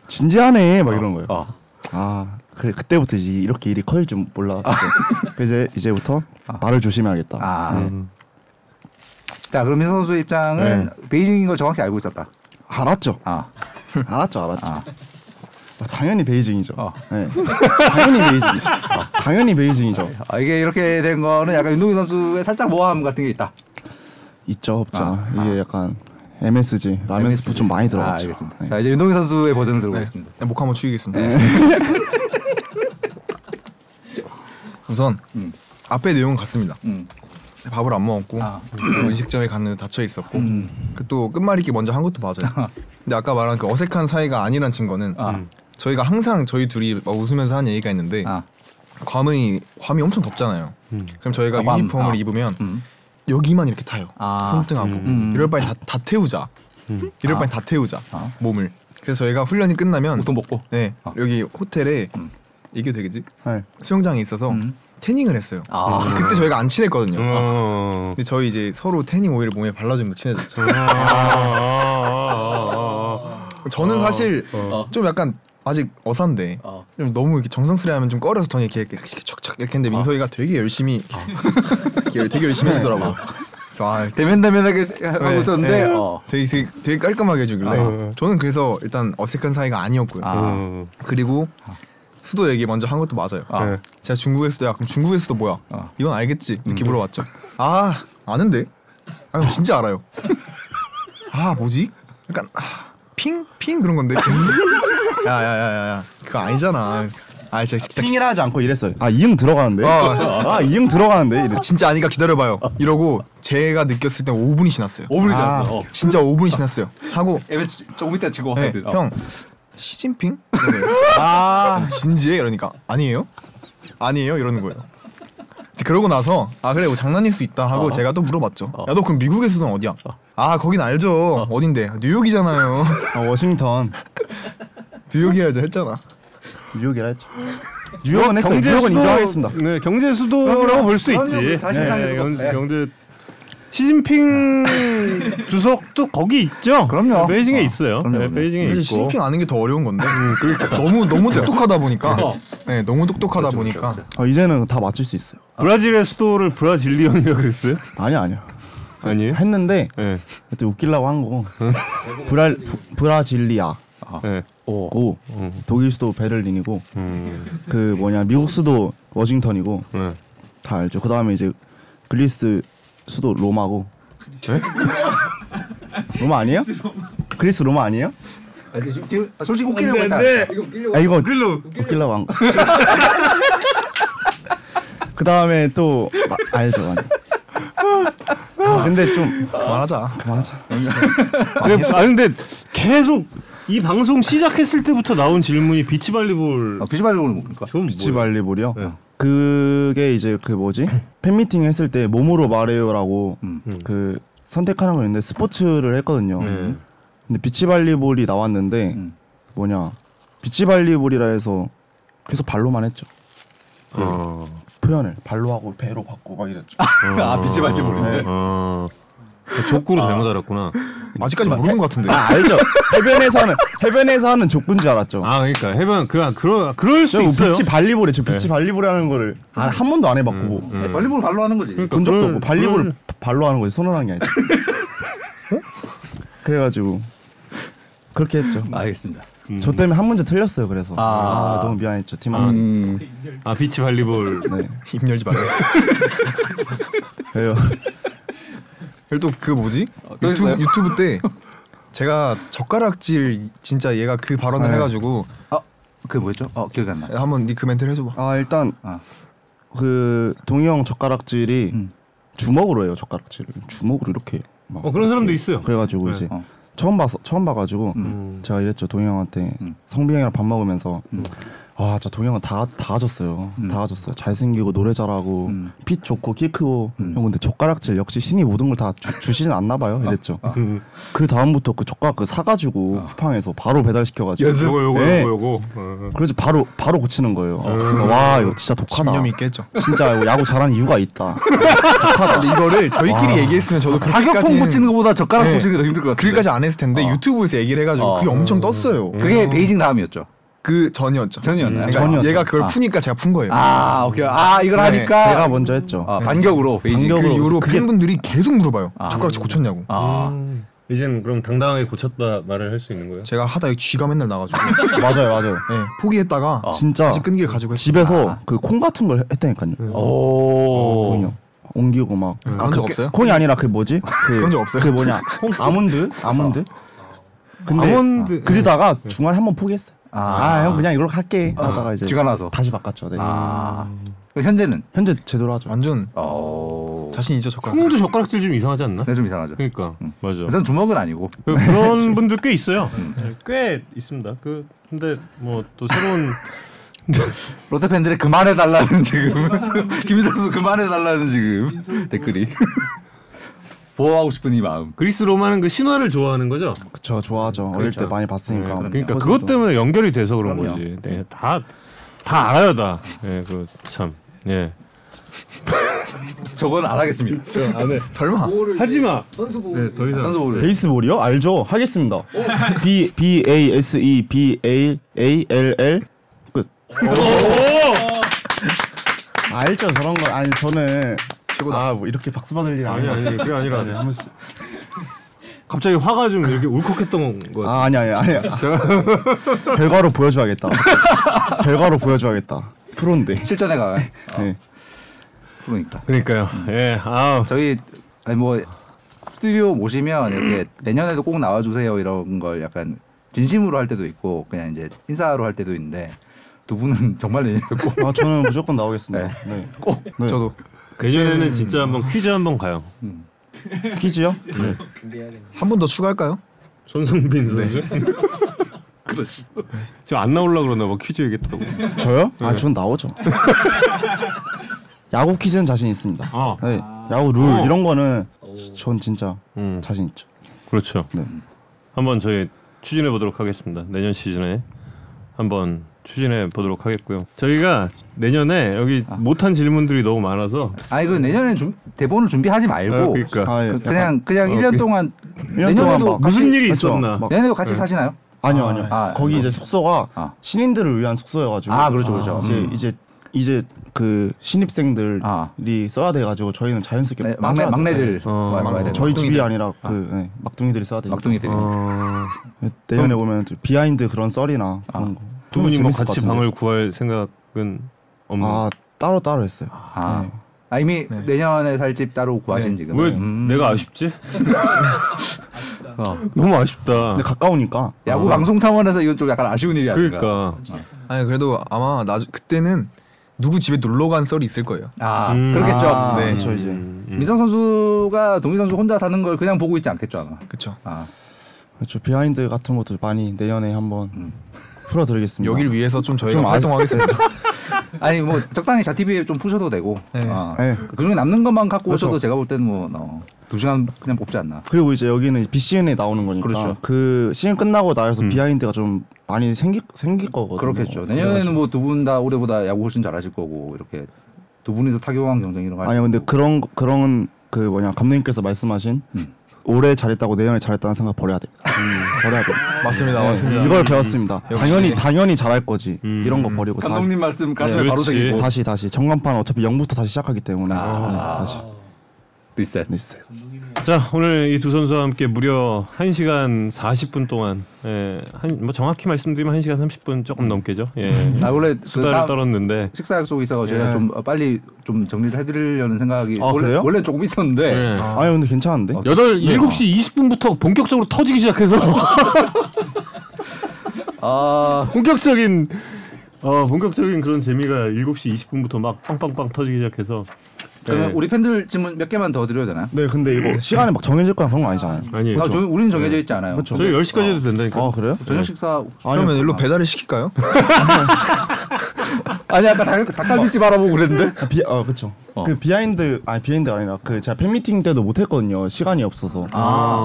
진지하네 막 이런 거예요. 어. 아 그래 그때부터 이제 이렇게 일이 커질 줄 몰랐고 이제 이제부터 말을 조심해야겠다. 어. 아. 자 그럼 민선 선수의 입장은 베이징인 걸 정확히 알고 있었다. 알았죠. 아. 알았죠, 알았죠. 아. 아, 당연히 베이징이죠. 어. 네. 당연히 베이징. 당연히 베이징이죠. 아, 이게 이렇게 된 아, 거는 약간 윤동희 선수의 살짝 모함 같은 게 있다. 있죠, 없죠. 이게 약간 MSG 라멘스프 좀 많이 들어갔죠. 아, 알겠습니다. 네. 자 이제 윤동희 선수의 버전을 들어보겠습니다. 네, 목 한번 추이겠습니다. 우선 음. 앞에 내용은 같습니다. 음. 밥을 안 먹었고 아. 그리고 의식점에 갔는데 닫혀 있었고 음. 그 또 끝말잇기 먼저 한 것도 맞아요. 근데 아까 말한 그 어색한 사이가 아니란 증거는 아. 저희가 항상 저희 둘이 막 웃으면서 한 얘기가 있는데 아. 괌의 괌이 엄청 덥잖아요. 그럼 저희가 아, 괌. 유니폼을 아. 입으면 음. 여기만 이렇게 타요. 아. 손등하고 음. 이럴 바에 다, 다 태우자. 이럴 바에 다 태우자 아. 몸을. 그래서 저희가 훈련이 끝나면 옷도 먹고. 네 아. 여기 호텔에 음. 이게 되겠지 네. 수영장에 있어서 음. 태닝을 했어요. 음. 아. 그때 저희가 안 친했거든요. 어. 근데 저희 이제 서로 태닝 오일을 몸에 발라주면서 친해졌죠. 아, 아, 아, 아, 아. 저는 사실 어. 좀 약간 아직 어산데 어. 좀 너무 이렇게 정성스레 하면 좀 꺼려서 저는 이렇게 이렇게 이렇게 척척 이렇게 했는데 민서이가 되게 열심히 이렇게 되게 열심히 해주더라고. 그래서 아 대면 대면하게 하고 네, 있었는데 네. 어. 되게, 되게 되게 깔끔하게 해주길래 어. 저는 그래서 일단 어색한 사이가 아니었고요. 아. 어. 그리고 수도 얘기 먼저 한 것도 맞아요. 아. 네. 제가 중국에서도 야 그럼 중국에서도 뭐야? 어. 이건 알겠지? 이렇게 물어봤죠. 아 아는데? 아 그럼 진짜 알아요. 아 뭐지? 약간 아, 핑? 핑 그런 건데. 야야야야야 그거 아니잖아. 아 진짜, 진짜 띵이라 하지 않고 이랬어요. 아 이응 들어가는데? 아 이응 들어가는데? 이랬죠. 진짜 아니까 기다려봐요. 이러고 제가 느꼈을 때 5분이 지났어요. 5분이 아. 지났어. 어. 진짜 5분이 지났어요. 하고 MS 조금 이따 지고 네, 하거든. 어. 형 시진핑? 이러는 거예요. 아 진지해 이러니까 아니에요? 아니에요 이러는 거예요. 그러고 나서 아 그래 뭐 장난일 수 있다 하고 제가 또 물어봤죠. 야 너 그럼 미국에서는 어디야? 아 거긴 알죠. 어. 딘데 뉴욕이잖아요. 아, 워싱턴 뉴욕이야죠 했잖아. 뉴욕이라 했죠. 뉴욕은 했어요. 경제 뉴욕은 수도- 인정하겠습니다. 네, 경제 수도라고 볼 수 있지. 네, 경- 경제 시진핑 주석도 거기 있죠. 그럼요. 베이징에 어, 있어요. 그럼요, 네, 그럼요. 베이징에 사실 있고. 시진핑 아는 게 더 어려운 건데. 너무 너무 똑똑하다 보니까. 네 너무 똑똑하다 보니까. 어, 이제는 다 맞출 수 있어요. 브라질의 수도를 브라질리언이라고 그랬어요? 아니야 아니야. 아니에요? 했는데 예. 그때 웃기려고 한 거고 브라 부- 브라질리아 예. 고 독일 수도 베를린이고 그 뭐냐 미국 수도 워싱턴이고 예. 다 알죠. 그 다음에 이제 그리스 수도 로마고. 로마 아니에요? 그리스 로마 아니에요? 아, 지금 지금 아, 솔직히 웃기려고 했다. 이거 웃기려고. 아 이거 웃기려고 한 거. 그 다음에 또 마, 알죠. 아니. 아, 근데 좀 말하자. 그만하자. 근데, 아 근데 계속 이 방송 시작했을 때부터 나온 질문이 비치 발리볼 아, 비주발용을 먹으니까. 그건 비치 뭐예요? 발리볼이요. 네. 그게 이제 그 뭐지 팬미팅 했을 때 몸으로 말해요라고 음. 그 선택하는 거였는데 스포츠를 했거든요. 네. 근데 비치 발리볼이 나왔는데 음. 뭐냐 비치 발리볼이라 해서 계속 발로만 했죠. 어. 표현을 발로 하고 배로 받고 막 이랬죠. 아, 비주발용을. 어. 족구로 잘못 알았구나. 아직까지 모르는 것 같은데. 아 알죠. 해변에서 하는 해변에서 하는 족구인 줄 알았죠. 아 그러니까 해변 그 그러 그럴 수 저 있어요. 네. 아. 비치 발리볼에 저 비치 발리볼이라는 거를 안- 한 번도 안 해봤고 음. 발리볼 발로 하는 거지. 그러니까 본 적도 그럴- 없고 발리볼 그럴- 발로 하는 거지 손으로 하는 게 아니지. 어? 그래가지고 그렇게 했죠. 알겠습니다. 음. 저 때문에 한 문제 틀렸어요. 그래서 아. 아, 너무 미안했죠 팀한테. 아 비치 발리볼 네. 입 열지 말라. 그래요. 그리고 또그 뭐지? 또 유튜브, 있어요? 유튜브 때 제가 젓가락질 진짜 얘가 그 발언을 네. 해가지고 어, 그 뭐였죠? 어, 기억이 안 나. 한번 니 그 멘트를 해줘봐. 아 일단 아. 그 동영 젓가락질이 음. 주먹으로 해요. 젓가락질을 주먹으로 이렇게. 막 어 그런 사람도 있어요. 그래가지고 네. 이제 어. 처음 봐서 처음 봐가지고 제가 이랬죠 동이 형한테 음. 성빈 형이랑 밥 먹으면서 아, 저 동이 형은 다 다 가졌어요, 음. 다 가졌어요. 잘생기고 노래 잘하고 음. 피 좋고 키 크고 음. 형 근데 젓가락질 역시 신이 모든 걸 다 주시진 않나 봐요, 이랬죠. 그 다음부터 그 젓가락 그 사가지고 쿠팡에서 바로 배달시켜가지고 요거 요거 네. 요거 요거. 어. 그래서 바로 바로 고치는 거예요. 어, 그래서 와 이거 진짜 독하다. 집념이 있겠죠. 진짜 이거 야구 잘하는 이유가 있다. 근데 이거를 저희끼리 얘기했으면 저도 타격폼 고치는 그렇게까지는 것보다 젓가락 네. 고치는 게 더 힘들 것 같아. 그까지 안 했을 텐데 어. 유튜브에서 얘기를 해가지고 어. 그게 엄청 떴어요. 그게 베이징 다음이었죠. 그 전이었죠. 전이었나요? 그러니까 전이었죠. 얘가 그걸 아. 푸니까 제가 푼 거예요. 아, 오케이. 아, 이걸 네, 하니까 제가 먼저 했죠. 아, 반격으로 베이징. 그 반격으로. 음. 이후로 그게- 팬분들이 계속 물어봐요. 젓가락질 고쳤냐고. 아. 이젠 그럼 당당하게 고쳤다 말을 할 수 있는 거예요? 제가 하다 여기 쥐가 맨날 나가지고 맞아요, 맞아요. 아. 네, 포기했다가 진짜 다시 끈기를 가지고 했어요. 예. 집에서 그 콩 같은 걸 했다니까요. 오. 동이 형. 옮기고 막 그런 적 없어요? 콩이 아니라 그 뭐지? 그, 그런 적 없어요? 그 뭐냐? 아몬드? 아몬드? 근데 아몬드. 그러다가 중간에 한 번 포기했어요. 아. 아 형 그냥 이걸 할게 하다가 이제 쥐가 나서. 다시 바꿨죠. 네. 아 현재는 현재 제대로 하죠. 완전 어. 자신 있죠 젓가락. 형도 젓가락질 좀 이상하지 않나? 네, 좀 이상하죠. 그렇죠. 그러니까 맞아. 우선 주먹은 아니고. 그- 그런 분들 꽤 있어요. 네, 꽤 있습니다. 그 근데 뭐 또 새로운 롯데 팬들이 그만해 달라는 지금 김선수 그만해 달라는 지금 댓글이 보호하고 싶은 이 마음. 그리스 로마는 그 신화를 좋아하는 거죠. 그쵸 좋아하죠. 어릴 때 많이 봤으니까. 네, 그러니까 그것 때문에 연결이 돼서 그런 그럼요. 거지. 네, 다다 알아요 다. 예, 그참 예. 저건 안 하겠습니다. 그렇죠. 설마. 하지 마. 선수 보고 네, 더 이상. 선수 보를 아, 네. 베이스볼이요? 알죠. 하겠습니다. B B A S E B A A L L 끝. 알죠 저런 거 아니 저는 아뭐 이렇게 박수 받을 일이 아니 아니야. 아니 그게 아니라 갑자기 화가 좀 이렇게 울컥했던 거. 아 아니 아니 아니. 결과로 보여줘야겠다. 결과로 보여줘야겠다. 프로인데. 실전에 가. 네. 그러니까 그러니까요. 예. 아 저희 아니 뭐 스튜디오 모시면 이렇게 내년에도 꼭 나와주세요 이런 걸 약간 진심으로 할 때도 있고 그냥 이제 인사로 할 때도 있는데 두 분은 정말 내년에도 꼭 아 저는 무조건 나오겠습니다. 네. 꼭. 네. 저도 내년에는 진짜 한번 퀴즈 한번 가요. 퀴즈요? 한 번 더 추가할까요? 손승빈 선수. 네. 그렇지. 지금 안 나올라 그러나 봐 퀴즈 얘기했다고. 저요? 네. 아, 전 나오죠. 야구 퀴즈는 자신 있습니다. 아. 네, 야구 룰 어. 이런 거는 전 진짜 음. 자신 있죠. 그렇죠. 네. 한번 저희 추진해 보도록 하겠습니다. 내년 시즌에 한번 추진해 보도록 하겠고요. 저희가 내년에 여기 못한 질문들이 너무 많아서 아니 그 내년에 준- 대본을 준비하지 말고 아, 그러니까 아, 예. 그- 그냥 그냥 어, 일 년 그- 동안 년 동안 내년에도 막 무슨 일이 그렇죠. 있었나? 막- 내년에도 같이 사시나요? 아니요, 아니요. 아, 거기 아. 이제 숙소가 아. 신인들을 위한 숙소여가지고. 아, 그렇죠, 그렇죠. 이제 음. 이제 이제 그 신입생들이 아. 써야 돼가지고 저희는 자연스럽게 네, 막내 빠져야 돼요. 막내들 어, 와야 막- 되는 아, 저희 집이 아니라 그 네, 막둥이들이 써야 돼요. 막둥이들이 어, 내년에 오면 좀 비하인드 그런 썰이나 아. 그런 거. 두 분이 뭐 재밌을 것 같이 같은데. 방을 구할 생각은 없는. 아 따로 따로 했어요. 아, 네. 아 이미 내년에 살 집 따로 구하신 지금 왜 음. 내가 아쉽지? 어. 너무 아쉽다. 근데 가까우니까 야구 방송 차원에서 이건 좀 약간 아쉬운 일이 아닌가 네. 아. 그러니까 아니 그래도 아마 나 그때는 누구 집에 놀러 간 썰이 있을 거예요. 아 음. 그렇겠죠 아, 네. 그렇죠 이제 음. 민성 선수가 동희 선수 혼자 사는 걸 그냥 보고 있지 않겠죠 아마 그렇죠. 아, 그렇죠 비하인드 같은 것도 많이 내년에 한번 음. 풀어드리겠습니다. 여길 위해서 좀 저희가 음. 좀 아- 활동하겠습니다. 아니 뭐 적당히 자티비에 좀 푸셔도 되고 네. 아, 네. 그중에 남는 것만 갖고 그렇죠. 오셔도 제가 볼 때는 뭐 어, 두 시간 그냥 뽑지 않나 그리고 이제 여기는 BCN에 나오는 거니까 그렇죠. 음. 그 시즌 끝나고 나서 비하인드가 좀 많이 생기 생길 거거든요. 네, 그렇겠죠 내년에는 뭐 두 분 다 올해보다 야구 훨씬 잘하실 거고 이렇게 두 분이서 타격왕 경쟁 이런 거 하실 아니 근데 거고. 그런 그런 그 뭐냐 감독님께서 말씀하신 음. 올해 잘했다고 내년에 잘했다는 생각 버려야 돼. 버려야 돼. 맞습니다, 네, 맞습니다. 음. 이걸 배웠습니다. 당연히 당연히 잘할 거지. 이런 거 버리고 다- 감독님 말씀 가슴에 네, 바로 그렇지. 새기고 다시 다시 전간판 어차피 0부터 다시 시작하기 때문에 아. 네, 다시 리셋 리셋. 자 오늘 이 두 선수와 함께 무려 1시간 40분 동안 예, 한뭐 정확히 말씀드리면 1시간 30분 조금 넘게죠. 예. 아 원래 그 수다를 다음 떨었는데 식사 약속이 있어서 저희가 예. 좀 빨리 좀 정리를 해드리려는 생각이 아, 원래 그래요? 예. 원래 조금 있었는데 아니 근데 괜찮은데? 어. 여덟 예. 네. 일곱 시 20분부터 본격적으로 터지기 시작해서 아 본격적인 어, 본격적인 그런 재미가 7시 20분부터 막 빵빵빵 터지기 시작해서 그러면 네. 우리 팬들 질문 몇 개만 더 드려야 되나? 네 근데 이거 시간이 막 정해질 거나 그런 거 아니잖아요. 아니 아, 저, 우리는 정해져 있지 않아요. 그렇죠. 저희 10시까지 해도 된다니까. 아 그래요? 저녁 식사 그러면 일로 배달을 시킬까요? 아니 아까 닭, 닭갈비집 알아보고 그랬는데 비, 어 그렇죠. 그 비하인드 아니 비하인드 아니라 그 제가 팬 미팅 때도 못 했거든요. 시간이 없어서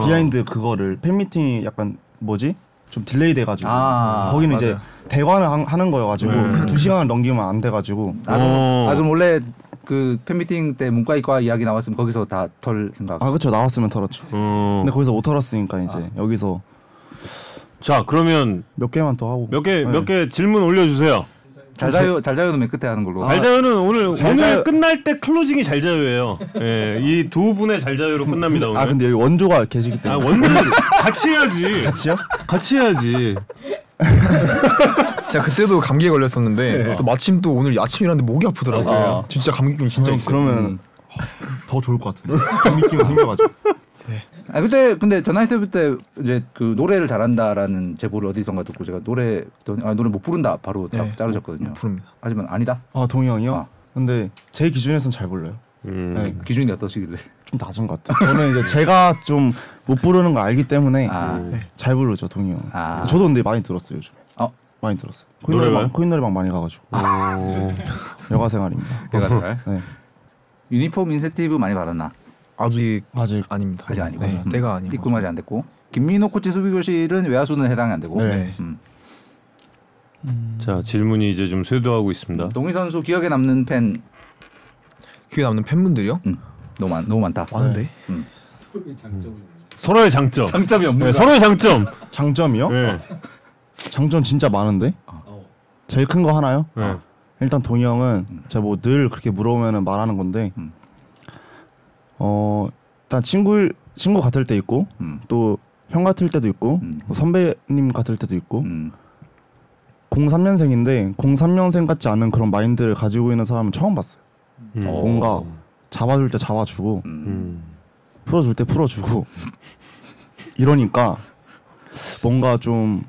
비하인드 그거를 팬 미팅이 약간 뭐지? 좀 딜레이 돼가지고 아, 거기는 이제 대관을 하- 하는 거여가지고 두 시간을 넘기면 안 돼가지고 아, 그럼, 아 그럼 원래 그 팬미팅 때 문과이과 이야기 나왔으면 거기서 다 털 생각 아 그렇죠 나왔으면 털었죠. 어. 근데 거기서 못 털었으니까 이제 여기서 자, 그러면 몇 개만 더 하고 몇 개 몇 네. 개 질문 올려 주세요. 잘 자요 잘 자요도 맨 끝에 하는 걸로 아. 잘자요는 오늘 잘 오늘 자요- 끝날 때 클로징이 잘자요예요. 예. 이 두 분의 잘자요로 끝납니다, 오늘. 아 근데 여기 원조가 계시기 아, 때문에 원빈 같이 해야지. 지요? 같이 해야지. 제가 그때도 감기에 걸렸었는데 또 마침 또 오늘 아침이라는데 목이 아프더라고요. 진짜 감기균 진짜 있어요. 그러면 더 좋을 것 같은데 재밌기가 음. 생겨가지고 아 그때 근데 전화인터뷰 때 이제 그 노래를 잘한다라는 제보를 어디선가 듣고 제가 노래 듣더니 아 노래 못 부른다 바로 딱 네, 자르셨거든요. 부릅니다. 하지만 아니다 아 동이 형이요? 아. 근데 제 기준에선 잘 불러요 음. 네, 기준이 어떠시길래? 좀 낮은 것 같아요 저는 이제 제가 좀 못 부르는 걸 알기 때문에 아. 네, 잘 부르죠 동이 형 아. 저도 근데 많이 들었어요 요즘에 어 많이 들었어요 노래가요? 코인노래방, 코인노래방 많이 가가지고 아. 여가생활입니다 내가 잘 네. 유니폼 인센티브 많이 받았나? 아직 아직 아닙니다. 아직 아니고 네, 때가 아니고. 음. 입금하지 안 됐고 김민호 코치 수비 교실은 외야수는 해당이 안 되고 네. 음. 자 질문이 이제 좀 쇄도하고 있습니다. 동희 선수 기억에 남는 팬 귀에 남는 팬분들이요? 네, 음, 너무 많 너무 많다. 음. 많은데. 서로의 장점. 장점이 없는 네, 서로의 장점. 장점이요? 네. 장점 진짜 많은데 아. 제일 큰 거 하나요? 네. 일단 동이 형은 제가 뭐 늘 그렇게 물어보면 말하는 건데 음. 어 일단 친구 친구 같을 때 있고 음. 또 형 같을 때도 있고 음. 뭐 선배님 같을 때도 있고 음. 03년생인데 03년생 같지 않은 그런 마인드를 가지고 있는 사람은 처음 봤어요. 음. 뭔가 잡아줄 때 잡아주고 음. 풀어줄 때 풀어주고 이러니까 뭔가 좀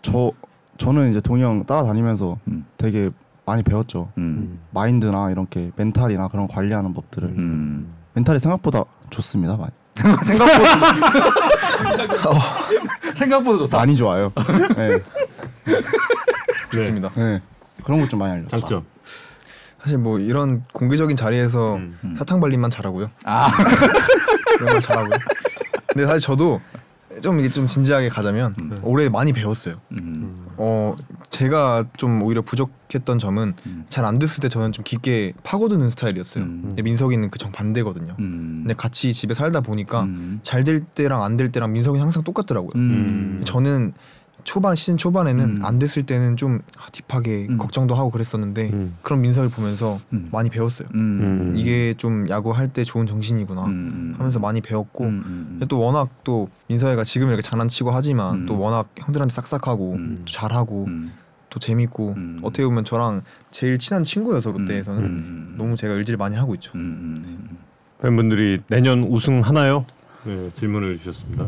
저 저는 이제 동이 형 따라다니면서 음. 되게 많이 배웠죠. 음. 마인드나 이렇게 멘탈이나 그런 관리하는 법들을 음. 멘탈이 생각보다 좋습니다 많이 생각보다 생각보다 좋다. 많이 좋아요 네, 좋습니다. 네. 그런 것 좀 많이 알려줘 장점. 사실 뭐 이런 공개적인 자리에서 사탕 발림만 잘하고요. 아. 이런 걸 잘하고. 근데 사실 저도 좀 이게 좀 진지하게 가자면 올해 많이 배웠어요. 음. 어 제가 좀 오히려 부족했던 점은 잘 안 됐을 때 저는 좀 깊게 파고드는 스타일이었어요. 음. 근데 민석이는 그 정 반대거든요. 음. 근데 같이 집에 살다 보니까 음. 잘 될 때랑 안 될 때랑 민석이 항상 똑같더라고요. 음. 저는 초반 시즌 초반에는 음. 안 됐을 때는 좀 아, 딥하게 음. 걱정도 하고 그랬었는데 음. 그런 민석이 보면서 음. 많이 배웠어요. 음. 음. 이게 좀 야구 할 때 좋은 정신이구나 음. 하면서 많이 배웠고 음. 음. 근데 또 워낙 또 민서이가 지금 이렇게 장난치고 하지만 음. 또 워낙 형들한테 싹싹하고 음. 또 잘하고 음. 또 재밌고 음. 어떻게 보면 저랑 제일 친한 친구여서 롯데에서는 음. 너무 제가 의지를 많이 하고 있죠. 음. 음. 팬분들이 내년 우승 하나요? 네 질문을 주셨습니다.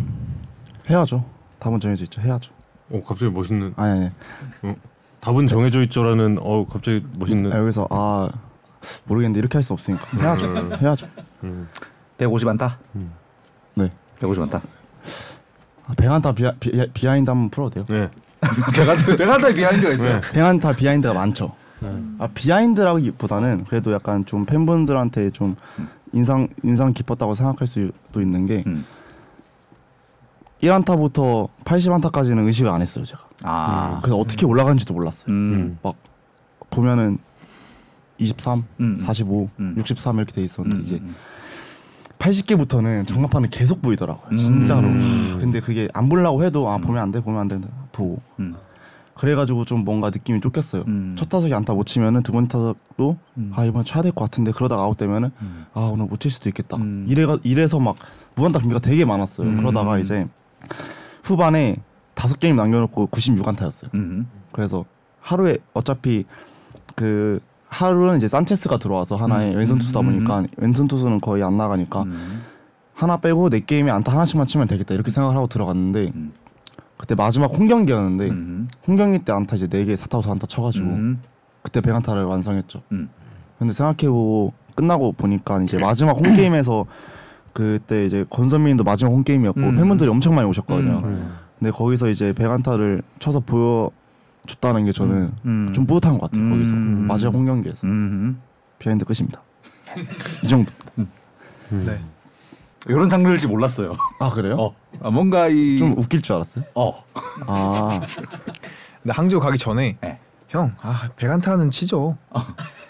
해야죠 답은 정해져 있죠 해야죠 오 어, 갑자기 멋있는 아니 아니 답은 정해져 있죠라는 어 갑자기 네. 아, 멋있는 여기서 아 모르겠는데 이렇게 할 수 없으니까 네. 해야죠 해야죠 150 안타. 네 150 안타. 아, 백안타 비하, 비, 하인드 한번 풀어도 돼요? 네 백안타에 비하인드가 있어요. 백안타 비하인드가 많죠 네. 아 비하인드라기보다는 그래도 약간 좀 팬분들한테 좀 인상 인상 깊었다고 생각할 수도 있는 게 음. 1안타부터 80안타까지는 의식을 안 했어요 제가 아. 그래서 어떻게 올라간지도 몰랐어요 음. 막 보면은 23, 음. 45, 음. 63 이렇게 돼 있었는데 음. 이제 80개부터는 정갑판은 계속 보이더라고요 진짜로 와, 근데 그게 안 보려고 해도 아 보면 안 돼 보면 안 된다 보고 음. 그래가지고 좀 뭔가 느낌이 쫓겼어요 음. 첫 타석에 안타 못 치면은 두 번째 타석도 음. 아 이번 쳐야 될 것 같은데 그러다가 아웃되면은 음. 아 오늘 못 칠 수도 있겠다 음. 이래가 이래서 막 무안타 경기가 되게 많았어요 음. 그러다가 이제 후반에 다섯 게임 남겨놓고 96안타였어요 음. 그래서 하루에 어차피 그 하루는 이제 산체스가 들어와서 하나의 음. 왼손 투수다 음. 보니까 왼손 투수는 거의 안 나가니까 음. 하나 빼고 네 게임에 안타 하나씩만 치면 되겠다 이렇게 생각을 하고 들어갔는데 음. 그때 마지막 홈경기였는데 음. 홈경기 때 안타 이제 네개 사타고 안타 쳐가지고 음. 그때 백안타를 완성했죠. 음. 근데 생각해보고 끝나고 보니까 이제 마지막 홈게임에서 그때 이제 권선민도 마지막 홈게임이었고 음. 팬분들이 엄청 많이 오셨거든요. 음. 근데 거기서 이제 백안타를 쳐서 보여줬다는 게 저는 음. 좀 뿌듯한 것 같아요. 음. 거기서 음. 마지막 홈 경기에서 음. 비하인드 끝입니다. 이 정도. 네. 이런 장르일지 몰랐어요. 아 그래요? 어. 아, 뭔가 이 좀 웃길 줄 알았어요. 어. 아 근데 항저 가기 전에 네. 형, 아 백안타는 치죠.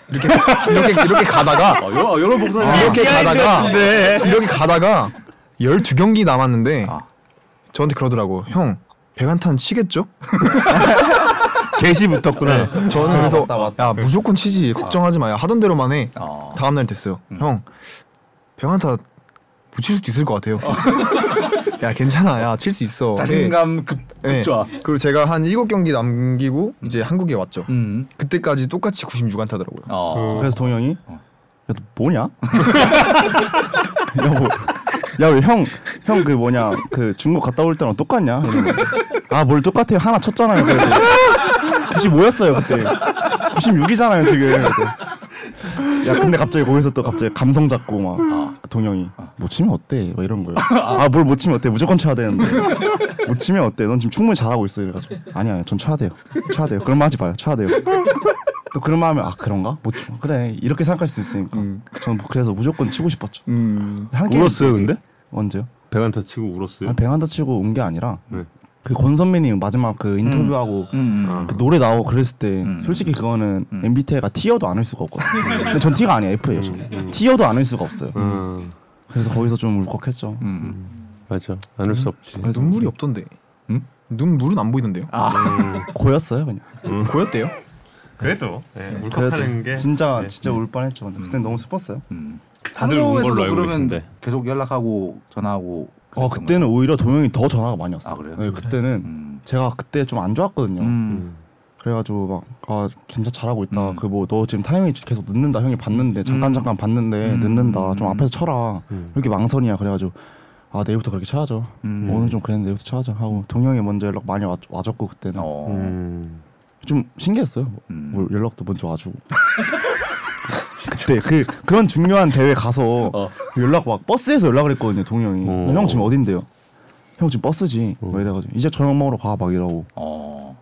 이렇게 이렇게 이렇게 가다가 어, 요, 요런 복사 이렇게 가다가 이렇게 가다가 12경기 남았는데 아. 저한테 그러더라고. 형, 백안타는 치겠죠? 네, 개시 붙었구나. 저는 그래서 야, 무조건 치지. 걱정하지 마요. 하던 대로만 해. 어. 다음 날 됐어요. 형, 백안타 못 칠 수도 있을 것 같아요. 야, 괜찮아. 야, 칠 수 있어. 자신감 급 네. 급좌. 네. 그리고 제가 한 7경기 남기고 이제 한국에 왔죠. 음. 그때까지 똑같이 96안타더라고요. 어. 그래서 동영이 너 뭐냐? 야, 뭐, 야, 왜 형, 형 그 뭐냐, 그 중국 갔다 올 때랑 똑같냐? 이러는 거야. 아, 뭘 똑같아요. 하나 쳤잖아요. 그래서. 95였어요, 그때. 96이잖아요, 지금. 그때. 야, 근데 갑자기 거기서 또 갑자기 감성 잡고 막, 아, 동영이. 못 치면 어때? 막 이런 거예요. 아, 뭘 못 치면 어때? 무조건 쳐야 되는데. 못 치면 어때? 넌 지금 충분히 잘하고 있어. 이래가지고. 아니, 아니, 전 쳐야 돼요. 쳐야 돼요. 그런 말 하지 마요. 쳐야 돼요. 또 그런 마음에 아 그런가? 뭐 그래 이렇게 생각할 수 있으니까 저는 뭐 그래서 무조건 치고 싶었죠. 음. 한 게임- 울었어요 근데? 언제요? 백안타 치고 울었어요? 아니, 백한다 치고 온 게 아니라 네. 그 권선민이 마지막 그 인터뷰하고 음, 음. 그 노래 나오고 그랬을 때 음. 솔직히 그거는 MBTI가 T여도 안을 수가 없거든요. 근데 전 T가 아니에요 F예요. 저는. 음, T여도 안을 수가 없어요. 음, 그래서 거기서 좀 울컥했죠. 음. 맞아 안을 수 없지. 아니, 눈물이 없던데. 음? 아. 눈물은 안 보이던데요. 고였어요 그냥. 보였대요? 그래도 예, 네, 그래도 울컥하는 게 진짜 진짜 울 뻔했죠. 근데 음. 그때 너무 슬펐어요. 다들 운 걸로 한국에서도 알고 그러면 계신데. 계속 연락하고 전화하고 아 그랬던 그때는 오히려 동영이 더 전화가 많이 왔어요. 아, 그래요? 네, 그때는 음. 제가 그때 좀 안 좋았거든요. 음. 그래가지고 막아 진짜 잘하고 있다. 음. 그 뭐 너 지금 타이밍이 계속 늦는다. 형이 봤는데 잠깐 음. 잠깐 봤는데 음. 늦는다. 좀 음. 앞에서 쳐라. 왜 음. 이렇게 망설이야. 그래가지고 아 내일부터 그렇게 쳐야죠. 뭐 음. 오늘 좀 그랬는데 내일부터 쳐야죠. 하고 동영이 먼저 연락 많이 와, 와줬고 그때는 어. 음. 좀 신기했어요. 음. 뭐 연락도 먼저 와주고. 그때 그 그런 중요한 대회 가서 어. 연락 막 버스에서 연락을 했거든요. 동영이 오. 형 지금 어딘데요? 형 지금 버스지. 막 이래가지고 이제 저녁 먹으러 가 막 이러고 어.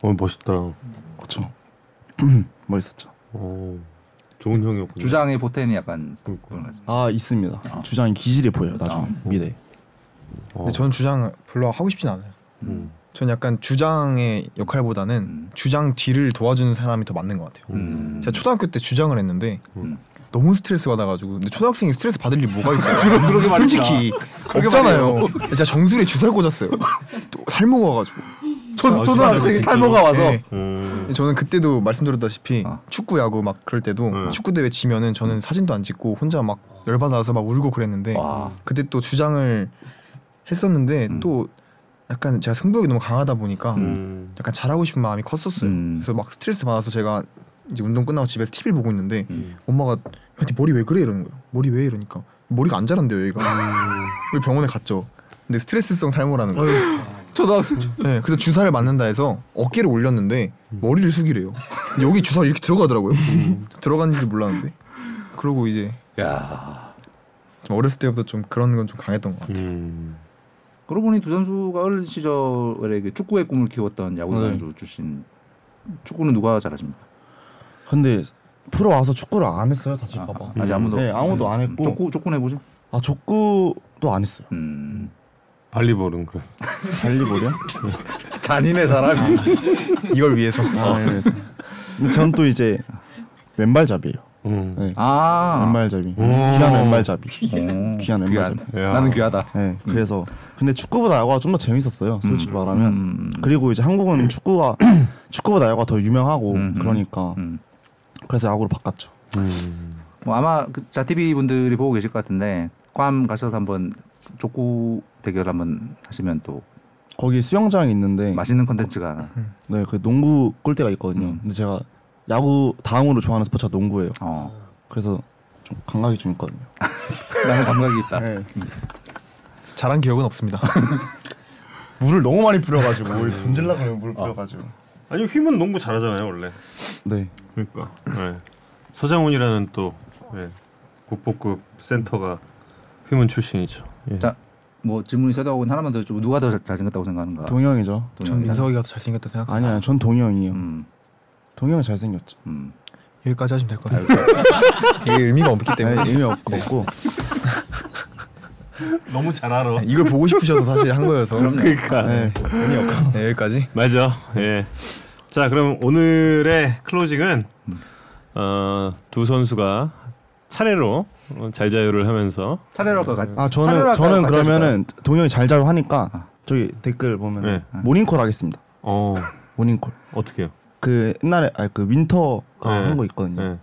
어 멋있다. 그쵸. 멋있었죠. 어, 좋은 형이었군요. 주장의 포텐이 약간 그러니까. 그런 것 같습니다. 아 있습니다. 아. 주장이 기질이 보여요 나중에 미래. 어. 근데 저는 주장 별로 하고 싶진 않아요. 음. 전 약간 주장의 역할보다는 음. 주장 뒤를 도와주는 사람이 더 맞는 것 같아요. 음. 제가 초등학교 때 주장을 했는데 음. 너무 스트레스 받아가지고 근데 초등학생이 스트레스 받을 일 뭐가 있어요? 솔직히 없잖아요. 진짜 정수리에 주사를 꽂았어요. 또 탈모가 와가지고. 초, 초등학생이 진짜. 탈모가 와서 네. 음. 저는 그때도 말씀드렸다시피 아. 축구 야구 막 그럴 때도 음. 네. 축구 대회 지면은 저는 사진도 안 찍고 혼자 막 열받아서 막 울고 그랬는데 와. 음. 그때 또 주장을 했었는데 또 약간 제가 승부욕이 너무 강하다 보니까 음. 약간 잘하고 싶은 마음이 컸었어요. 음. 그래서 막 스트레스 받아서 제가 이제 운동 끝나고 집에서 TV 보고 있는데 음. 엄마가 야, 네 머리 왜 그래 이러는 거예요. 머리 왜 이러니까 머리가 안 자란대요 음. 얘가. 왜 병원에 갔죠. 근데 스트레스성 탈모라는 거예요. 초등학생 네, 그래서 주사를 맞는다 해서 어깨를 올렸는데 머리를 숙이래요. 근데 여기 주사 이렇게 들어가더라고요. 들어간 줄 몰랐는데. 그러고 이제 야. 좀 어렸을 때부터 좀 그런 건 좀 강했던 것 같아요. 음. 그러고 보니 두 선수가 어린 시절에 그 축구의 꿈을 키웠던 야구 선수 출신 축구는 누가 잘하십니까? 근데 프로 와서 축구를 안 했어요 다칠까봐. 아직 아무도 음, 네 아무도 안 했고 족구 족구 해보죠. 아 족구도 안 했어요. 음. 발리볼은 그래. 발리볼이요? 잔인해 사람이. 이걸 위해서. 아, 네. 근데 전 또 이제 왼발잡이에요. 음. 네. 아. 왼발잡이. 오. 귀한 왼발잡이. 어, 오, 귀한 왼발 야. 나는 귀하다. 네 그래서 근데 축구보다 야구가 좀 더 재밌었어요. 솔직히 말하면. 음. 음. 그리고 이제 한국은 축구가 축구보다 야구가 더 유명하고 음, 음. 그러니까 음. 그래서 야구로 바꿨죠. 음. 뭐 아마 그 자티비 분들이 보고 계실 것 같은데 괌 가셔서 한번 족구 대결 한번 하시면 또 거기 수영장이 있는데 맛있는 컨텐츠가 하나. 네, 그 농구 골대가 있거든요. 음. 근데 제가 야구 다음으로 좋아하는 스포츠가 농구예요. 어. 그래서 좀 감각이 좀 있거든요. 나는 감각이 있다. 네. 잘한 기억은 없습니다. 물을 너무 많이 뿌려가지고 돈질라 그러면 물 뿌려가지고. 아니 휘문 농구 잘하잖아요 원래. 네. 그러니까. 네. 서장훈이라는 또 네. 국보급 센터가 휘문 출신이죠. 예. 자, 뭐 질문이 세다고 하나만 더 여쭤보고 누가 더 잘- 잘생겼다고 생각하는가? 아, 동영이죠. 전 동영이다. 민석이가 더 잘생겼다 생각. 아니야, 아전 동영이에요. 음. 동영이 잘생겼죠. 음. 여기까지 하시면 될 것 같아요. 이게 의미가 없기 때문에 네, 의미 없- 없고 너무 잘 알아. 네. 이걸 보고 싶으셔서 사실 한 거여서 그러니까. 네, 의미 없고 네, 여기까지. 맞아. 예. 자, 그럼 오늘의 클로징은 어, 두 선수가 차례로 어, 잘자유를 하면서 차례로 할까? 아 저는 저는 그러면은 동영이 잘 자고 하니까 저기 댓글 보면 네. 은 아, 모닝콜 하겠습니다. 어 모닝콜 어떻게 해요? 그 옛날에 아니 그 윈터 네. 한 거 있거든요. 예.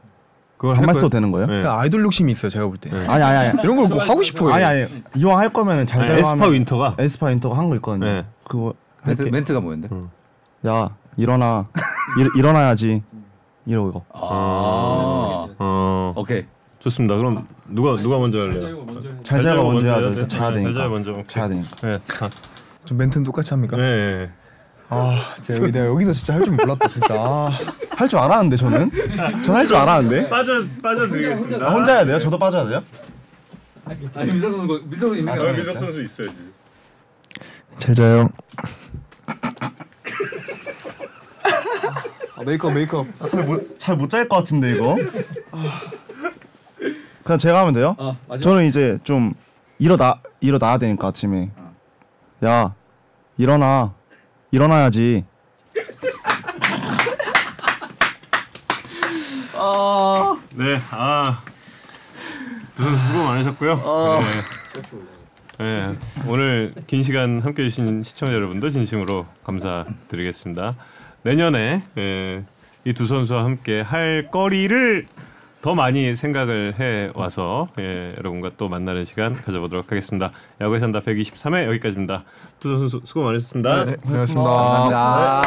그걸 안 할 거예요? 맞춰도 되는 거예요? 네. 그냥 아이돌 욕심이 있어요, 제가 볼 때. 아니 아니 아니. 이런 걸 꼭 하고 싶어요. 아니 아니 이왕 할 거면은 잘 네, 자고 에스파 하면- 윈터가 에스파 윈터가 한 거 있거든요. 네. 그거 멘트, 이렇게 멘트가 뭐였는데? 야 일어나 일, 일어나야지 이러고 이거 아, 예. 어 오케이. 좋습니다. 그럼 누가 누가 먼저 할래요? 잘 자가 먼저 해야죠. 일단 자야 네, 잘 자야 되니까. 먼저. 오케이. 자야 되니까. 네. 좀 멘트는 똑같이 합니까? 아, 네. 아, 진짜 여기 내가 여기서 진짜 할 줄 몰랐다 진짜. 아, 할 줄 알았는데 저는. 전 할 줄 알았는데. 빠져 빠져드리겠습니다. 아, 혼자 해야 돼요? 저도 빠져야 돼요? 아니 민석 선수 민석 선수 있는 거 민석 선수 있어야지. 잘 자요. 메이크업 메이크업. 아, 잘못잘못 짤 것 같은데 이거. 아. 그냥 제가 하면 돼요? 저는 이제 좀 일어나 일어나야 되니까 아침에. 야 일어나 일어나야지. 네. 아. 두 선수 수고 많으셨고요. 네. 네. 오늘 긴 시간 함께 해 주신 시청자 여러분도 진심으로 감사드리겠습니다. 내년에 네, 이 두 선수와 함께 할 거리를 더 많이 생각을 해 와서 예, 여러분과 또 만나는 시간 가져보도록 하겠습니다. 야구의 산다 123회 여기까지입니다. 네. 두 선수 수고 많으셨습니다. 고맙습니다. 아,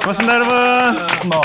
고맙습니다, 여러분. 고마워.